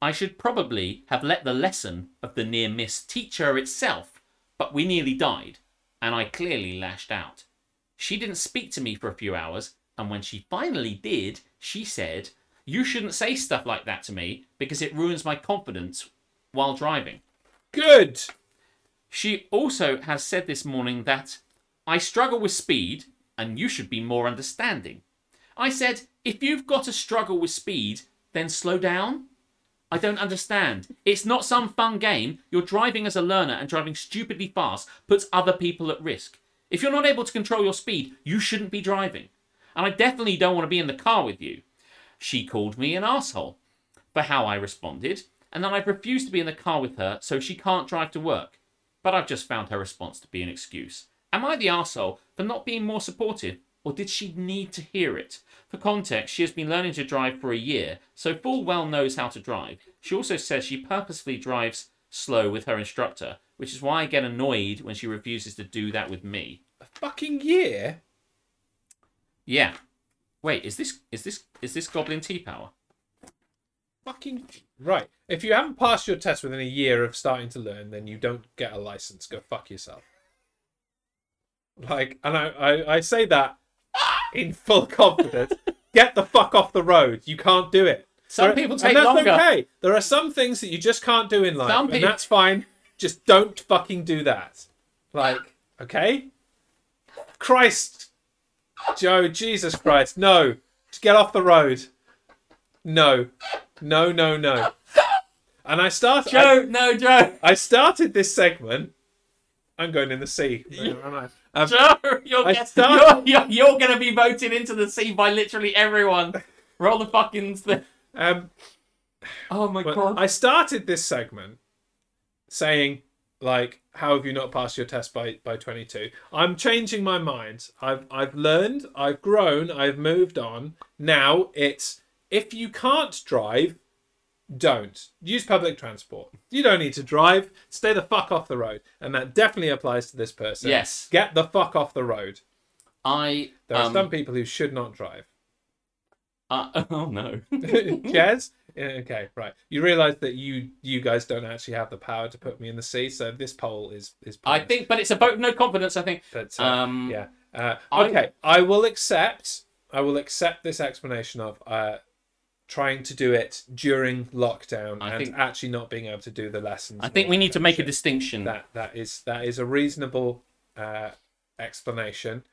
Speaker 1: I should probably have let the lesson of the near miss teach her itself, but we nearly died, and I clearly lashed out. She didn't speak to me for a few hours, and when she finally did, she said, You shouldn't say stuff like that to me because it ruins my confidence while driving.
Speaker 2: Good.
Speaker 1: She also has said this morning that I struggle with speed and you should be more understanding. I said, if you've got a struggle with speed, then slow down. I don't understand. It's not some fun game. You're driving as a learner and driving stupidly fast puts other people at risk. If you're not able to control your speed, you shouldn't be driving. And I definitely don't want to be in the car with you. She called me an asshole for how I responded, and that I've refused to be in the car with her so she can't drive to work but I've just found her response to be an excuse. Am I the arsehole for not being more supportive, or did she need to hear it? For context, she has been learning to drive for a year, so full well knows how to drive. She also says she purposefully drives slow with her instructor, which is why I get annoyed when she refuses to do that with me.
Speaker 2: A fucking year.
Speaker 1: Yeah. Wait, is this is this is this Goblin Tea Power?
Speaker 2: Fucking right. If you haven't passed your test within a year of starting to learn, then you don't get a license. Go fuck yourself. Like, and I, I, I say that in full confidence. get the fuck off the road. You can't do it.
Speaker 1: Some
Speaker 2: There-
Speaker 1: people
Speaker 2: and
Speaker 1: take
Speaker 2: that's
Speaker 1: longer.
Speaker 2: okay. There are some things that you just can't do in life,
Speaker 1: Some
Speaker 2: and
Speaker 1: people-
Speaker 2: that's fine. Just don't fucking do that. Like, okay? Christ, Joe, Jesus Christ, no! Just get off the road. No, no, no, no. And I started.
Speaker 1: Joe, no, Joe,
Speaker 2: I, I started this segment. I'm going in the sea. aren't I? Um,
Speaker 1: Joe, you're,
Speaker 2: I
Speaker 1: get-
Speaker 2: start-
Speaker 1: you're, you're, you're gonna be voted into the sea by literally everyone. Roll the fucking thing.
Speaker 2: um,
Speaker 1: Oh my
Speaker 2: But
Speaker 1: god.
Speaker 2: I started this segment saying, like, how have you not passed your test by, by 22? I'm changing my mind. I've, I've learned, I've grown, I've moved on. Now it's if you can't drive, don't. Use public transport. You don't need to drive. Stay the fuck off the road. And that definitely applies to this person.
Speaker 1: Yes.
Speaker 2: Get the fuck off the road.
Speaker 1: I
Speaker 2: There are
Speaker 1: um,
Speaker 2: some people who should not drive.
Speaker 1: uh, oh no.
Speaker 2: Jazz? Yeah, Okay, right. You realise that you you guys don't actually have the power to put me in the sea, so this poll is is.
Speaker 1: I
Speaker 2: pointless.
Speaker 1: think, but it's a vote of no confidence. I think.
Speaker 2: But, uh,
Speaker 1: Um,
Speaker 2: yeah. Uh,
Speaker 1: I-
Speaker 2: okay, I will accept. I will accept this explanation of uh, trying to do it during lockdown
Speaker 1: I
Speaker 2: and
Speaker 1: think-
Speaker 2: actually not being able to do the lessons.
Speaker 1: I
Speaker 2: and
Speaker 1: think
Speaker 2: all
Speaker 1: we
Speaker 2: that
Speaker 1: need to
Speaker 2: kind of
Speaker 1: make a
Speaker 2: shit.
Speaker 1: distinction.
Speaker 2: that that is that is a reasonable uh, explanation.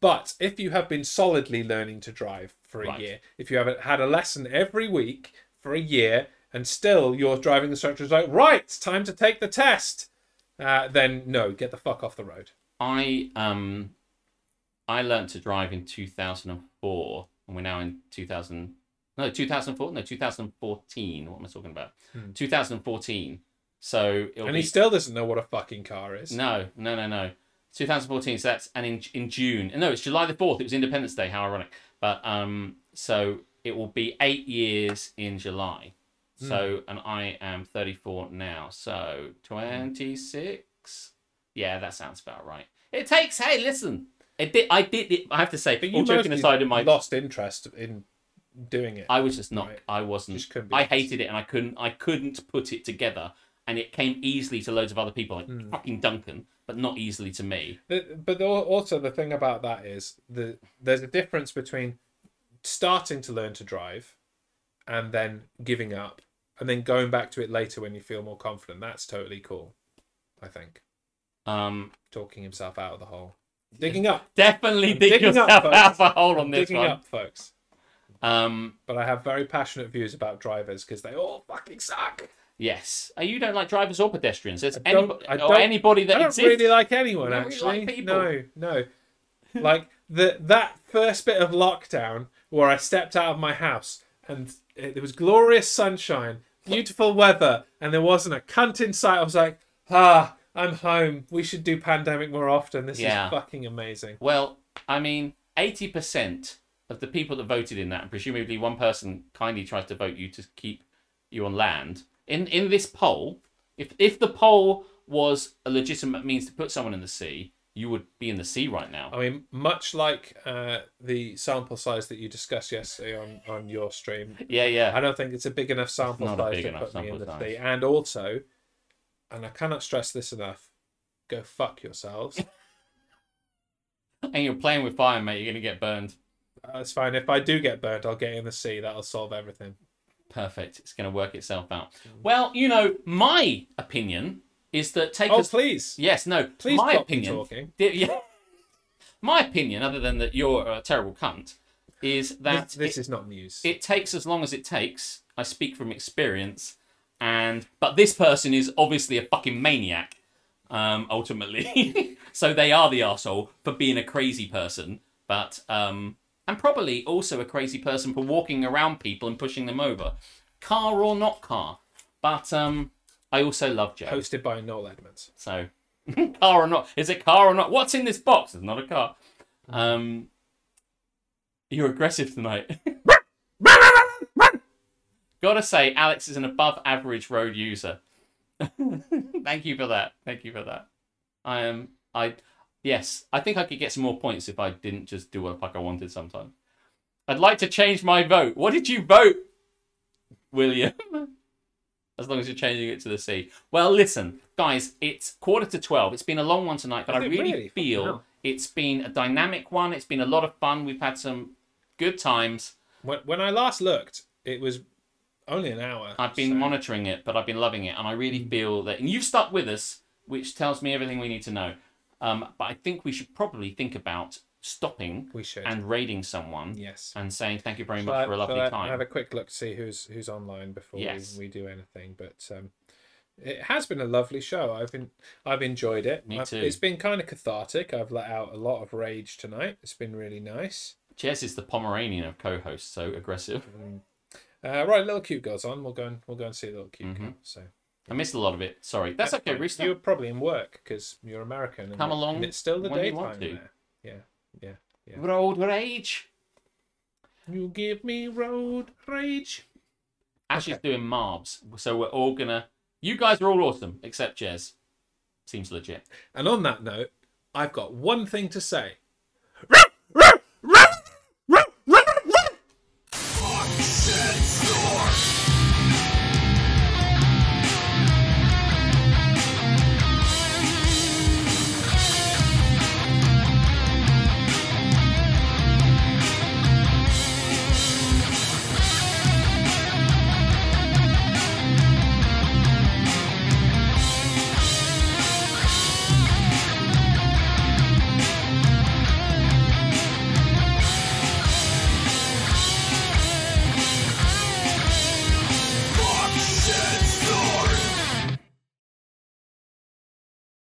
Speaker 2: But if you have been solidly learning to drive for a
Speaker 1: Right.
Speaker 2: year, if you haven't had a lesson every week for a year, and still your driving instructor is like, right, it's time to take the test, uh, then no, get the fuck off the road.
Speaker 1: I um I learnt to drive in 2004 and we're now in 2000 no 2004 no 2014 what am I talking about
Speaker 2: Hmm.
Speaker 1: 2014 so it'll
Speaker 2: And
Speaker 1: be
Speaker 2: he still doesn't know what a fucking car is.
Speaker 1: no no no no 2014 so that's and in in June no it's July the 4th it was Independence Day how ironic but um so it will be 8 years in July
Speaker 2: Hmm.
Speaker 1: so and I am 34 now so 26 yeah, that sounds about right. It takes. Hey, listen. It did. I did. It, I have to say,
Speaker 2: But you
Speaker 1: all joking
Speaker 2: mostly
Speaker 1: aside, in my
Speaker 2: lost interest in doing it.
Speaker 1: I was just not.
Speaker 2: Right.
Speaker 1: I wasn't.
Speaker 2: Just couldn't be
Speaker 1: I
Speaker 2: asked.
Speaker 1: hated it, and I couldn't. I couldn't put it together, and it came easily to loads of other people, like
Speaker 2: Hmm.
Speaker 1: fucking Duncan, but not easily to me.
Speaker 2: The- but the, also the thing about that is the there's a difference between starting to learn to drive and then giving up and then going back to it later when you feel more confident that's totally cool i think
Speaker 1: Um,
Speaker 2: talking himself out of the hole digging up
Speaker 1: definitely
Speaker 2: I'm
Speaker 1: dig
Speaker 2: digging up,
Speaker 1: yourself out
Speaker 2: folks.
Speaker 1: of a hole on this
Speaker 2: digging
Speaker 1: one.
Speaker 2: up folks
Speaker 1: Um,
Speaker 2: but i have very passionate views about drivers because they all fucking suck
Speaker 1: yes. Oh, you don't like drivers or pedestrians. There's
Speaker 2: I don't-
Speaker 1: anybody
Speaker 2: I
Speaker 1: or
Speaker 2: don't-
Speaker 1: anybody that
Speaker 2: I don't
Speaker 1: exists.
Speaker 2: really like anyone
Speaker 1: don't really
Speaker 2: actually.
Speaker 1: like people.
Speaker 2: no, no. Like the that first bit of lockdown where I stepped out of my house and it, there was glorious sunshine, beautiful weather, and there wasn't a cunt in sight. I was like, ah, I'm home. We should do pandemic more often. This
Speaker 1: Yeah.
Speaker 2: is fucking amazing.
Speaker 1: Well, I mean, eighty percent of the people that voted in that, and presumably one person kindly tried to vote you to keep you on land. In in this poll, if if the poll was a legitimate means to put someone in the sea, you would be in the sea right now.
Speaker 2: I mean, much like uh, the sample size that you discussed yesterday on, on your stream,
Speaker 1: Yeah, yeah.
Speaker 2: I don't think it's a big enough sample
Speaker 1: Not a
Speaker 2: size
Speaker 1: big
Speaker 2: to
Speaker 1: enough
Speaker 2: put me in
Speaker 1: sample
Speaker 2: the
Speaker 1: size.
Speaker 2: sea. And also, and I cannot stress this enough, go fuck yourselves. Uh,
Speaker 1: And you're playing with fire, mate. You're gonna get burned.
Speaker 2: That's fine. If I do get burned, I'll get in the sea. That'll solve everything.
Speaker 1: Perfect. It's gonna work itself out. Well, you know, my opinion is that take
Speaker 2: Oh,
Speaker 1: us.
Speaker 2: please.
Speaker 1: Yes, no.
Speaker 2: Please
Speaker 1: my
Speaker 2: stop me
Speaker 1: opinion.
Speaker 2: talking.
Speaker 1: Di- yeah. My opinion, other than that you're a terrible cunt, is that
Speaker 2: This, this
Speaker 1: it,
Speaker 2: is not news.
Speaker 1: it takes as long as it takes. I speak from experience, and but this person is obviously a fucking maniac. Um, ultimately, so they are the asshole for being a crazy person, but um, and probably also a crazy person for walking around people and pushing them over, car or not car. But um, I also love Joe.
Speaker 2: Hosted by Noel Edmonds.
Speaker 1: So, car or not? Is it car or not? What's in this box? It's not a car. Um, you're aggressive tonight. Gotta say, Alex is an above average road user. Thank you for that. Thank you for that. I am. I yes. I think I could get some more points if I didn't just do what the fuck I wanted sometimes. I'd like to change my vote. What did you vote, William? as long as you're changing it to the sea. Well, listen, guys, it's quarter to 12. It's been a long one tonight, but I
Speaker 2: Has it
Speaker 1: really,
Speaker 2: really? Fucking
Speaker 1: feel
Speaker 2: hell.
Speaker 1: it's been a dynamic one. It's been a lot of fun. We've had some good times.
Speaker 2: When, when I last looked, it was only an hour.
Speaker 1: I've been monitoring it, but I've been loving it, and I really
Speaker 2: Mm.
Speaker 1: feel that. And you've stuck with us, which tells me everything we need to know. Um, but I think we should probably think about stopping
Speaker 2: We should.
Speaker 1: and raiding someone
Speaker 2: Yes.
Speaker 1: and saying thank you very
Speaker 2: Shall
Speaker 1: much
Speaker 2: I-
Speaker 1: for a
Speaker 2: shall
Speaker 1: lovely
Speaker 2: I
Speaker 1: time.
Speaker 2: Have a quick look to see who's who's online before
Speaker 1: Yes.
Speaker 2: we, we do anything. But um, it has been a lovely show. I've been I've enjoyed it.
Speaker 1: Me
Speaker 2: I've-
Speaker 1: too.
Speaker 2: It's been kind of cathartic. I've let out a lot of rage tonight. It's been really nice.
Speaker 1: Jez is the Pomeranian of co-hosts, so aggressive.
Speaker 2: Uh, right, little cute girls on. We'll go and we'll go and see little cute girl. So
Speaker 1: I missed a lot of it. Sorry, Mm-hmm. that's okay.
Speaker 2: fine.
Speaker 1: Restart.
Speaker 2: You're probably in work because you're American. And
Speaker 1: Come
Speaker 2: it-
Speaker 1: along
Speaker 2: And it's still the
Speaker 1: when you
Speaker 2: daytime
Speaker 1: want to.
Speaker 2: there. Yeah, yeah, yeah.
Speaker 1: Road rage.
Speaker 2: You give me road rage.
Speaker 1: Ash is doing Marbs, so we're all gonna. You guys are all awesome except Jez. Seems legit.
Speaker 2: And on that note, I've got one thing to say.